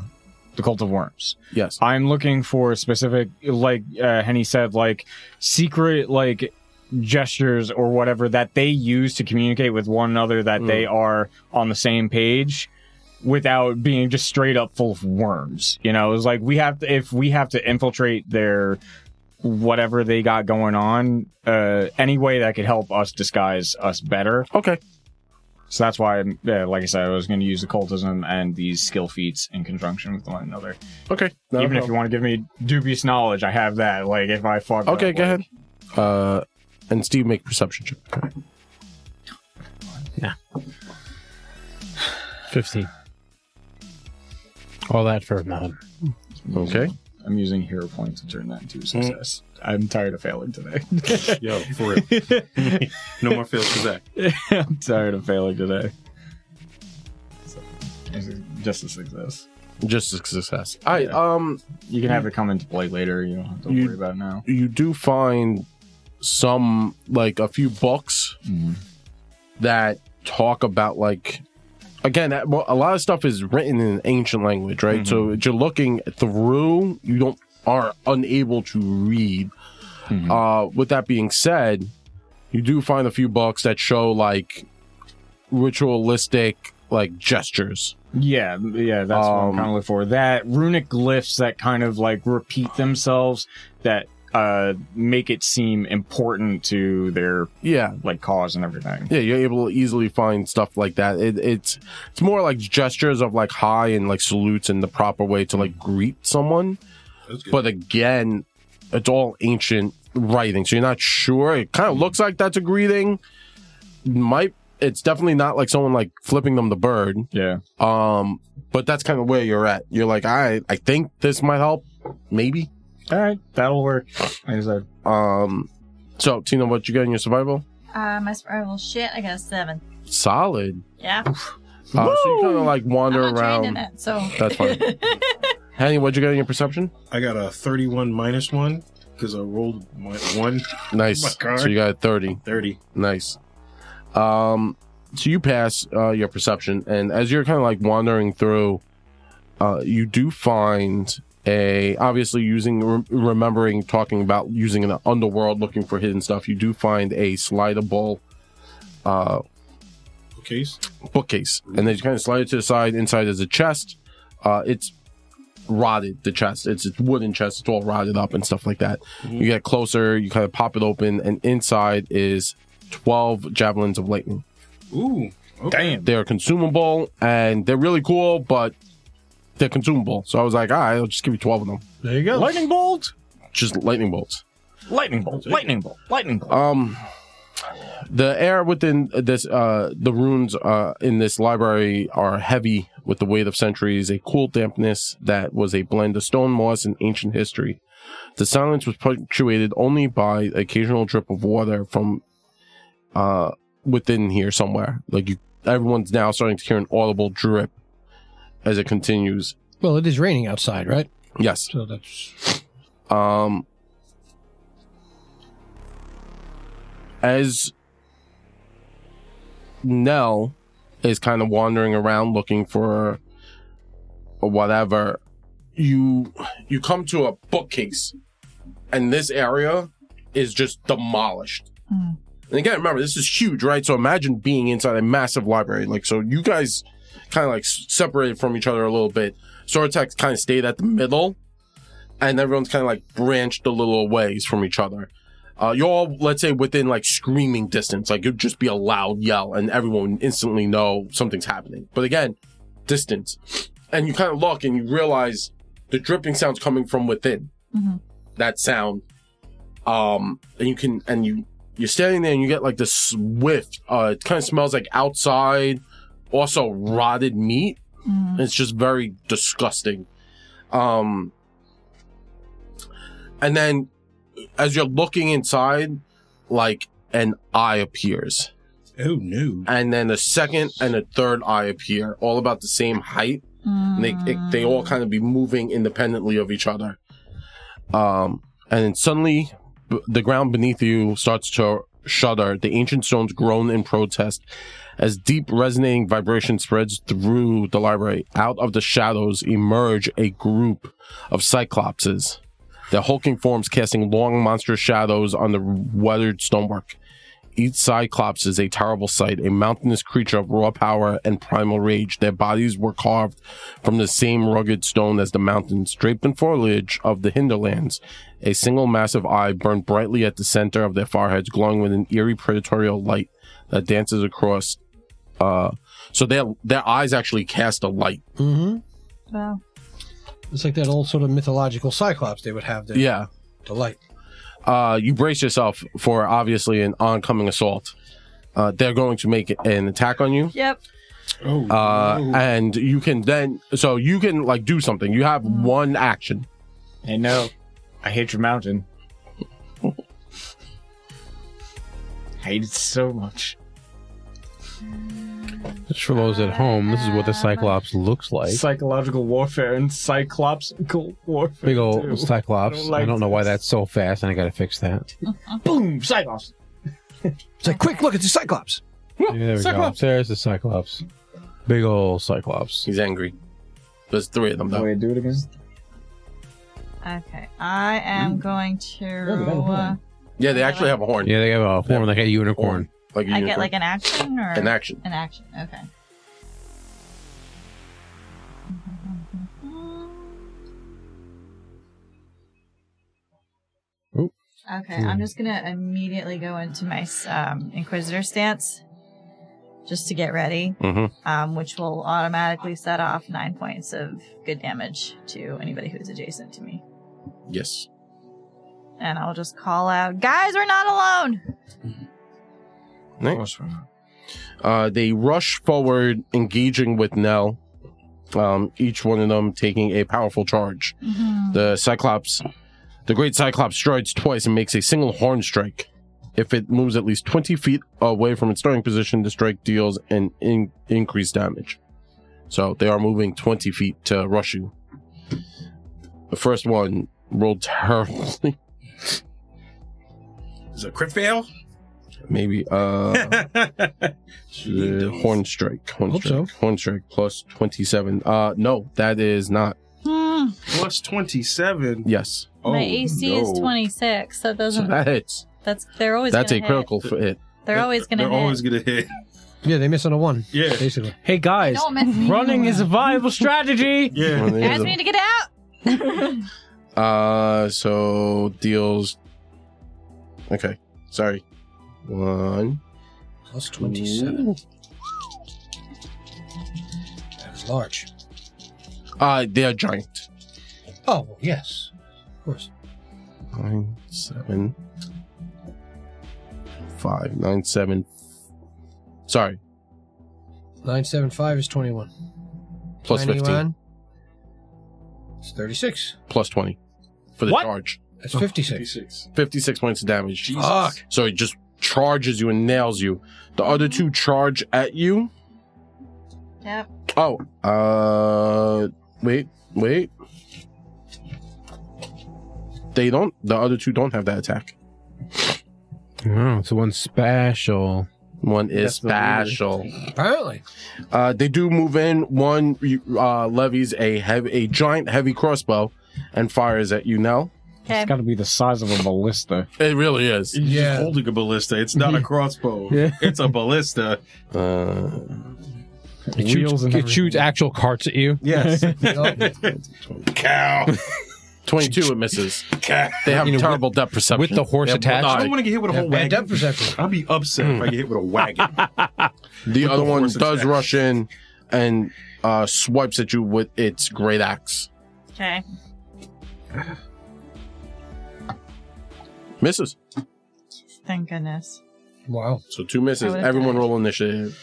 Speaker 4: the cult of worms.
Speaker 1: yes,
Speaker 4: I'm looking for specific like uh, Henny said like secret like gestures or whatever that they use to communicate with one another that they are on the same page without being just straight up full of worms. You know, it's like we have to if we have to infiltrate their whatever they got going on uh any way that could help us disguise us better
Speaker 1: okay.
Speaker 4: so that's why, yeah, like I said, I was going to use occultism and these skill feats in conjunction with one another.
Speaker 1: Okay.
Speaker 4: Even if you want to give me dubious knowledge, I have that. Like if I fuck.
Speaker 1: Okay,
Speaker 4: up,
Speaker 1: go
Speaker 4: like-
Speaker 1: ahead. Uh, and Steve, make perception check.
Speaker 5: 15. All that for uh, nothing.
Speaker 1: Okay.
Speaker 4: I'm using hero points to turn that into
Speaker 1: Mm.
Speaker 4: a success. I'm tired of failing today.
Speaker 6: Yo, for real. no more fails for Zach.
Speaker 4: I'm tired of failing today. So, this is just a success.
Speaker 1: Just a success. I
Speaker 4: Yeah.
Speaker 1: um
Speaker 4: You can have it come into play later. You don't have to
Speaker 1: You-
Speaker 4: worry about it now.
Speaker 1: you do find some like a few books
Speaker 4: Mhm.
Speaker 1: that talk about like again that- well, a lot of stuff is written in ancient language right so if you're looking through you don't are unable to read uh with that being said you do find a few books that show like ritualistic like gestures
Speaker 4: Yeah, yeah, that's what I'm
Speaker 1: Um,
Speaker 4: kind of looking for. That runic glyphs that kind of like repeat themselves that uh make it seem important to their
Speaker 1: yeah
Speaker 4: like cause and everything.
Speaker 1: Yeah, you're able to easily find stuff like that. It, it's it's more like gestures of like hi and like salutes and the proper way to like greet someone. But again, it's all ancient writing, so you're not sure. It kind of looks like that's a greeting. Might it's definitely not like someone like flipping them the bird.
Speaker 4: Yeah.
Speaker 1: Um, but that's kind of where you're at. You're like, I I think this might help, maybe.
Speaker 4: All right, that'll work. Like I said,
Speaker 1: Um, so Tina, what you got in your survival?
Speaker 7: Uh, my survival shit. I got a seven.
Speaker 1: Solid.
Speaker 7: Yeah,
Speaker 1: Uh, so you kind of like
Speaker 7: I'm
Speaker 1: wander
Speaker 7: not trained in
Speaker 1: around.
Speaker 7: it, so
Speaker 1: That's fine. Henny, what'd you get in your perception?
Speaker 6: I got a 31 minus 1 because I rolled my 1
Speaker 1: Nice.
Speaker 6: My God.
Speaker 1: so you got a 30.
Speaker 6: 30.
Speaker 1: Nice. Um, so you pass uh, your perception, and as you're kind of like wandering through, uh, you do find a obviously using rem- remembering talking about using an underworld looking for hidden stuff. You do find a slidable uh,
Speaker 6: Okay.
Speaker 1: bookcase, and then you kind of slide it to the side. Inside is a chest. Uh, it's rotted. The chest. It's it's wooden chest. It's all rotted up and stuff like that. You get closer. You kind of pop it open, and inside is twelve javelins of lightning.
Speaker 6: Ooh.
Speaker 4: damn.
Speaker 1: They're consumable and they're really cool, but they're consumable. So I was like, all right, I'll just give you twelve of them.
Speaker 5: There you go.
Speaker 4: Lightning bolt!
Speaker 1: Just lightning bolts.
Speaker 4: Lightning bolt! Lightning bolt! Lightning bolt!
Speaker 1: Um, the air within this, uh, the runes uh, in this library are heavy with the weight of centuries, a cool dampness that was a blend of stone moss and ancient history. The silence was punctuated only by occasional drip of water from uh, within here somewhere. Like you, everyone's now starting to hear an audible drip as it continues.
Speaker 3: Well, it is raining outside, right?
Speaker 1: Yes.
Speaker 3: So that's
Speaker 1: Um, as Nell is kind of wandering around looking for whatever, you you come to a bookcase, and this area is just demolished. And again, remember this is huge, right? So imagine being inside a massive library. Like, so you guys kind of like s- separated from each other a little bit. Sortex kind of stayed at the middle, and everyone's kind of like branched a little ways from each other. Uh, you're all, let's say, within like screaming distance. Like it'd just be a loud yell, and everyone would instantly know something's happening. But again, distance, and you kind of look and you realize the dripping sounds coming from within.
Speaker 7: Mhm.
Speaker 1: That sound, um, and you can, and you, you're standing there, and you get like this swift. Uh, it kind of smells like outside, also rotted meat.
Speaker 7: Mm.
Speaker 1: It's just very disgusting. Um, and then as you're looking inside, like an eye appears.
Speaker 6: Oh no!
Speaker 1: and then a second and a third eye appear, all about the same height.
Speaker 7: Mm,
Speaker 1: And they it, they all kind of be moving independently of each other. Um, and then suddenly, b- the ground beneath you starts to shudder. The ancient stones groan in protest as deep resonating vibration spreads through the library. Out of the shadows emerge a group of cyclopses. Their hulking forms casting long monstrous shadows on the weathered stonework. Each Cyclops is a terrible sight, a mountainous creature of raw power and primal rage. Their bodies were carved from the same rugged stone as the mountains, draped in foliage of the hinterlands. A single massive eye burned brightly at the center of their foreheads, glowing with an eerie predatory light that dances across. Uh, so their their eyes actually cast a light.
Speaker 3: Mm-hmm.
Speaker 7: Wow.
Speaker 3: It's like that old sort of mythological cyclops they would have there.
Speaker 1: Yeah.
Speaker 3: The light.
Speaker 1: uh, you brace yourself for obviously an oncoming assault. Uh, they're going to make an attack on you,
Speaker 7: Yep.
Speaker 6: Oh,
Speaker 1: uh, and you can then so you can like do something. You have one action.
Speaker 4: Hey, no, I hate your mountain. hate it so much.
Speaker 5: Just for those at home, this is what the Cyclops looks like.
Speaker 4: Psychological warfare and cyclopsical warfare.
Speaker 5: Big old
Speaker 4: too. I
Speaker 5: Cyclops. I
Speaker 4: don't
Speaker 5: don't,
Speaker 4: like
Speaker 5: know why
Speaker 4: this.
Speaker 5: that's so fast, and I gotta fix that.
Speaker 4: boom cyclops.
Speaker 8: It's like, quick, look, it's a Cyclops.
Speaker 5: Yeah, there we
Speaker 6: Cyclops.
Speaker 5: go. There's the Cyclops. Big old Cyclops.
Speaker 1: He's angry. There's three of them though.
Speaker 4: Wait, do it again.
Speaker 7: Okay. I am going to. Uh,
Speaker 1: Yeah, they actually have a horn.
Speaker 5: Yeah, they have a horn like a unicorn.
Speaker 1: Mm-hmm. Like a
Speaker 7: I get
Speaker 1: unicorn.
Speaker 7: like an action or
Speaker 1: an action.
Speaker 7: An action. Okay.
Speaker 5: Oop.
Speaker 7: Okay, I'm just gonna immediately go into my um, inquisitor stance, just to get ready,
Speaker 1: Mhm.
Speaker 7: um, which will automatically set off nine points of good damage to anybody who's adjacent to me.
Speaker 1: Yes.
Speaker 7: And I'll just call out, "Guys, we're not alone."
Speaker 1: Nice. Uh, they rush forward, engaging with Nell. Um, each one of them taking a powerful charge.
Speaker 7: Mm-hmm.
Speaker 1: The Cyclops, the Great Cyclops, strides twice and makes a single horn strike. If it moves at least twenty feet away from its starting position, the strike deals an in- increased damage. So they are moving twenty feet to rush you. The first one rolled terribly.
Speaker 6: is it a crit fail?
Speaker 1: Maybe uh, The horn strike, horn
Speaker 3: Hope
Speaker 1: strike, horn strike plus twenty-seven. Uh, no, that is not. Oh,
Speaker 7: Hmm.
Speaker 6: Plus twenty-seven.
Speaker 1: Yes,
Speaker 7: My
Speaker 6: Oh,
Speaker 7: AC
Speaker 6: no.
Speaker 7: is 26. That
Speaker 1: so
Speaker 7: doesn't.
Speaker 1: that hits.
Speaker 7: That's they're always.
Speaker 1: That's a
Speaker 7: Oh. gonna hit.
Speaker 1: critical for it.
Speaker 7: They're always gonna
Speaker 6: They're
Speaker 7: hit.
Speaker 6: always gonna hit.
Speaker 3: Yeah, they miss on a one.
Speaker 6: Yeah.
Speaker 3: Basically.
Speaker 4: Hey guys,
Speaker 7: Don't mess me
Speaker 4: running is a viable strategy.
Speaker 6: Yeah.
Speaker 7: Guys, we need to get out.
Speaker 1: Uh, so deals. Okay, sorry. One.
Speaker 3: Plus 27. That was large.
Speaker 1: Uh, they are giant.
Speaker 3: Oh, well, yes. Of course.
Speaker 1: Nine seven. Five nine seven. Sorry,
Speaker 3: 975 is 21.
Speaker 1: plus fifteen,
Speaker 3: 91. It's 36.
Speaker 1: plus twenty for the
Speaker 4: What?
Speaker 1: charge.
Speaker 2: Oh.
Speaker 3: That's 56.
Speaker 1: Fifty-six points of damage.
Speaker 3: Fuck.
Speaker 1: So it just charges you and nails you. The other two charge at you.
Speaker 7: Yep.
Speaker 1: Oh, uh, wait, wait. They don't. The other two don't have that attack.
Speaker 5: Oh, it's the one special.
Speaker 1: One is special.
Speaker 3: Apparently.
Speaker 1: Uh, they do move in. One uh, levies a heavy, a giant heavy crossbow, and fires at you. Now
Speaker 7: Okay.
Speaker 4: It's got to be the size of a ballista.
Speaker 1: it really is.
Speaker 6: He's
Speaker 3: Yeah.
Speaker 6: just holding a ballista. It's not a crossbow.
Speaker 5: Yeah.
Speaker 6: It's a ballista.
Speaker 1: Uh,
Speaker 5: It
Speaker 4: Wheels
Speaker 5: shoots,
Speaker 4: and
Speaker 5: it shoots actual carts at you.
Speaker 6: Yes. Cow.
Speaker 1: Twenty-two. It misses.
Speaker 6: Cow.
Speaker 1: They have
Speaker 5: You know,
Speaker 1: terrible depth perception
Speaker 5: with the horse
Speaker 1: They have
Speaker 5: attached?
Speaker 1: one eye.
Speaker 6: I don't want to get hit with a
Speaker 3: Yeah,
Speaker 6: whole
Speaker 3: bad
Speaker 6: wagon.
Speaker 3: depth perception.
Speaker 6: I'll be upset if I get hit with a wagon.
Speaker 1: The other
Speaker 6: the
Speaker 1: one
Speaker 6: horse
Speaker 1: does
Speaker 6: attack.
Speaker 1: rush in and uh, swipes at you with its great axe.
Speaker 7: Okay.
Speaker 1: Misses.
Speaker 7: Thank goodness.
Speaker 3: Wow.
Speaker 1: So two
Speaker 7: I
Speaker 1: misses.
Speaker 7: would've
Speaker 1: Everyone
Speaker 7: died.
Speaker 1: roll initiative.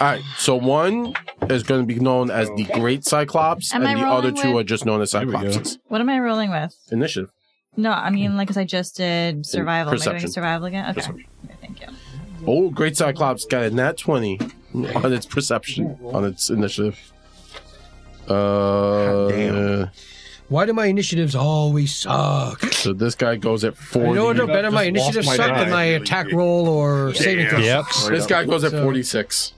Speaker 1: All right. So one is going to be known as the Great Cyclops,
Speaker 7: Am
Speaker 1: and
Speaker 7: I
Speaker 1: the other
Speaker 7: rolling
Speaker 1: two
Speaker 7: with-
Speaker 1: are just known as
Speaker 6: There we go.
Speaker 1: Cyclopses.
Speaker 7: What am I rolling with?
Speaker 1: Initiative.
Speaker 7: No, I mean, like, 'cause I just did survival. Am I
Speaker 1: perception.
Speaker 7: doing survival again? Okay.
Speaker 1: Perception.
Speaker 7: Okay, Thank you.
Speaker 1: Oh, Great Cyclops got a nat 20 on its perception, on its initiative. Uh,
Speaker 2: damn.
Speaker 3: Why do my initiatives always suck?
Speaker 1: So this guy goes at 40.
Speaker 3: You know what? No better my
Speaker 10: Just lost
Speaker 3: initiatives
Speaker 10: my
Speaker 3: suck
Speaker 10: die.
Speaker 3: than my attack roll or saving throw.
Speaker 5: Yep.
Speaker 1: This guy goes at
Speaker 3: So-
Speaker 1: 46.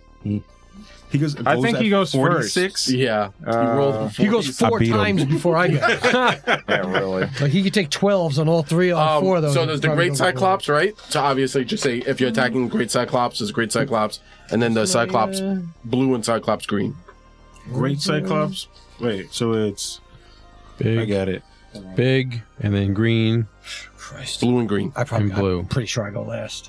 Speaker 6: He goes.
Speaker 4: I think he goes
Speaker 6: Six.
Speaker 1: Yeah.
Speaker 4: Uh,
Speaker 1: he rolled
Speaker 3: He goes four
Speaker 2: beat him.
Speaker 3: times before I go.
Speaker 4: Yeah, really.
Speaker 3: like he could take twelves on all three on
Speaker 1: Um,
Speaker 3: four of those.
Speaker 1: so there's the
Speaker 3: Probably
Speaker 1: Great
Speaker 3: go for it.
Speaker 1: Cyclops, right? So obviously, just say if you're attacking Great Cyclops, it's Great Cyclops, and then the Cyclops blue and Cyclops green.
Speaker 6: Great
Speaker 3: Mm-hmm.
Speaker 6: Cyclops. Wait, so it's. I
Speaker 5: Big,
Speaker 6: got it.
Speaker 5: big, and then green.
Speaker 3: Christ.
Speaker 1: Blue and green.
Speaker 3: I probably
Speaker 5: And blue.
Speaker 3: I'm pretty sure I go last.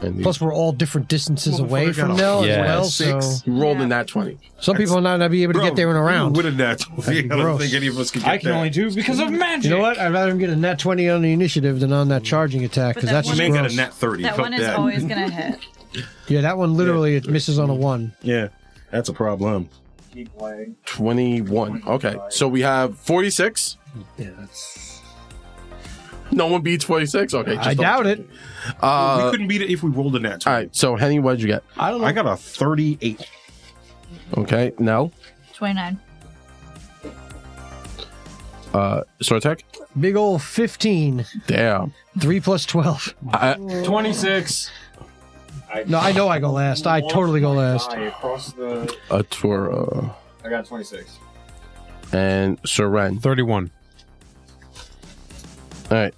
Speaker 1: And the-
Speaker 3: Plus we're all different distances away
Speaker 6: Motherfucker got
Speaker 3: from
Speaker 6: a
Speaker 3: now
Speaker 5: Yeah.
Speaker 3: as well.
Speaker 6: six.
Speaker 3: So
Speaker 1: you rolled in that 20.
Speaker 3: some people are not gonna be able to get there in a round.
Speaker 6: What a natural. I don't
Speaker 3: gross.
Speaker 6: think any of us can get
Speaker 4: I can
Speaker 6: that.
Speaker 4: only do because of magic.
Speaker 3: You know what? I'd rather him get a nat twenty on the initiative than on that charging attack because
Speaker 7: But
Speaker 3: that's
Speaker 7: that
Speaker 3: just
Speaker 6: Man got
Speaker 3: gross.
Speaker 6: a nat thirty.
Speaker 7: That
Speaker 6: Fuck
Speaker 7: one is
Speaker 6: that.
Speaker 7: always going to hit.
Speaker 3: yeah, that one literally it misses on a one.
Speaker 6: Yeah, that's a problem.
Speaker 1: 21. Okay. So we have 46.
Speaker 3: Yeah, that's.
Speaker 1: No one beats 46. Okay.
Speaker 3: I doubt it.
Speaker 6: we
Speaker 1: Uh,
Speaker 6: couldn't beat it if we rolled a nat. 20.
Speaker 1: all right. So, Henny, what did you get?
Speaker 6: I don't know. I got a thirty-eight.
Speaker 1: Okay. Nell,
Speaker 7: 29.
Speaker 1: uh, Sortek.
Speaker 3: Big old fifteen.
Speaker 1: Damn.
Speaker 3: Three plus twelve.
Speaker 1: I,
Speaker 10: 26.
Speaker 3: No, I know I go last. I totally go last.
Speaker 1: a Torah
Speaker 10: I got 26.
Speaker 1: and Soren.
Speaker 5: 31.
Speaker 1: All right.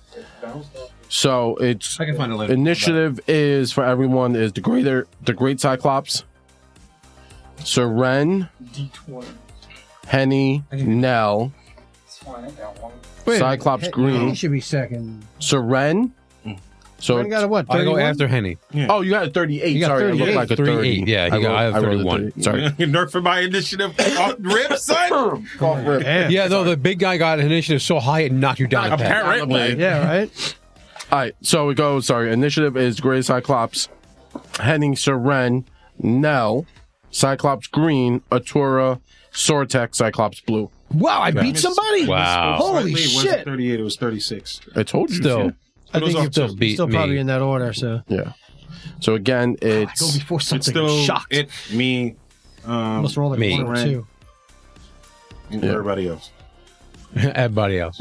Speaker 1: So it's
Speaker 5: I can find it later.
Speaker 1: initiative is for everyone is the greater the great cyclops Soren, Henny, Nell, Cyclops
Speaker 3: Hey, He
Speaker 1: Green,
Speaker 3: should be second.
Speaker 1: Soren. So
Speaker 3: I got a what?
Speaker 5: I go
Speaker 3: 31?
Speaker 5: after Henny.
Speaker 1: oh, you got a thirty-eight.
Speaker 3: You got
Speaker 1: Sorry, I
Speaker 3: 38.
Speaker 1: look like a
Speaker 5: 38,
Speaker 1: thirty.
Speaker 5: yeah, he got- I have
Speaker 1: rolled a
Speaker 5: 31.
Speaker 1: 30. Sorry,
Speaker 6: Nerfing my initiative off rip, son.
Speaker 1: Off rip.
Speaker 5: Yeah, no, the big guy got an initiative so high it knocked you down. a peg.
Speaker 1: Apparently,
Speaker 3: Yeah, right.
Speaker 1: All right, so it goes. Sorry, initiative is Gray Cyclops, Henning Soren, Nell, Cyclops Green, Atura, Sortek, Cyclops Blue.
Speaker 3: Wow, I beat somebody.
Speaker 5: Wow.
Speaker 3: Holy
Speaker 6: Wait, it wasn't
Speaker 3: shit.
Speaker 6: thirty-eight. It was thirty-six.
Speaker 1: I told you.
Speaker 5: Still,
Speaker 3: I
Speaker 6: Those
Speaker 3: think you're
Speaker 6: are
Speaker 5: still
Speaker 3: still,
Speaker 5: beat me.
Speaker 3: probably in that order. So
Speaker 1: Yeah. So again,
Speaker 3: Ah, go
Speaker 1: it's
Speaker 3: before
Speaker 6: It's
Speaker 3: something.
Speaker 6: still
Speaker 3: I'm shocked.
Speaker 6: it, me, um,
Speaker 3: Must roll like
Speaker 5: me.
Speaker 3: one or two.
Speaker 6: and
Speaker 1: Yeah.
Speaker 6: everybody else.
Speaker 5: everybody else.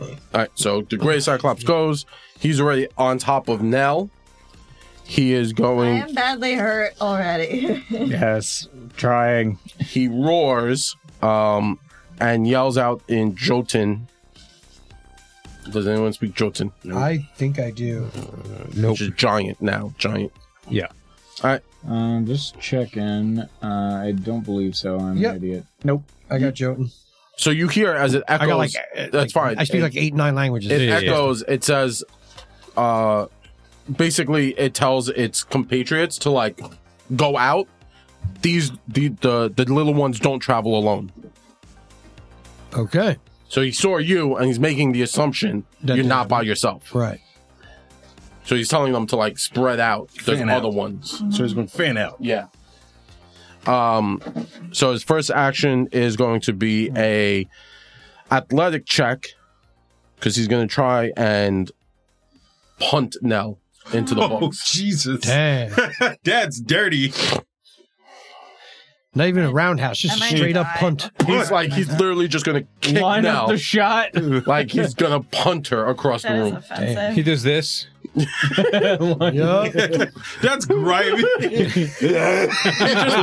Speaker 1: all right. So the Gray Cyclops goes. He's already on top of Nell. He is
Speaker 7: I
Speaker 1: going.
Speaker 7: am badly hurt already.
Speaker 4: Yes, trying.
Speaker 1: He roars um, and yells out in Jotun. Does anyone speak Jotun? No.
Speaker 3: I think I do.
Speaker 5: Nope.
Speaker 1: Which is giant now. Giant.
Speaker 4: Um, just checking. Uh, I don't believe so. I'm
Speaker 3: Yep.
Speaker 4: an idiot.
Speaker 3: I got Jotun.
Speaker 1: So you hear as it echoes.
Speaker 3: I got like
Speaker 1: that's fine.
Speaker 3: I speak like eight, nine languages.
Speaker 1: it
Speaker 5: Yeah, yeah, yeah.
Speaker 1: echoes it says uh basically it tells its compatriots to like go out these the the, the little ones don't travel alone
Speaker 3: okay,
Speaker 1: so he saw you and he's making the assumption
Speaker 3: That
Speaker 1: you're
Speaker 3: they-
Speaker 1: not by yourself
Speaker 3: right.
Speaker 1: so he's telling them to like spread out there's
Speaker 6: Fan out.
Speaker 1: other ones
Speaker 6: So it's going to fan out.
Speaker 1: yeah um so his first action is going to be a athletic check because he's going to try and punt nell into the
Speaker 6: Oh
Speaker 1: box
Speaker 6: Jesus!
Speaker 3: Damn.
Speaker 6: Dad's dirty.
Speaker 3: Not even a roundhouse, just
Speaker 7: Am
Speaker 3: a
Speaker 7: I
Speaker 3: straight up
Speaker 7: die?
Speaker 3: punt.
Speaker 1: He's like he's literally just gonna kick
Speaker 4: Line
Speaker 1: now,
Speaker 4: up the shot.
Speaker 1: like he's gonna punt her across the
Speaker 7: That is
Speaker 1: room.
Speaker 7: offensive.
Speaker 5: He does this.
Speaker 3: Yup.
Speaker 6: That's grimy.
Speaker 1: He just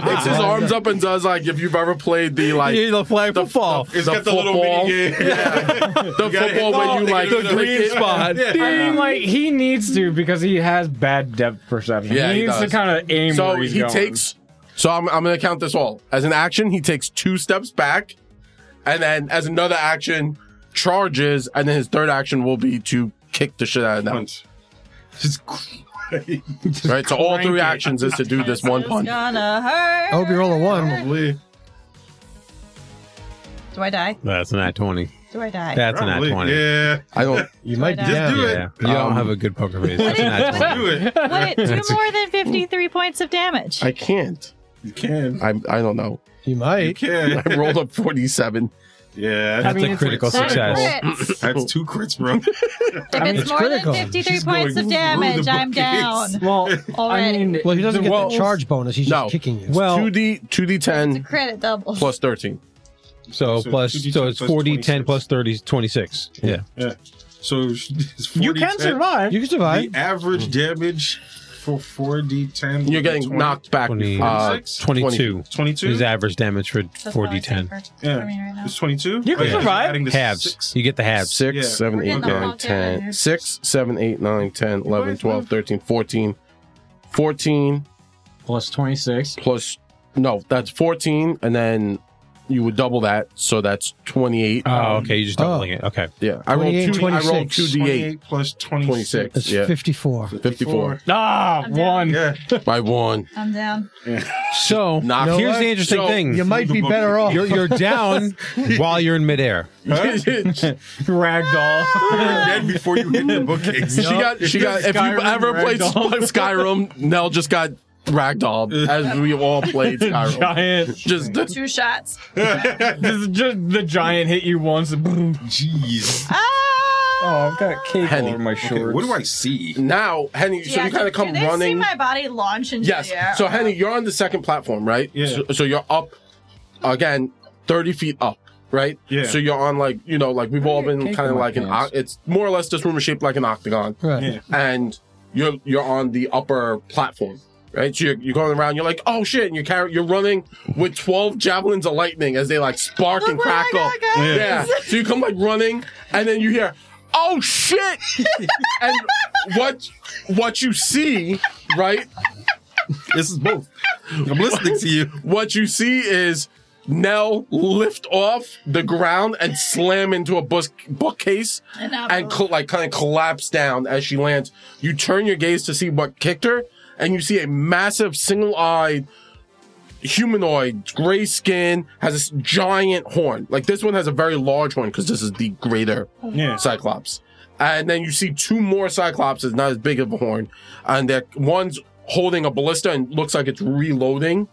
Speaker 1: picks his arms up and does like if you've ever played the like
Speaker 5: Yeah, the flag will fall.
Speaker 6: It's
Speaker 1: The
Speaker 6: got the little
Speaker 1: football.
Speaker 6: mini game.
Speaker 1: the
Speaker 6: gotta hit
Speaker 1: football
Speaker 6: the
Speaker 1: where
Speaker 6: ball,
Speaker 1: you
Speaker 6: they
Speaker 1: like
Speaker 6: gotta
Speaker 5: The
Speaker 6: do
Speaker 1: click
Speaker 5: green
Speaker 1: it.
Speaker 5: spot.
Speaker 4: I mean, like he needs to because he has bad depth perception.
Speaker 1: Yeah, he
Speaker 4: he needs
Speaker 1: does.
Speaker 4: to kind of aim.
Speaker 1: So
Speaker 4: where he's
Speaker 1: he
Speaker 4: going.
Speaker 1: takes. So I'm I'm gonna count this all as an action. He takes two steps back, and then as another action, charges, and then his third action will be to kick the shit out of them.
Speaker 6: Punch. Just grimy.
Speaker 1: Right. So all
Speaker 4: crank
Speaker 1: three
Speaker 4: it.
Speaker 1: actions is to do this one
Speaker 7: It's
Speaker 1: punt.
Speaker 7: gonna hurt.
Speaker 3: I hope you roll a one.
Speaker 6: Probably.
Speaker 7: Do I die?
Speaker 5: That's not 20.
Speaker 7: Do Do I die?
Speaker 5: That's an
Speaker 6: Probably.
Speaker 5: at 20.
Speaker 6: Yeah.
Speaker 1: I don't.
Speaker 5: You
Speaker 7: might be Just
Speaker 6: down. do it.
Speaker 5: Yeah. You don't
Speaker 1: Um,
Speaker 5: have a good poker face. That's an at 20.
Speaker 6: Do it.
Speaker 7: Would it do more than 53 points of damage?
Speaker 1: I can't.
Speaker 6: You can.
Speaker 1: I I don't know.
Speaker 3: You
Speaker 6: You
Speaker 3: might.
Speaker 6: can.
Speaker 1: I rolled up forty seven.
Speaker 6: Yeah.
Speaker 5: That's a critical
Speaker 7: That
Speaker 5: success.
Speaker 7: crits.
Speaker 6: That's two crits, bro.
Speaker 7: If it's more
Speaker 3: critical.
Speaker 7: than 53
Speaker 6: She's
Speaker 7: points
Speaker 6: going
Speaker 7: of
Speaker 6: through
Speaker 7: damage,
Speaker 6: the
Speaker 7: I'm down
Speaker 6: bookcase.
Speaker 4: Well,
Speaker 7: already.
Speaker 4: I mean,
Speaker 3: Well, he doesn't
Speaker 4: the
Speaker 3: get
Speaker 4: rolls-
Speaker 3: the charge bonus. He's
Speaker 1: No.
Speaker 3: just kicking you.
Speaker 5: Well,
Speaker 1: Two D two D
Speaker 7: it's a
Speaker 1: ten
Speaker 7: credit double.
Speaker 1: plus thirteen.
Speaker 5: so,
Speaker 6: So
Speaker 5: plus,
Speaker 6: 2d10
Speaker 5: so it's
Speaker 6: plus
Speaker 5: 40, 10
Speaker 6: 26.
Speaker 5: plus 30, 26. Yeah.
Speaker 6: So it's 40,
Speaker 4: you can
Speaker 6: 10.
Speaker 4: survive.
Speaker 3: you can survive.
Speaker 6: The average damage for 4d10.
Speaker 1: You're getting
Speaker 6: 20
Speaker 1: knocked back.
Speaker 5: 20,
Speaker 1: Uh,
Speaker 5: 22
Speaker 6: 22?
Speaker 5: is average damage for
Speaker 7: That's
Speaker 5: 4d10.
Speaker 7: what I was saying for-
Speaker 6: Yeah.
Speaker 7: for me right now.
Speaker 6: It's 22?
Speaker 4: You can
Speaker 6: yeah.
Speaker 4: survive.
Speaker 6: Adding the
Speaker 5: Halves.
Speaker 6: six.
Speaker 5: You get the halves.
Speaker 1: Six,
Speaker 6: Yeah.
Speaker 1: seven,
Speaker 7: We're
Speaker 1: eight,
Speaker 7: getting the whole
Speaker 1: nine,
Speaker 7: damn
Speaker 1: ten.
Speaker 7: thing.
Speaker 1: Six, seven, eight, nine, 10, 11,
Speaker 6: might
Speaker 1: 12,
Speaker 6: live.
Speaker 1: 13, 14. 14
Speaker 10: Plus 26.
Speaker 1: plus, no, that's 14. And then you would double that. So that's 28.
Speaker 5: Oh, okay. You're just doubling
Speaker 3: Oh.
Speaker 5: it. Okay.
Speaker 1: yeah. I rolled
Speaker 3: 28,
Speaker 1: two, I rolled
Speaker 3: 26.
Speaker 1: 2d8,
Speaker 6: 28 plus 26.
Speaker 1: 26.
Speaker 3: That's
Speaker 1: Yeah.
Speaker 3: 54.
Speaker 1: 54.
Speaker 4: Ah,
Speaker 7: I'm down.
Speaker 4: one.
Speaker 6: Yeah.
Speaker 1: By one.
Speaker 7: I'm down.
Speaker 5: So,
Speaker 1: Knock- You know
Speaker 5: here's
Speaker 1: what?
Speaker 5: the interesting
Speaker 1: So-
Speaker 5: thing.
Speaker 3: You might be better off.
Speaker 5: You're, you're down while you're in midair.
Speaker 4: Ragdoll.
Speaker 6: You're dead before you hit the bookcase.
Speaker 1: she got, she got, if you
Speaker 10: Skyrim
Speaker 1: ever played
Speaker 10: ragdoll.
Speaker 1: Skyrim, Nell just got ragdolled as we all played Skyrim.
Speaker 10: Giant.
Speaker 1: Just,
Speaker 7: Two shots.
Speaker 10: Just, just the giant hit you once. Boom.
Speaker 6: Jeez.
Speaker 7: Ah!
Speaker 4: Oh, I've got cake
Speaker 1: Henny.
Speaker 4: all over my
Speaker 6: Okay,
Speaker 4: shorts.
Speaker 6: what do I see?
Speaker 1: now, Henny, so you kind of come
Speaker 7: do they See
Speaker 1: running.
Speaker 7: my body launch into
Speaker 1: Yes.
Speaker 7: the air.
Speaker 1: So Henny, you're on the second platform, right?
Speaker 6: Yeah.
Speaker 1: So, so you're up again, thirty feet up, right?
Speaker 6: Yeah.
Speaker 1: So you're on like you know like we've all
Speaker 4: Look at
Speaker 1: been
Speaker 4: cake
Speaker 1: kind of
Speaker 4: in my
Speaker 1: like an oc
Speaker 4: pants.
Speaker 1: it's more or less this room is shaped like an octagon,
Speaker 3: Right.
Speaker 6: Yeah.
Speaker 1: and you're you're on the upper platform. Right, so you're, you're going around. You're like, oh shit! And you're carry, you're running with twelve javelins of lightning as they like spark
Speaker 7: Look
Speaker 1: and
Speaker 7: what I
Speaker 1: crackle.
Speaker 7: got, guys.
Speaker 1: Yeah. So you come like running, and then you hear, "Oh shit!" and what what you see, right?
Speaker 6: This is both. I'm listening to you.
Speaker 1: What you see is Nell lift off the ground and slam into a bus- bookcase
Speaker 7: And I'm
Speaker 1: and co- like kind of collapse down as she lands. You turn your gaze to see what kicked her, and you see a massive single-eyed humanoid, gray skin, has this giant horn. Like this one has a very large horn because this is the greater
Speaker 6: Yeah.
Speaker 1: Cyclops. And then you see two more Cyclopses, not as big of a horn, and that one's holding a ballista and looks like it's reloading.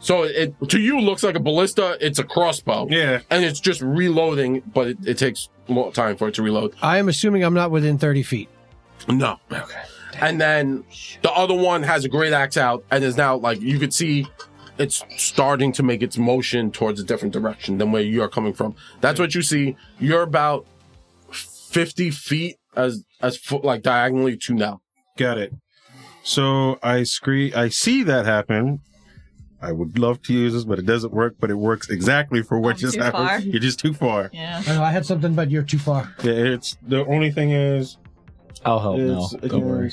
Speaker 1: So it to you looks like a ballista. It's a crossbow,
Speaker 6: Yeah.
Speaker 1: and it's just reloading, but it, it takes more time for it to reload.
Speaker 3: I am assuming I'm not within 30 feet.
Speaker 1: No. Okay. And then the other one has a great axe out and is now like you could see it's starting to make its motion towards a different direction than where you are coming from. That's what you see. You're about fifty feet as as foot like diagonally to now.
Speaker 6: Got it. So I scree I see that happen. I would love to use this, but it doesn't work. But it works exactly for what
Speaker 7: I'm
Speaker 6: just
Speaker 7: too
Speaker 6: happened.
Speaker 7: far.
Speaker 6: You're just too far.
Speaker 7: Yeah.
Speaker 3: I, know, I had something, but you're too far.
Speaker 6: Yeah, it's the only thing is
Speaker 10: I'll
Speaker 4: Oh,
Speaker 10: help now.
Speaker 6: it's-
Speaker 10: Don't worry.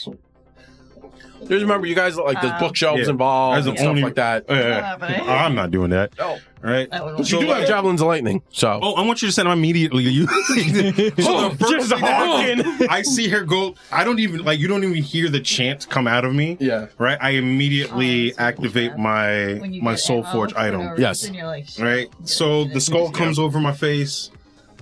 Speaker 1: Just remember you guys like there's
Speaker 7: Um,
Speaker 1: bookshelves
Speaker 6: Yeah.
Speaker 1: involved
Speaker 6: As
Speaker 1: and
Speaker 6: the
Speaker 1: stuff
Speaker 6: only-
Speaker 1: like that.
Speaker 6: Uh,
Speaker 7: not happening.
Speaker 6: I'm not doing that.
Speaker 1: Oh.
Speaker 6: Right.
Speaker 7: That one
Speaker 1: But you
Speaker 6: So,
Speaker 1: do have
Speaker 6: like-
Speaker 1: javelins of lightning, so
Speaker 6: Oh, I want you to send him immediately. You so the first thing that happened, I see her go. I don't even like. You don't even hear the chant come out of me.
Speaker 1: yeah.
Speaker 6: Right. I immediately
Speaker 7: Oh, that's
Speaker 6: activate
Speaker 7: bad.
Speaker 6: my
Speaker 7: When you
Speaker 6: my
Speaker 7: get
Speaker 6: soul
Speaker 7: ammo
Speaker 6: forge
Speaker 7: for no
Speaker 6: item.
Speaker 7: reason,
Speaker 1: Yes.
Speaker 7: You're like, shit.
Speaker 6: Right. So the skull comes over my face.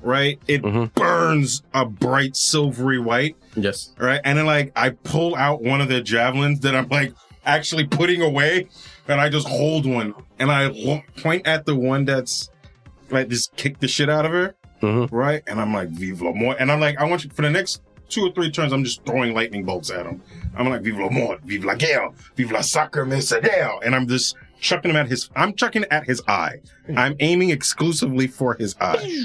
Speaker 6: Right. It
Speaker 1: Mhm.
Speaker 6: burns a bright silvery white.
Speaker 1: Yes.
Speaker 6: Right. And then like I pull out one of the javelins that I'm like actually putting away, and I just hold one and I lo- point at the one that's like just kicked the shit out of her
Speaker 1: Mhm.
Speaker 6: right? And I'm like, Vive la mort. And I'm like, I want you for the next two or three turns, I'm just throwing lightning bolts at him. I'm like, Vive la mort, vive la guerre, vive la sacre mercenaire. And I'm just chucking him at his, I'm chucking at his eye. I'm aiming exclusively for his eye.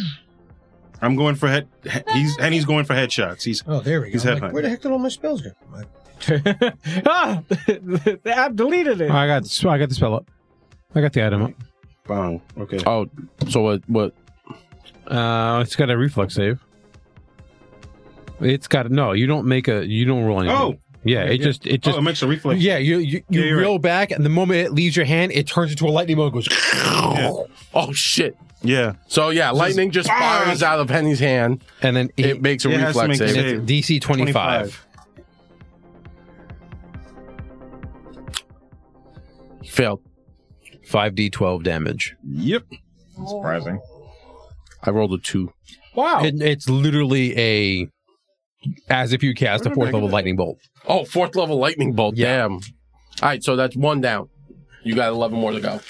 Speaker 6: I'm going for head, he- he's, and he's going for headshots. He's,
Speaker 3: Oh, there we go.
Speaker 6: He's
Speaker 3: I'm like,
Speaker 6: headhunting.
Speaker 3: Where the heck did all my spells go? I'm like,
Speaker 4: ah, the app deleted it.
Speaker 5: I got, the- I got the spell up. I got the item up.
Speaker 6: bang. Okay.
Speaker 1: Oh so what what
Speaker 5: Uh, it's got a reflex save. It's got no. You don't make a. You don't roll anything.
Speaker 6: Oh,
Speaker 5: yeah. It just. It
Speaker 6: oh,
Speaker 5: just.
Speaker 6: it makes a reflex.
Speaker 5: yeah. You you, you
Speaker 6: Yeah, you're
Speaker 5: reel back, and the moment it leaves your hand, it turns into a lightning bolt. and Goes.
Speaker 1: oh shit.
Speaker 6: Yeah.
Speaker 1: So yeah, lightning just
Speaker 6: Ah!
Speaker 1: fires out of Henny's hand.
Speaker 5: And then
Speaker 1: It,
Speaker 5: it,
Speaker 1: makes a
Speaker 6: it has to
Speaker 1: reflex eh?
Speaker 6: make a
Speaker 1: save.
Speaker 5: and it's DC twenty five.
Speaker 1: Failed.
Speaker 5: Five D twelve damage.
Speaker 6: Yep.
Speaker 10: Surprising.
Speaker 1: I rolled a two.
Speaker 4: Wow.
Speaker 5: It, it's literally a as if you cast a fourth level lightning bolt.
Speaker 1: Oh, fourth level lightning bolt. Damn. All right, so that's one down. You got 11 more to go.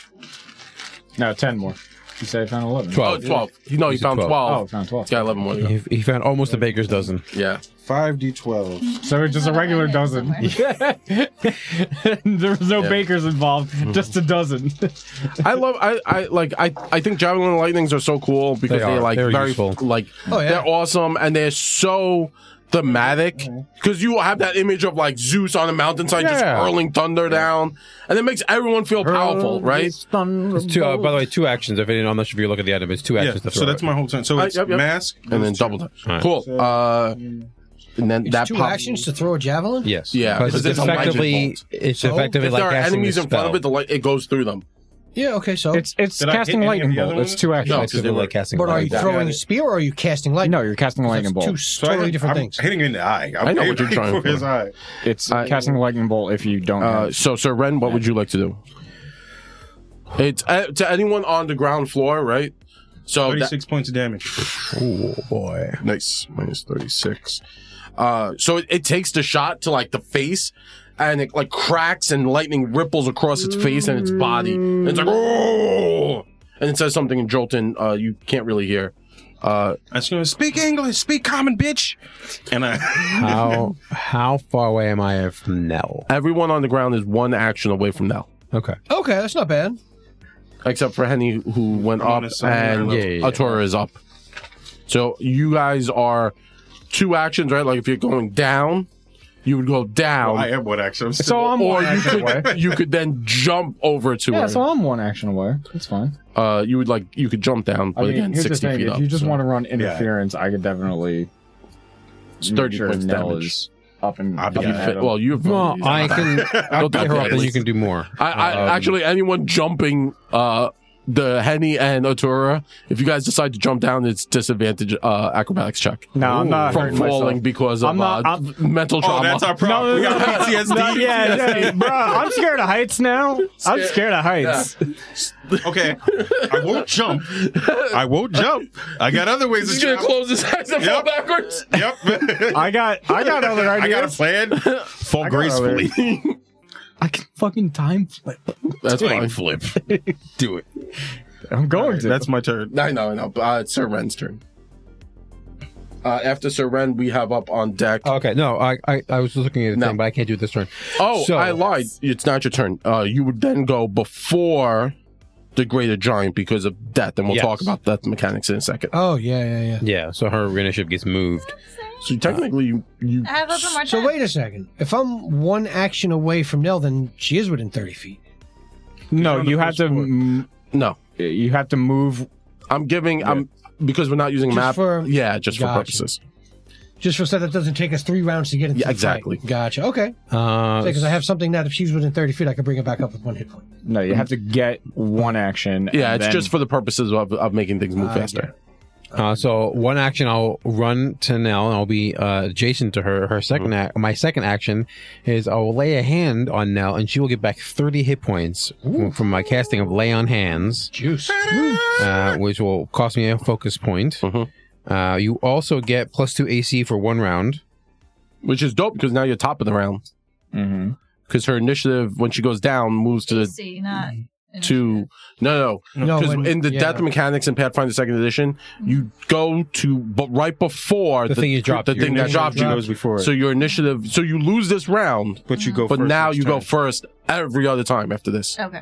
Speaker 4: No, 10 more. You said I found 11.
Speaker 1: Oh,
Speaker 5: Twelve.
Speaker 1: 12. No, you
Speaker 5: He's at
Speaker 1: found 12.
Speaker 5: 12.
Speaker 4: Oh, I
Speaker 1: 12.
Speaker 4: found
Speaker 1: He's
Speaker 4: 12.
Speaker 1: got 11 more to go.
Speaker 5: He, he found almost a baker's dozen.
Speaker 1: Yeah.
Speaker 2: 5d12.
Speaker 4: So it's just a regular dozen. there was no
Speaker 1: Yeah. Mm-hmm.
Speaker 4: bakers involved, just a dozen.
Speaker 1: I love I, I like I, I think javelin lightnings are so cool because
Speaker 5: They
Speaker 1: they are
Speaker 5: are.
Speaker 1: like
Speaker 5: They're
Speaker 1: very
Speaker 5: useful.
Speaker 1: like
Speaker 3: Oh, yeah.
Speaker 1: they're awesome and they're so thematic because you have that image of like Zeus on a mountainside just
Speaker 5: Yeah.
Speaker 1: hurling thunder down and it makes everyone feel powerful, right?
Speaker 5: It's two. Uh, by the way, two actions. If it, I'm not sure if you look at the item, it's two
Speaker 2: Yeah,
Speaker 5: actions. to
Speaker 2: so
Speaker 5: throw
Speaker 2: that's
Speaker 5: it.
Speaker 2: my whole turn. So
Speaker 1: Uh,
Speaker 2: it's
Speaker 1: yep, yep.
Speaker 2: mask
Speaker 1: And then
Speaker 2: those two.
Speaker 1: double touch.
Speaker 5: All right.
Speaker 1: Cool. Uh, and then
Speaker 3: It's
Speaker 1: that
Speaker 3: two
Speaker 1: pop-
Speaker 3: actions to throw a javelin.
Speaker 5: Yes.
Speaker 1: Yeah,
Speaker 5: Because
Speaker 1: 'cause it's
Speaker 5: it's
Speaker 1: a lightning
Speaker 5: effectively
Speaker 1: bolt.
Speaker 5: it's
Speaker 3: So,
Speaker 5: effectively
Speaker 1: if there are
Speaker 5: like casting
Speaker 1: enemies
Speaker 5: a
Speaker 1: in front of
Speaker 5: spell.
Speaker 1: it, the light it goes through them.
Speaker 3: Yeah. Okay. So,
Speaker 4: It's it's
Speaker 6: Did I hit
Speaker 4: casting
Speaker 6: any of
Speaker 4: lightning
Speaker 6: the
Speaker 4: bolt.
Speaker 6: other
Speaker 4: It's
Speaker 6: ones?
Speaker 4: two
Speaker 5: No,
Speaker 4: actions.
Speaker 5: it's effectively like casting.
Speaker 3: but are
Speaker 5: a
Speaker 3: you
Speaker 5: lightning bolt.
Speaker 3: throwing a spear or are you casting lightning?
Speaker 4: No, you're casting a lightning
Speaker 3: That's
Speaker 4: bolt.
Speaker 3: two
Speaker 6: So I-
Speaker 3: totally different
Speaker 6: I'm
Speaker 3: things.
Speaker 6: Hitting him in the eye. I'm
Speaker 1: I know what you're
Speaker 6: aiming
Speaker 1: trying
Speaker 6: his
Speaker 1: for.
Speaker 6: eye.
Speaker 4: It's casting a lightning bolt if you don't.
Speaker 1: Uh,
Speaker 4: have-
Speaker 1: so, Sir Ren, what would you like to do? It's uh, to anyone on the ground floor, right?
Speaker 6: Oh,
Speaker 1: So that-
Speaker 2: 36 points of damage.
Speaker 5: Oh boy.
Speaker 1: Nice. Minus 36. Uh, so it, it takes the shot to like the face and it like cracks and lightning ripples across its face and its body. And it's like, oh! And it says something in Jolton uh, you can't really hear. Uh,
Speaker 2: I just going to speak English, speak common, bitch. And I.
Speaker 5: How how far away am I from Nell?
Speaker 1: everyone on the ground is one action away from now.
Speaker 5: Okay.
Speaker 3: Okay, that's not bad.
Speaker 1: Except for Henny, who went
Speaker 2: I'm on
Speaker 1: up,
Speaker 2: a side
Speaker 1: and
Speaker 2: now.
Speaker 5: Yeah, yeah, yeah.
Speaker 1: Atura is up. So you guys are two actions, right? Like if you're going down, you would go down.
Speaker 6: I am one action. I'm still.
Speaker 4: so I'm
Speaker 1: or
Speaker 4: one
Speaker 1: you
Speaker 4: action away.
Speaker 1: could, you could then jump over to
Speaker 4: Yeah,
Speaker 1: her.
Speaker 4: so I'm one action away. That's fine.
Speaker 1: uh, you would like you could jump down, but
Speaker 4: I mean,
Speaker 1: again,
Speaker 4: here's the
Speaker 1: sixty
Speaker 4: thing:
Speaker 1: feet
Speaker 4: if
Speaker 1: up.
Speaker 4: you just
Speaker 1: so
Speaker 4: want to run interference, I could definitely
Speaker 1: it's thirty
Speaker 4: make sure
Speaker 1: points
Speaker 4: Nell
Speaker 1: damage.
Speaker 4: is up and
Speaker 6: I'll be
Speaker 4: up
Speaker 1: You
Speaker 4: and
Speaker 1: fit-
Speaker 4: at 'em.
Speaker 1: well, you have
Speaker 5: Well, I can.
Speaker 1: I'll
Speaker 5: I'll her up, and you can do more.
Speaker 1: I, I
Speaker 5: Um,
Speaker 1: actually anyone jumping uh the Henny and Otura, if you guys decide to jump down, it's disadvantage uh acrobatics check
Speaker 10: No, I'm not
Speaker 1: from
Speaker 10: hurting
Speaker 1: falling
Speaker 10: myself.
Speaker 1: because of
Speaker 10: I'm not-
Speaker 1: uh,
Speaker 10: I'm-
Speaker 1: mental trauma.
Speaker 6: Oh, that's our problem. we got PTSD.
Speaker 10: Not yet, yeah, bro. I'm scared of heights now. I'm scared of heights.
Speaker 6: Okay. I won't jump. I won't jump. I got other ways
Speaker 1: He's
Speaker 6: to
Speaker 1: gonna
Speaker 6: jump.
Speaker 1: close his eyes and fall
Speaker 6: Yep.
Speaker 1: backwards.
Speaker 6: Yep.
Speaker 10: I got, I got other
Speaker 6: I got a
Speaker 10: ideas.
Speaker 6: plan. Fall gracefully.
Speaker 10: I can fucking time flip.
Speaker 1: That's fine.
Speaker 6: flip.
Speaker 1: Do it.
Speaker 4: I'm going to.
Speaker 2: That's my turn.
Speaker 1: I know, I know. but, Uh, it's Sir Ren's turn. Uh, after Sir Ren, we have up on deck.
Speaker 10: Uh,
Speaker 5: Okay, no, I I, I was looking at the
Speaker 1: No.
Speaker 5: thing, but I can't do it this turn.
Speaker 1: Oh,
Speaker 5: So-
Speaker 1: I lied. It's not your turn. Uh, you would then go before the greater giant because of death, and we'll
Speaker 5: Yes.
Speaker 1: talk about that mechanics in a
Speaker 10: Uh,
Speaker 1: second.
Speaker 3: Oh yeah, yeah, yeah.
Speaker 5: Yeah, so her initiative gets moved.
Speaker 1: So technically, you, you
Speaker 7: I have open more
Speaker 3: So
Speaker 7: time.
Speaker 3: wait a second. If I'm one action away from Nell, then she is within thirty feet.
Speaker 4: no, you have to. m-
Speaker 1: no.
Speaker 4: You have to move.
Speaker 1: I'm giving. I'm because we're not using a
Speaker 3: Just
Speaker 1: map.
Speaker 3: for-
Speaker 1: yeah, just for
Speaker 3: Gotcha.
Speaker 1: purposes.
Speaker 3: Just for stuff that doesn't take us three rounds to get into
Speaker 1: Yeah,
Speaker 3: the fight.
Speaker 1: exactly.
Speaker 3: Gotcha. Okay.
Speaker 5: Uh,
Speaker 3: Because I have something now. If she's within thirty feet, I can bring it back up with one hit point.
Speaker 4: No, you have to get one action.
Speaker 1: Yeah,
Speaker 4: and
Speaker 1: it's
Speaker 4: then-
Speaker 1: just for the purposes of, of making things
Speaker 5: Ah,
Speaker 1: move
Speaker 3: I get
Speaker 1: faster.
Speaker 5: uh, so one action, I'll run to Nell, and I'll be uh, adjacent to her. Her 2nd ac- my second action is I will lay a hand on Nell, and she will get back thirty hit points from, from my casting of lay on hands,
Speaker 3: Juice.
Speaker 5: uh, which will cost me a focus point.
Speaker 1: Mhm.
Speaker 5: Uh, you also get plus two AC for one round.
Speaker 1: Which is dope because now you're top of the round.
Speaker 4: Mhm.
Speaker 1: Because her initiative, when she goes down, moves to the
Speaker 7: AC, not
Speaker 1: to no no
Speaker 5: Oh,
Speaker 3: No,
Speaker 1: because
Speaker 3: when-
Speaker 1: in the
Speaker 3: yeah.
Speaker 1: death mechanics in Pathfinder Second Edition, you go to but right before
Speaker 5: The thing you dropped,
Speaker 1: the
Speaker 5: your
Speaker 1: thing that
Speaker 5: initiative
Speaker 1: dropped you.
Speaker 5: dropped.
Speaker 2: Goes before it.
Speaker 1: So your initiative, so you lose this round,
Speaker 2: but you go
Speaker 1: but
Speaker 2: first
Speaker 1: now
Speaker 2: each
Speaker 1: you go
Speaker 2: time.
Speaker 1: first every other time after this.
Speaker 7: Okay,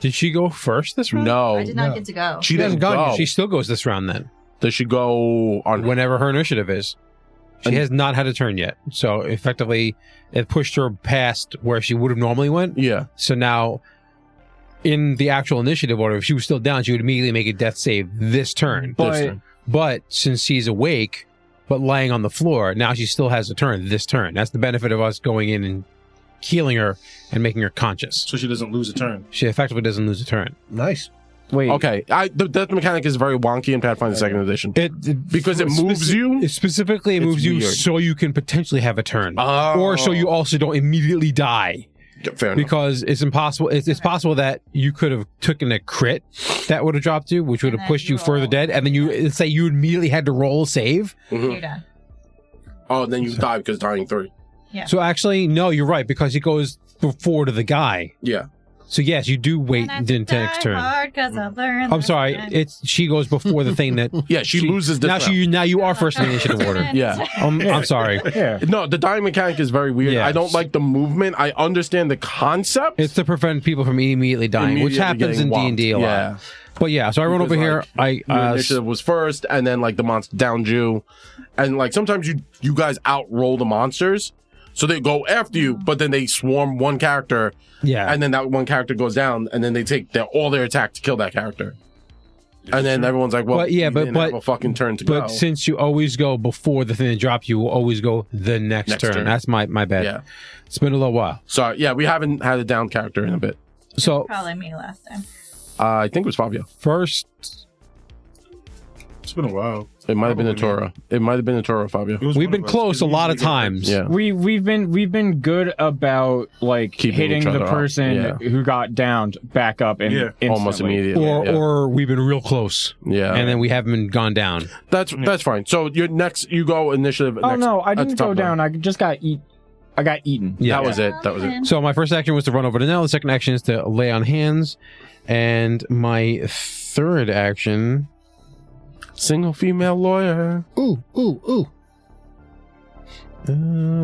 Speaker 5: Did she go first this round?
Speaker 1: Oh, No,
Speaker 7: I Uh, did not
Speaker 3: no.
Speaker 7: get to go.
Speaker 1: she
Speaker 5: she
Speaker 1: doesn't
Speaker 5: hasn't gone.
Speaker 1: go.
Speaker 5: yet. She still goes this round then.
Speaker 1: Does she go on
Speaker 5: whenever her initiative is. She has not had a turn yet. So effectively, it pushed her past where she would have normally went.
Speaker 1: Yeah,
Speaker 5: So now, in the actual initiative order, if she was still down, she would immediately make a death save this turn.
Speaker 1: this
Speaker 4: But
Speaker 1: turn.
Speaker 5: But since she's awake, but lying on the floor, now she still has a turn this turn. That's the benefit of us going in and healing her and making her conscious.
Speaker 2: So she doesn't lose a turn.
Speaker 5: She effectively doesn't lose a turn.
Speaker 3: Nice.
Speaker 4: wait,
Speaker 1: okay. I the death mechanic is very wonky in Pathfinder Second Edition
Speaker 5: It,
Speaker 1: because it moves you.
Speaker 5: It specifically, it
Speaker 1: It's
Speaker 5: moves you
Speaker 1: weird.
Speaker 5: so you can potentially have a turn,
Speaker 1: Oh.
Speaker 5: or so you also don't immediately die.
Speaker 1: fair enough.
Speaker 5: because it's impossible. It's, it's possible that you could have taken a crit that would have dropped you, which would
Speaker 7: And
Speaker 5: have
Speaker 7: then
Speaker 5: pushed you
Speaker 7: you
Speaker 5: further
Speaker 7: roll.
Speaker 5: dead, and then you let's say you immediately had to roll a save.
Speaker 7: You're done.
Speaker 1: Mm-hmm. Oh, then you die because dying three.
Speaker 5: So actually, no, you're right because he goes before to the guy.
Speaker 1: Yeah.
Speaker 5: So yes, you do wait
Speaker 7: And I
Speaker 5: until next
Speaker 7: die
Speaker 5: turn.
Speaker 7: hard 'cause I learned
Speaker 5: I'm
Speaker 7: that
Speaker 5: sorry,
Speaker 7: I-
Speaker 5: it's she goes before the thing that
Speaker 1: Yeah, she, loses this.
Speaker 5: now.
Speaker 1: round.
Speaker 5: She now you are first in the initiative order.
Speaker 1: Yeah.
Speaker 5: Um, I'm sorry.
Speaker 10: Yeah.
Speaker 1: No, the dying mechanic is very weird.
Speaker 5: Yeah.
Speaker 1: I don't like the movement. I understand the concept.
Speaker 5: It's to prevent people from immediately dying, which
Speaker 1: Immediately
Speaker 5: happens in
Speaker 1: getting
Speaker 5: D and D a lot.
Speaker 1: whopped,
Speaker 5: But yeah, so I run
Speaker 1: Because,
Speaker 5: over here. I
Speaker 1: Your
Speaker 5: uh,
Speaker 1: initiative was first, and then like the monster downed you, and like sometimes you you guys outroll the monsters, so they go after you, but then they swarm one character,
Speaker 5: yeah,
Speaker 1: and then that one character goes down, and then they take their all their attack to kill that character, and then everyone's like, "Well,
Speaker 5: But, yeah,
Speaker 1: you
Speaker 5: but-
Speaker 1: didn't
Speaker 5: but-
Speaker 1: have a fucking turn to go."
Speaker 5: But since you always go before the thing that dropped, you will always go the next,
Speaker 1: Next
Speaker 5: turn.
Speaker 1: turn.
Speaker 5: That's my my bad.
Speaker 1: yeah,
Speaker 5: It's been a little while.
Speaker 1: so yeah, we haven't had a down character in a bit.
Speaker 5: So
Speaker 7: Probably me last time.
Speaker 1: Uh, I think it was Fabio.
Speaker 5: first,
Speaker 6: It's been a while.
Speaker 1: It might have been a
Speaker 6: Probably.
Speaker 1: Toro. It might have been a Toro, Fabio.
Speaker 6: It was
Speaker 5: we've
Speaker 6: one
Speaker 5: been
Speaker 6: of us.
Speaker 5: close a
Speaker 6: It
Speaker 5: lot of
Speaker 6: usually goes-
Speaker 5: times.
Speaker 1: Yeah.
Speaker 4: We we've been we've been good about like
Speaker 1: Keeping each
Speaker 4: hitting the
Speaker 1: other up,
Speaker 4: person
Speaker 1: yeah.
Speaker 4: who got downed back up and
Speaker 6: Yeah.
Speaker 1: Almost immediately.
Speaker 5: Or
Speaker 1: yeah.
Speaker 5: or we've been real close,
Speaker 1: yeah.
Speaker 5: and then we haven't been gone down.
Speaker 1: That's that's fine. So your next, you go initiative.
Speaker 4: Oh
Speaker 1: next,
Speaker 4: no, I
Speaker 1: at the
Speaker 4: didn't
Speaker 1: top
Speaker 4: go
Speaker 1: of the-
Speaker 4: down. I just got eat. I got eaten.
Speaker 5: Yeah.
Speaker 1: That was it. That was it.
Speaker 5: So my first action was to run over to Nell. The second action is to lay on hands, and my third action.
Speaker 1: Single female lawyer.
Speaker 3: Ooh, ooh, ooh.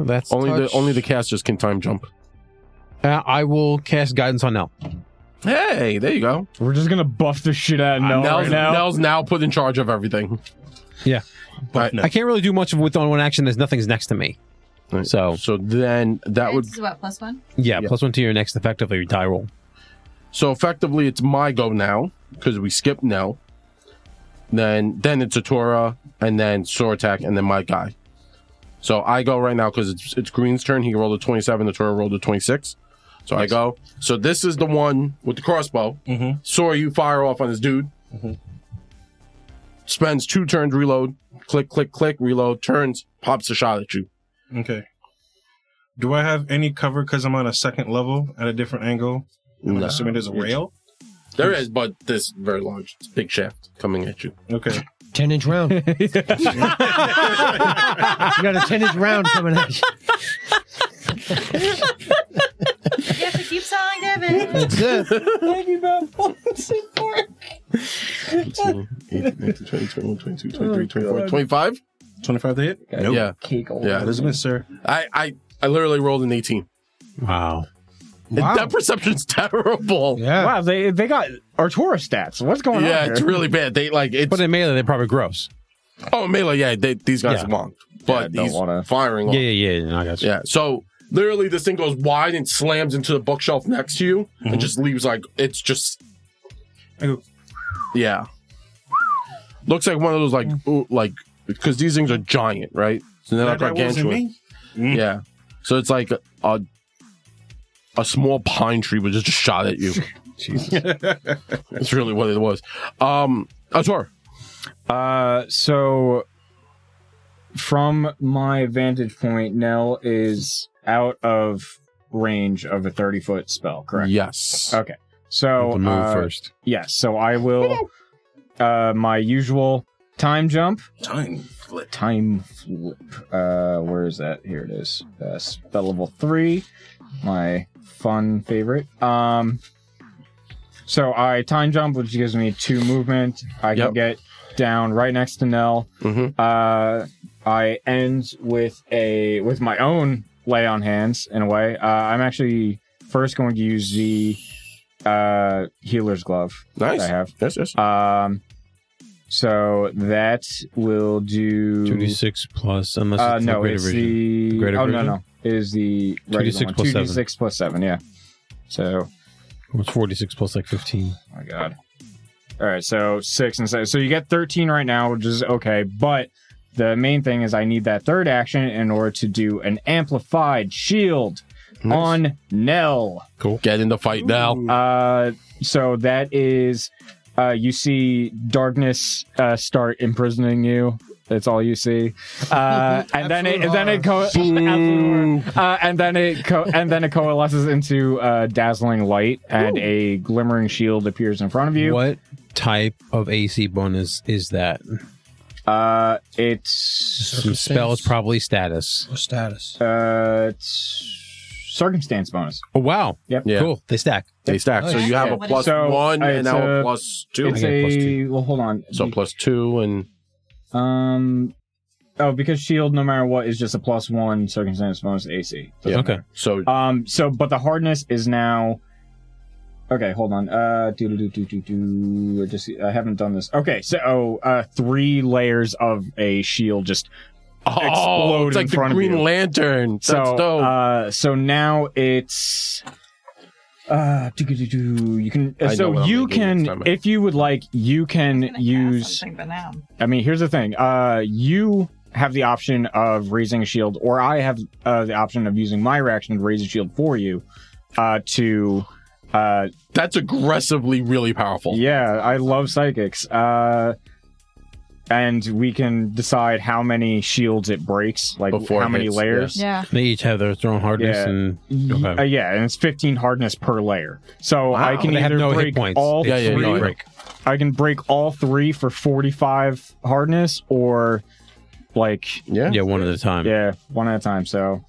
Speaker 5: Uh, that's
Speaker 1: Only the
Speaker 5: touch.
Speaker 1: only the casters can time jump.
Speaker 5: Uh, I will cast guidance on Nell.
Speaker 1: Hey, there you go.
Speaker 4: We're just gonna buff the shit out of Nell
Speaker 1: Uh, Nell's,
Speaker 4: right now.
Speaker 1: Nell's now put in charge of everything.
Speaker 5: I can't really do much with on one action. There's nothing's next to me.
Speaker 1: Right.
Speaker 5: So
Speaker 1: So then that would
Speaker 7: This is what plus one.
Speaker 5: yeah,
Speaker 1: Yeah.
Speaker 5: plus one to your next effectively die roll.
Speaker 1: so effectively it's my go now because we skipped Nell. Then then it's Atora and then Sortak and then my guy. So I go right now because it's it's Green's turn. He rolled a twenty seven. Atora rolled a twenty six. So I go. So this is the one with the crossbow.
Speaker 6: Mhm.
Speaker 1: Sora, you fire off on this dude. Spends two turns, reload, click, click, click, reload, turns, pops a shot at you.
Speaker 6: Okay. Do I have any cover because I'm on a second level at a different angle? I'm
Speaker 1: No.
Speaker 6: assuming there's a rail.
Speaker 1: There is, but this very large, big shaft coming at you.
Speaker 6: Okay.
Speaker 3: Ten inch round. you got a ten inch round coming at you.
Speaker 7: You have to keep selling Devin.
Speaker 3: That's it.
Speaker 5: Oh,
Speaker 1: Twenty-five.
Speaker 6: 25 to hit? Nope.
Speaker 1: Yeah,
Speaker 6: That
Speaker 1: yeah.
Speaker 6: is a miss, sir.
Speaker 1: I, I, I literally rolled an eighteen.
Speaker 5: Wow.
Speaker 1: That perception's terrible. Yeah,
Speaker 3: Yeah.
Speaker 4: Wow, they they got Artura stats. What's going on?
Speaker 1: it's
Speaker 4: here?
Speaker 1: really bad. They like it's
Speaker 5: But in melee, they're probably gross.
Speaker 1: oh melee. Yeah, they, these guys
Speaker 5: Yeah.
Speaker 1: are wrong, but
Speaker 4: don't
Speaker 1: he's
Speaker 4: wanna-
Speaker 1: firing. off.
Speaker 5: Yeah, yeah, yeah. no, I got you.
Speaker 1: Yeah. So literally, this thing goes wide and slams into the bookshelf next to you, and just leaves like it's just.
Speaker 6: Mm-hmm. I go-
Speaker 1: Yeah. Looks like one of those like ooh, like because these things are giant, right? So they're not
Speaker 6: That wasn't
Speaker 1: gargantuan.
Speaker 6: me.
Speaker 4: Mm-hmm.
Speaker 6: Mm.
Speaker 1: Yeah. So it's like a a small pine tree was just shot at you. Jesus. That's really what it was. Um, Ator.
Speaker 4: Uh, so from my vantage point, Nell is out of range of a thirty foot spell. Correct.
Speaker 1: Yes.
Speaker 4: Okay. So
Speaker 5: Have to move
Speaker 4: uh,
Speaker 5: first.
Speaker 4: Yes. So I will. Uh, my usual time jump.
Speaker 6: Time.
Speaker 4: Time flip. Uh, where is that? Here it is. Uh, spell level three. My fun favorite. Um. So I time jump, which gives me two movement. I
Speaker 1: Yep.
Speaker 4: can get down right next to Nell.
Speaker 1: hmm
Speaker 4: Uh, I end with a with my own lay on hands in a way. Uh, I'm actually first going to use the uh, healer's glove that I
Speaker 1: Nice.
Speaker 4: have.
Speaker 1: Yes, yes.
Speaker 4: Um, so that will do.
Speaker 5: 2d6 plus, unless
Speaker 4: Uh,
Speaker 5: it's
Speaker 4: no,
Speaker 5: greater
Speaker 4: it's
Speaker 5: vision.
Speaker 4: the.
Speaker 5: greater
Speaker 4: oh no,
Speaker 5: version?
Speaker 4: no, it is the
Speaker 5: 2d6
Speaker 4: regular one.
Speaker 5: plus
Speaker 4: 2d6 plus seven. Yeah. So
Speaker 5: It's 46 plus like 15.
Speaker 4: Oh my god. All right, so six and seven. So you get 13 right now, which is okay. But the main thing is I need that third action in order to do an amplified shield
Speaker 1: Nice.
Speaker 4: on Nell.
Speaker 1: Get in the fight now.
Speaker 4: Uh, so that is. Uh, you see darkness uh, start imprisoning you That's all you see. Uh, and then it,
Speaker 3: Absolute
Speaker 4: and then it co- absolute horror. uh, and then it co- and then it coalesces into uh, dazzling light, and a glimmering shield appears in front of you.
Speaker 5: What type of AC bonus is that?
Speaker 4: Uh, it's
Speaker 5: Some spells, probably status.
Speaker 3: What status?
Speaker 4: uh, it's circumstance bonus.
Speaker 5: Oh wow!
Speaker 4: Yep.
Speaker 1: Yeah.
Speaker 5: Cool. They stack.
Speaker 1: They stack. So you have a
Speaker 7: What is
Speaker 1: plus
Speaker 7: it?
Speaker 4: Oh, So,
Speaker 1: one
Speaker 4: uh,
Speaker 1: and now
Speaker 4: it's
Speaker 1: a
Speaker 4: a-
Speaker 1: plus two.
Speaker 4: It's
Speaker 5: I get plus
Speaker 4: a
Speaker 5: two.
Speaker 4: well. Hold on.
Speaker 1: So plus two and
Speaker 4: Um. Oh, because shield, no matter what, is just a plus one circumstance bonus to AC.
Speaker 1: Yeah.
Speaker 5: Okay.
Speaker 1: so
Speaker 4: Um. So, but the hardness is now. Okay, hold on. Uh, do do do do do. I just I haven't done this. Okay, so oh, uh, three layers of a shield just explode
Speaker 1: oh, it's
Speaker 4: Uh, in
Speaker 1: like the
Speaker 4: front
Speaker 1: Green
Speaker 4: of you.
Speaker 1: Lantern. That's
Speaker 4: so,
Speaker 1: dope.
Speaker 4: uh, so now it's. Uh, do do do. You can.
Speaker 1: I know what
Speaker 4: so
Speaker 1: I'm
Speaker 4: you
Speaker 1: gonna do next
Speaker 4: can,
Speaker 1: time.
Speaker 4: if you would like, you can use.
Speaker 7: but now.
Speaker 4: I mean, here's the thing. Uh, you have the option of raising a shield, or I have uh, the option of using my reaction to raise a shield for you. Uh, to uh,
Speaker 1: That's aggressively really powerful.
Speaker 4: yeah, I love psychics. Uh, and we can decide how many shields it breaks, like
Speaker 1: Before
Speaker 4: how
Speaker 1: it
Speaker 4: many
Speaker 1: hits,
Speaker 4: layers.
Speaker 7: Yeah.
Speaker 5: They each have their own hardness
Speaker 4: Yeah.
Speaker 5: and
Speaker 4: Y-
Speaker 5: Okay.
Speaker 4: uh, yeah, and it's 15 hardness per layer. So I can
Speaker 5: But they have
Speaker 4: either
Speaker 5: no hit
Speaker 4: break
Speaker 5: points.
Speaker 4: all
Speaker 5: They
Speaker 1: Yeah, yeah,
Speaker 4: three.
Speaker 1: yeah.
Speaker 4: I can break all three for 45 hardness, or like
Speaker 1: Yeah.
Speaker 5: yeah, one at a time.
Speaker 4: yeah, one at a time. So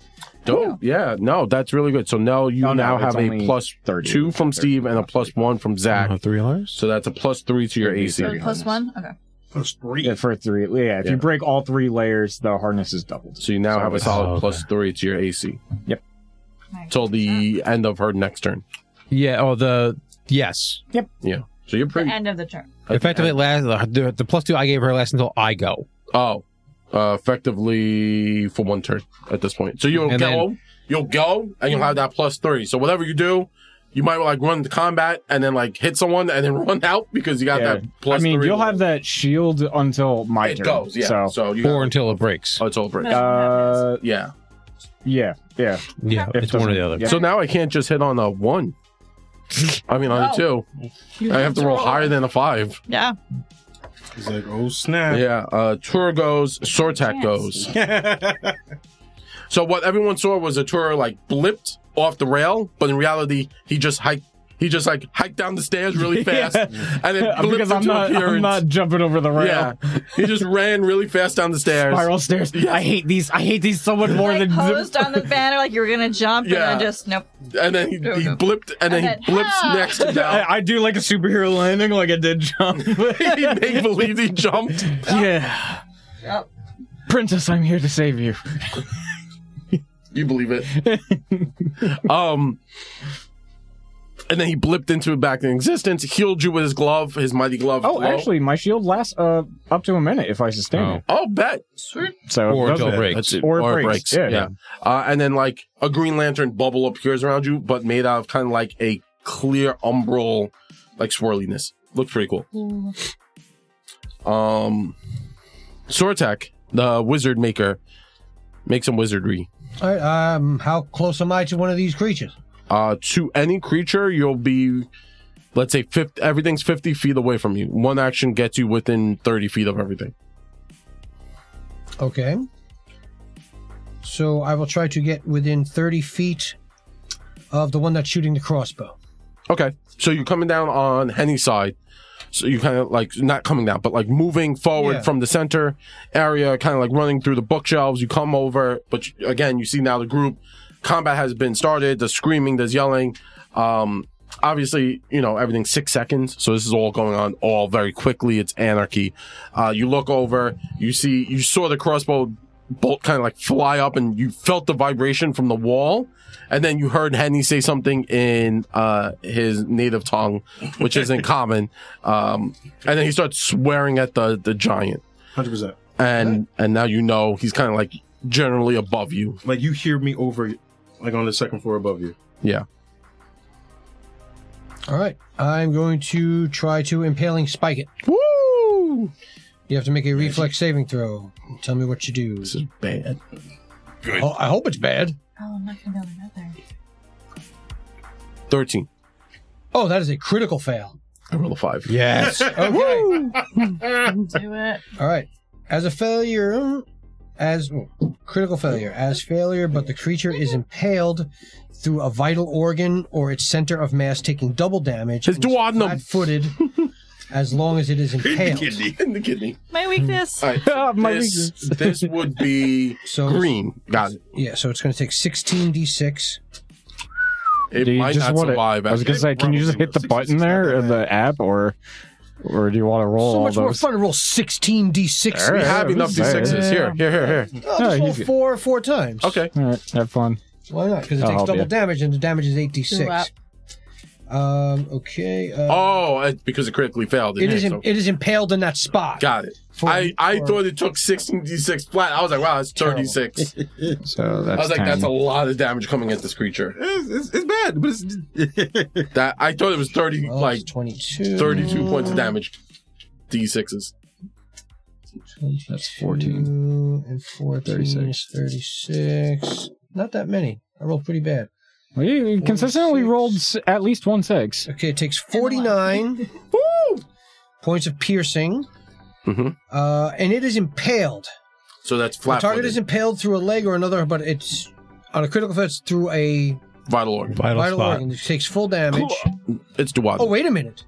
Speaker 1: Dope. Yeah. No, that's really good. So now you
Speaker 4: No, Oh, no,
Speaker 1: now
Speaker 4: it's
Speaker 1: have a
Speaker 4: only
Speaker 1: plus
Speaker 4: 30.
Speaker 1: two from Steve and a plus one from Zach.
Speaker 4: Uh-huh.
Speaker 5: Uh, three layers.
Speaker 1: So that's a plus three to your AC.
Speaker 7: So plus one? Okay.
Speaker 6: Plus three.
Speaker 4: Yeah, for three. Yeah, if
Speaker 1: Yeah.
Speaker 4: you break all three layers, the hardness is doubled.
Speaker 1: So you now have a
Speaker 4: it's-
Speaker 1: solid
Speaker 5: Oh, okay.
Speaker 1: plus three to your AC.
Speaker 4: Yep.
Speaker 1: Till the end of her next turn.
Speaker 5: Yeah. Oh, the yes.
Speaker 1: Yeah. So you're
Speaker 7: The
Speaker 1: pretty
Speaker 7: end of the turn.
Speaker 1: at the
Speaker 5: Effectively,
Speaker 1: end.
Speaker 5: last the, the plus two I gave her lasts until I go.
Speaker 1: Oh, uh, effectively for one turn at this point. So you'll
Speaker 5: And
Speaker 1: go,
Speaker 5: then-
Speaker 1: you'll go, and you'll have that plus three. So whatever you do, you might like run to combat and then like hit someone and then run out because you got
Speaker 4: Yeah.
Speaker 1: that plus.
Speaker 4: I mean,
Speaker 1: you
Speaker 4: you'll have that shield until my
Speaker 1: It
Speaker 4: turn.
Speaker 1: goes, yeah. So,
Speaker 4: So,
Speaker 1: you
Speaker 5: or
Speaker 1: got,
Speaker 5: until it breaks.
Speaker 1: oh, it's all break.
Speaker 7: That's what happens.
Speaker 4: uh,
Speaker 1: yeah.
Speaker 4: yeah, yeah.
Speaker 5: yeah,
Speaker 4: It
Speaker 5: it's one or
Speaker 4: doesn't-
Speaker 5: the other.
Speaker 4: yeah.
Speaker 1: So now I can't just hit on a one. I mean, on a two, I have to roll higher than a five.
Speaker 7: Yeah.
Speaker 6: He's like, oh snap.
Speaker 1: Yeah, uh, tour goes, Sortak
Speaker 7: Chance.
Speaker 1: goes. so what everyone saw was a tour like blipped off the rail, but in reality, he just hiked. He just like hiked down the stairs really fast, and then blipped
Speaker 4: Because
Speaker 1: into
Speaker 4: I'm not,
Speaker 1: appearance.
Speaker 4: I'm not jumping over the rail.
Speaker 1: yeah, he just ran really fast down the stairs.
Speaker 4: Spiral stairs. I hate these. I hate these so much more
Speaker 7: like
Speaker 4: than.
Speaker 7: posed on the banner like you were gonna jump
Speaker 1: Yeah.
Speaker 7: and then just nope.
Speaker 1: and then he, he blipped, and then
Speaker 7: And
Speaker 1: he
Speaker 7: then,
Speaker 1: blips
Speaker 7: ah!
Speaker 1: next to down.
Speaker 4: I, I do like a superhero landing, like I did jump.
Speaker 1: he made believe he jumped.
Speaker 4: yeah,
Speaker 7: Oh,
Speaker 4: princess, I'm here to save you.
Speaker 1: You believe it. um and then he blipped into it back in existence, healed you with his glove, his mighty glove.
Speaker 4: Oh,
Speaker 1: Glow.
Speaker 4: actually, my shield lasts uh, up to a minute if I sustain
Speaker 5: Oh.
Speaker 4: it.
Speaker 1: Oh, bet.
Speaker 4: So
Speaker 5: Or
Speaker 4: those
Speaker 5: until
Speaker 4: are-
Speaker 5: it breaks.
Speaker 1: That's it.
Speaker 4: Or it breaks. Yeah.
Speaker 1: Uh, and then like a Green Lantern bubble appears around you, but made out of kind of like a clear umbral, like swirliness. Looks pretty cool. Um, Sortak, the wizard maker, makes some wizardry.
Speaker 3: All right, um, how close am I to one of these creatures?
Speaker 1: Uh, to any creature, you'll be, let's say, 50, everything's 50 feet away from you. One action gets you within 30 feet of everything.
Speaker 3: Okay. So I will try to get within 30 feet of the one that's shooting the crossbow.
Speaker 1: Okay. So you're coming down on Henny's side. So you kind of like, not coming down, but like moving forward
Speaker 3: Yeah.
Speaker 1: from the center area, kind of like running through the bookshelves. You come over, but you- again, you see now the group. Combat has been started. There's screaming, there's yelling. Um, obviously, you know, everything's six seconds. So this is all going on all very quickly. It's anarchy. Uh, you look over, you see, you saw the crossbow bolt kind of like fly up and you felt the vibration from the wall. And then you heard Henny say something in uh, his native tongue, which isn't common. Um, and then he starts swearing at the, the giant.
Speaker 6: Hundred percent.
Speaker 1: And and now you know he's kind of like generally above you.
Speaker 6: Like you hear me over, like on the second floor above you.
Speaker 1: Yeah.
Speaker 3: All right. I'm going to try to impaling spike it.
Speaker 1: Woo!
Speaker 3: You have to make a reflex saving throw. Tell me what you do.
Speaker 1: This is bad.
Speaker 3: Oh, I hope it's bad.
Speaker 7: oh, I'm not gonna be able to get there.
Speaker 1: 13.
Speaker 3: Oh, that is a critical fail.
Speaker 1: I roll a 5.
Speaker 5: Yes.
Speaker 3: Okay.
Speaker 7: Do it.
Speaker 3: All right. As a failure, as oh, critical failure, as failure, but the creature is impaled through a vital organ or its center of mass, taking double damage.
Speaker 1: His
Speaker 3: and is
Speaker 1: duodenum.
Speaker 3: Flat-footed, as long as it is
Speaker 6: In the
Speaker 3: impaled.
Speaker 6: kidney.
Speaker 1: in the kidney.
Speaker 7: My weakness.
Speaker 1: All right, so
Speaker 4: My
Speaker 1: this, this would be
Speaker 3: So
Speaker 1: green. Got it.
Speaker 3: yeah, so it's going to take 16d6.
Speaker 1: It
Speaker 4: Do you
Speaker 1: might
Speaker 4: just
Speaker 1: not
Speaker 4: wanna-
Speaker 1: survive.
Speaker 4: I was gonna
Speaker 1: actually.
Speaker 4: say, can you just
Speaker 6: Probably
Speaker 4: hit the
Speaker 6: not.
Speaker 4: button
Speaker 6: 66
Speaker 4: there
Speaker 6: not
Speaker 4: in
Speaker 6: that
Speaker 4: the app, or or do you want to roll
Speaker 3: So
Speaker 4: all
Speaker 3: much more
Speaker 4: those?
Speaker 3: fun to roll 16d6.
Speaker 4: All
Speaker 1: we
Speaker 4: right.
Speaker 1: have
Speaker 4: Yeah,
Speaker 1: enough
Speaker 4: this is-
Speaker 1: d6s. Here, here, here, here.
Speaker 3: I'll just
Speaker 4: Yeah,
Speaker 3: roll
Speaker 4: you get-
Speaker 3: four four times.
Speaker 1: Okay.
Speaker 4: All right, have fun.
Speaker 3: Why not? Because it
Speaker 4: I'll
Speaker 3: takes
Speaker 4: help
Speaker 3: double
Speaker 4: you.
Speaker 3: damage, and the damage is 8d6.
Speaker 7: Slap.
Speaker 3: Um, okay. Uh,
Speaker 1: Oh, uh, because it critically failed.
Speaker 3: it,
Speaker 1: didn't
Speaker 3: is
Speaker 1: it? So-
Speaker 3: im- it is impaled in that spot.
Speaker 1: Got it.
Speaker 3: For-
Speaker 1: I, I
Speaker 3: for-
Speaker 1: thought it took 16d6 flat. I was like, wow, that's 36.
Speaker 4: So that's
Speaker 1: I was like,
Speaker 4: 10.
Speaker 1: that's a lot of damage coming at this creature.
Speaker 6: It's, it's, it's bad, but it's.
Speaker 1: That I thought it was 30,
Speaker 3: Well,
Speaker 1: like
Speaker 3: Oh, it's 22.
Speaker 1: 32 points of damage. D6s.
Speaker 4: That's 14.
Speaker 3: Two And 14
Speaker 4: 36.
Speaker 3: is 36. Not that many. I rolled pretty bad.
Speaker 4: We consistently
Speaker 3: six.
Speaker 4: rolled s- at least one six.
Speaker 3: Okay, it takes 49 points of piercing.
Speaker 5: Mm-hmm.
Speaker 1: Mhm.
Speaker 3: Uh, and it is impaled.
Speaker 1: So that's
Speaker 3: The
Speaker 1: flat.
Speaker 3: target is impaled through a leg or another, but it's on a critical offense through a
Speaker 1: vital organ.
Speaker 5: Vital,
Speaker 3: vital
Speaker 5: spot.
Speaker 3: organ. It takes full damage.
Speaker 1: It's Duwad.
Speaker 3: Oh, wait a minute.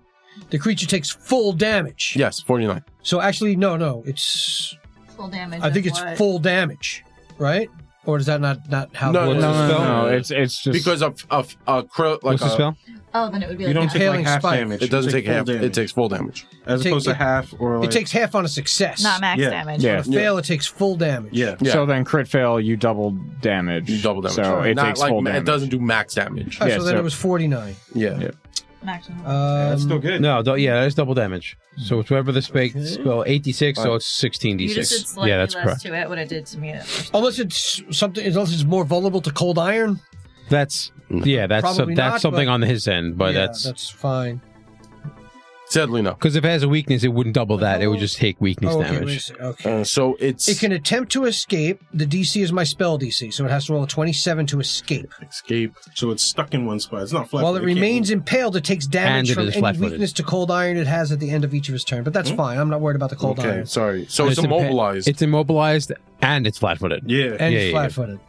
Speaker 3: The creature takes full damage.
Speaker 1: Yes, 49.
Speaker 3: So actually, no, no. It's.
Speaker 7: Full damage.
Speaker 3: I think
Speaker 7: of
Speaker 3: it's
Speaker 7: what?
Speaker 3: full damage, right? Or is that not not how?
Speaker 1: No,
Speaker 4: No,
Speaker 3: it works?
Speaker 1: it's
Speaker 4: no,
Speaker 1: a spell.
Speaker 4: no, no, It's it's just
Speaker 1: Because of, of a crit, like
Speaker 5: What's the
Speaker 1: a-
Speaker 5: spell?
Speaker 7: Oh, then it would be
Speaker 6: You
Speaker 7: like
Speaker 6: don't
Speaker 7: that.
Speaker 6: take like
Speaker 3: Impaling
Speaker 6: half
Speaker 3: spike.
Speaker 6: damage.
Speaker 1: it doesn't
Speaker 6: You
Speaker 1: take
Speaker 6: full
Speaker 1: half.
Speaker 6: damage.
Speaker 1: It takes full damage.
Speaker 6: as
Speaker 3: Take-
Speaker 6: opposed
Speaker 3: it-
Speaker 6: to half or like
Speaker 3: It takes half on a success.
Speaker 7: not max
Speaker 6: Yeah.
Speaker 7: damage.
Speaker 4: yeah.
Speaker 3: On a fail, it takes full damage.
Speaker 6: yeah.
Speaker 1: Yeah.
Speaker 4: So then crit fail, you double damage.
Speaker 1: You double damage.
Speaker 4: So it
Speaker 1: Not
Speaker 4: takes
Speaker 1: like
Speaker 4: full
Speaker 1: ma-
Speaker 4: damage.
Speaker 1: It doesn't do max damage.
Speaker 3: All right,
Speaker 4: Yeah,
Speaker 3: Oh, so then
Speaker 4: so-
Speaker 3: it was 49.
Speaker 1: Yeah.
Speaker 4: Yeah.
Speaker 7: Maximum.
Speaker 3: Um,
Speaker 6: That's still good.
Speaker 5: No, do- yeah, that's double damage. So it's whatever the spec spell, 86, so it's 16d6.
Speaker 7: you just did slightly
Speaker 5: yeah, that's
Speaker 7: less
Speaker 5: correct.
Speaker 7: to it. What it did to me. That first.
Speaker 3: Um, unless it's something, unless it's more vulnerable to cold iron.
Speaker 5: That's yeah, that's
Speaker 3: Probably
Speaker 5: that's
Speaker 3: not,
Speaker 5: something
Speaker 3: but-
Speaker 5: on his end, but
Speaker 3: yeah,
Speaker 5: that's
Speaker 3: that's fine.
Speaker 1: Sadly, no.
Speaker 5: because if it has a weakness, it wouldn't double that. It would just take weakness
Speaker 3: Oh, okay, wait a
Speaker 5: damage.
Speaker 3: sec- okay.
Speaker 1: Uh, so it's
Speaker 3: It can attempt to escape. The DC is my spell DC, so it has to roll a 27 to escape.
Speaker 1: escape.
Speaker 6: So it's stuck in one spot. It's not flat.
Speaker 3: While it remains impaled, it takes
Speaker 5: And
Speaker 3: damage
Speaker 5: it
Speaker 3: from
Speaker 5: is
Speaker 3: any
Speaker 5: flat-footed.
Speaker 3: weakness to cold iron it has at the end of each of his turn. But that's fine. I'm not worried about the cold
Speaker 1: Okay,
Speaker 3: iron.
Speaker 1: sorry. So
Speaker 5: And
Speaker 1: it's,
Speaker 5: impa-
Speaker 1: immobilized.
Speaker 5: it's immobilized and it's flat-footed.
Speaker 6: Yeah.
Speaker 3: And
Speaker 5: Yeah,
Speaker 3: it's
Speaker 5: yeah, yeah.
Speaker 3: flat-footed.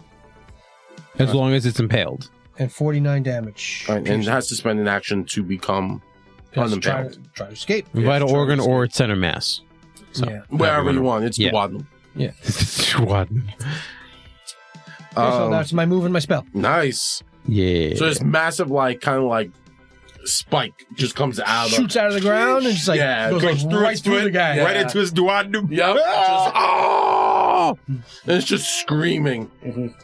Speaker 5: As long as it's impaled.
Speaker 3: And 49 damage.
Speaker 1: All right, and it has to spend an action to become
Speaker 3: Has to try,
Speaker 1: unimpaled.
Speaker 3: to, try to escape.
Speaker 5: Vital organ or its center mass. So-
Speaker 3: Yeah.
Speaker 1: Wherever you want, it's
Speaker 5: Yeah.
Speaker 1: the Wadnum.
Speaker 5: Squad.
Speaker 3: Okay, so that's my move and my spell.
Speaker 1: Um, nice.
Speaker 5: Yeah.
Speaker 1: So this massive, like, kind of like spike just comes out of.
Speaker 3: Shoots out of the ground and just like
Speaker 1: Yeah,
Speaker 3: goes
Speaker 1: goes
Speaker 3: like,
Speaker 1: through
Speaker 3: right
Speaker 1: it,
Speaker 3: through
Speaker 1: through
Speaker 3: the
Speaker 1: it,
Speaker 3: guy.
Speaker 1: yeah.
Speaker 6: Right into his duodenum.
Speaker 1: Yep. Just, oh! And it's just Mm-hmm. screaming.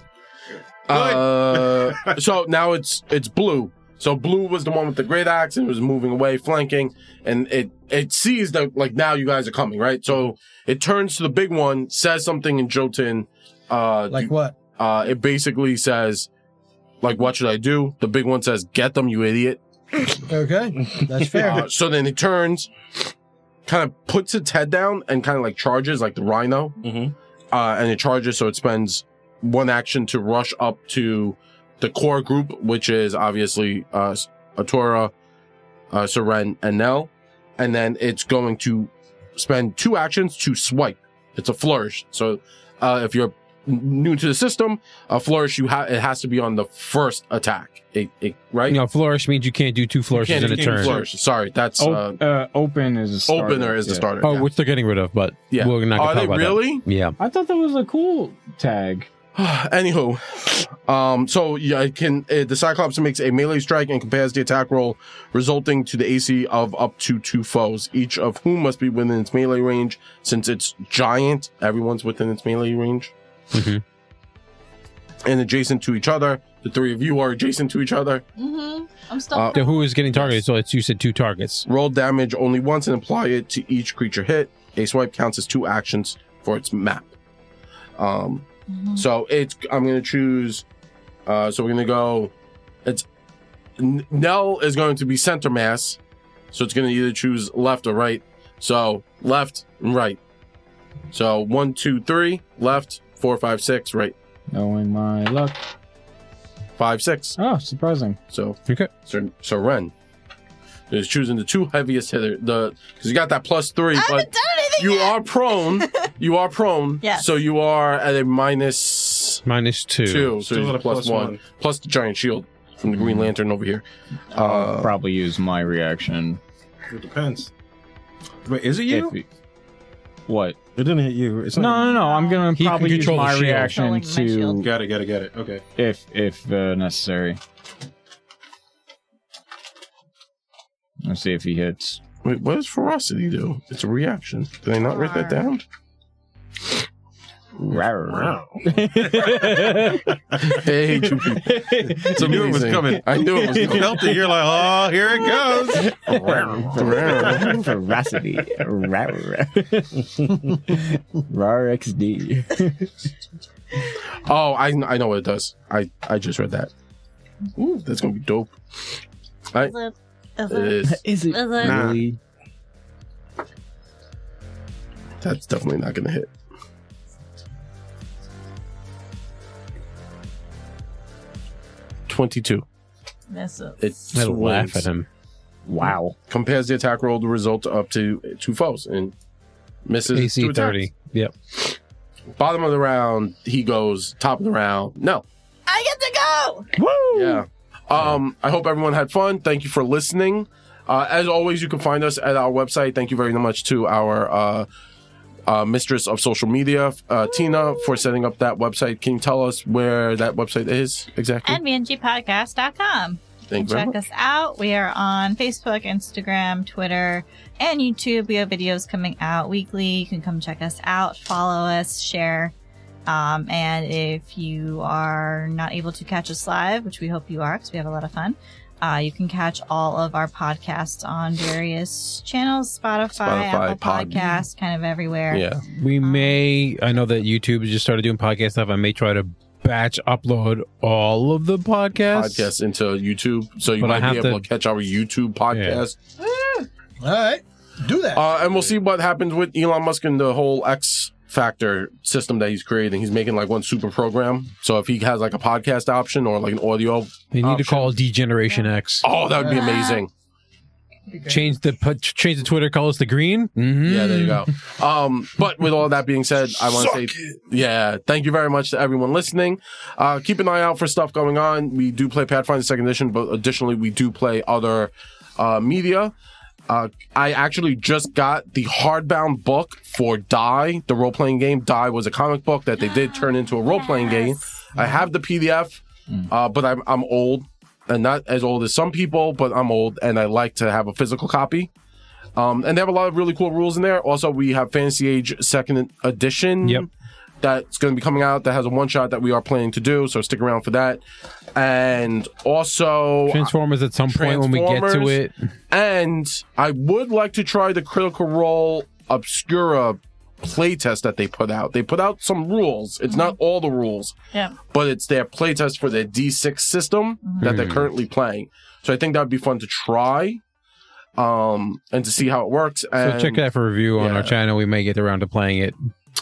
Speaker 1: Uh, so now it's it's blue. So blue was the one with the great axe and it was moving away, flanking, and it it sees that like now you guys are coming, right? So it turns to the big one, says something in Jotun. Uh,
Speaker 3: Like what?
Speaker 1: uh, it basically says, like, what should I do? The big one says, get them, you idiot.
Speaker 3: Okay, that's fair.
Speaker 1: Uh, so then it turns, kind of puts its head down and kind of like charges like the rhino.
Speaker 6: Mhm.
Speaker 1: Uh, and it charges, so it spends one action to rush up to the core group, which is obviously uh, Atora, uh, Seren, and Nell. And then it's going to spend two actions to swipe. It's a flourish. So uh, if you're n- new to the system, a flourish you ha- it has to be on the first attack. It, it right?
Speaker 5: you know, flourish means you can't do two flourishes
Speaker 1: Can't
Speaker 5: in a
Speaker 1: do
Speaker 5: turn.
Speaker 1: Flourish. Sorry, that's
Speaker 4: O-
Speaker 1: uh,
Speaker 4: uh, open is a starter.
Speaker 1: opener is the
Speaker 4: Yeah.
Speaker 1: starter.
Speaker 5: Oh,
Speaker 1: yeah.
Speaker 5: which they're getting rid of, but
Speaker 1: Yeah.
Speaker 5: we're not
Speaker 1: Are
Speaker 5: going to
Speaker 1: they
Speaker 5: talk about
Speaker 1: really?
Speaker 5: that. Yeah.
Speaker 4: I thought that was a cool tag.
Speaker 1: Anywho, um, so yeah, it can uh, the Cyclops makes a melee strike and compares the attack roll, resulting to the AC of up to two foes, each of whom must be within its melee range. Since it's giant, everyone's within its melee range,
Speaker 5: Mhm. Mm-hmm.
Speaker 1: and adjacent to each other. The three of you are adjacent to each other.
Speaker 7: Mm-hmm. I'm still.
Speaker 1: Uh,
Speaker 5: So who is getting targeted? So it's you said two targets.
Speaker 1: Roll damage only once and apply it to each creature hit. A swipe counts as two actions for its map. Um,
Speaker 7: Mhm.
Speaker 1: So it's I'm gonna choose. Uh, so we're gonna go. It's N- Nell is going to be center mass, so it's gonna either choose left or right. So left and right. So one, two, three, left, four, five, six, right,
Speaker 4: Knowing my luck.
Speaker 1: five, six.
Speaker 4: Oh, surprising.
Speaker 1: So
Speaker 5: Okay.
Speaker 1: so, so Ren is choosing the two heaviest hitter. The because you got that plus three,
Speaker 7: I
Speaker 1: but
Speaker 7: haven't done anything
Speaker 1: you
Speaker 7: yet.
Speaker 1: are prone You are prone.
Speaker 7: Yes.
Speaker 1: So you are at a minus
Speaker 5: Minus two.
Speaker 1: two. So
Speaker 6: Still
Speaker 1: you're
Speaker 6: at a
Speaker 1: plus
Speaker 6: plus
Speaker 1: one.
Speaker 6: one.
Speaker 1: Plus the giant shield from the Green Lantern over here. Uh,
Speaker 4: Probably use my reaction.
Speaker 6: It depends. Wait, is it you?
Speaker 4: If we- what?
Speaker 6: it didn't hit you. It's
Speaker 4: No, no, no. I'm gonna
Speaker 5: He can
Speaker 4: probably use
Speaker 5: control the
Speaker 4: my
Speaker 5: shield.
Speaker 4: reaction
Speaker 7: Controlling my
Speaker 4: to
Speaker 7: shield.
Speaker 6: Got it, got it, got it. Okay.
Speaker 4: if if uh, necessary. Let's see if he hits.
Speaker 1: wait, what does ferocity do? It's a reaction. Did I not write that down?
Speaker 4: Rawr.
Speaker 1: Hey, two people. It's
Speaker 6: You knew it was
Speaker 1: amazing.
Speaker 6: coming.
Speaker 1: I knew it was
Speaker 6: You
Speaker 1: coming.
Speaker 6: felt it. You're like, oh, here it goes.
Speaker 4: Ferocity. Rawr. Rawr XD.
Speaker 1: Oh, I I know what it does. I I just read that. Ooh, that's gonna be dope.
Speaker 7: Is it- is
Speaker 1: It
Speaker 7: it-
Speaker 1: is.
Speaker 4: Is it
Speaker 7: is it-
Speaker 4: really?
Speaker 1: That's definitely not gonna hit. Twenty-two.
Speaker 7: This is-
Speaker 1: It
Speaker 5: I
Speaker 1: swings.
Speaker 5: laugh at him.
Speaker 4: Wow.
Speaker 1: Compares the attack roll to result up to two foes and misses. two
Speaker 5: AC
Speaker 1: attacks.
Speaker 5: thirty. Yep.
Speaker 1: Bottom of the round, he goes. Top of the round, no.
Speaker 7: I get to go.
Speaker 1: Yeah. Um, I hope everyone had fun. Thank you for listening. Uh, as always, you can find us at our website. Thank you very much to our uh, uh, mistress of social media, uh, Tina, for setting up that website. Can you tell us where that website is exactly?
Speaker 7: And bngpodcast.com.
Speaker 1: Thank you very
Speaker 7: check
Speaker 1: much.
Speaker 7: us out. We are on Facebook, Instagram, Twitter, and YouTube. We have videos coming out weekly. You can come check us out, follow us, share. Um, and if you are not able to catch us live, which we hope you are because we have a lot of fun, uh, you can catch all of our podcasts on various channels Spotify,
Speaker 1: Spotify,
Speaker 7: Apple
Speaker 1: Pod-
Speaker 7: Podcasts, kind of everywhere.
Speaker 1: Yeah.
Speaker 5: We may. I know that YouTube just started doing podcast stuff. I may try to batch upload all of the podcasts.
Speaker 1: Podcast into YouTube. So you
Speaker 5: But I
Speaker 1: might be
Speaker 5: have
Speaker 1: able to,
Speaker 5: to-
Speaker 1: catch our YouTube podcast.
Speaker 3: All right, do that.
Speaker 1: Uh, and we'll see what happens with Elon Musk and the whole X Factor system that he's creating. He's making like one super program. So if he has like a podcast option or like an audio,
Speaker 5: They need to
Speaker 1: option.
Speaker 5: call Degeneration X.
Speaker 1: oh, that would be amazing.
Speaker 5: Change the put- change the Twitter colors to green. Mm-hmm.
Speaker 1: Yeah, there you go. Um, but with all that being said, I want to say, yeah, thank you very much to everyone listening. Uh, keep an eye out for stuff going on. We do play Pathfinder Second Edition, but additionally, we do play other uh, media. Uh, I actually just got the hardbound book for Die, the role playing game. Die was a comic book that they did turn into a role playing game. I have the PDF, uh, but I'm, I'm old and not as old as some people, but I'm old and I like to have a physical copy. Um, and they have a lot of really cool rules in there. Also, we have Fantasy Age Second Edition.
Speaker 5: Yep.
Speaker 1: That's going to be coming out. That has a one shot that we are planning to do. So stick around for that. And also,
Speaker 5: Transformers at some point when we get to
Speaker 1: Transformers.
Speaker 5: it.
Speaker 1: and I would like to try the Critical Role Obscura playtest that they put out. They put out some rules. It's not all the rules,
Speaker 7: Yeah.
Speaker 1: but it's their playtest for their D6 system that
Speaker 5: Mm.
Speaker 1: they're currently playing. So I think that would be fun to try um, and to see how it works.
Speaker 5: So
Speaker 1: And,
Speaker 5: check that for review on
Speaker 1: yeah.
Speaker 5: our channel. We may get around to playing it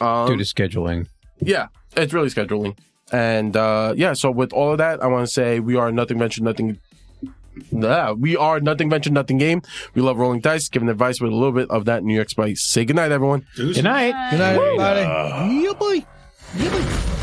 Speaker 1: um,
Speaker 5: due to scheduling.
Speaker 1: yeah, it's really scheduling. And uh, yeah, so with all of that, I want to say we are nothing venture, nothing. Nah, we are nothing venture, nothing game. We love rolling dice, giving advice with a little bit of that New York spice. Say goodnight, everyone.
Speaker 6: Deuces.
Speaker 4: Good night.
Speaker 3: Good night, everybody.
Speaker 8: Yeah, boy.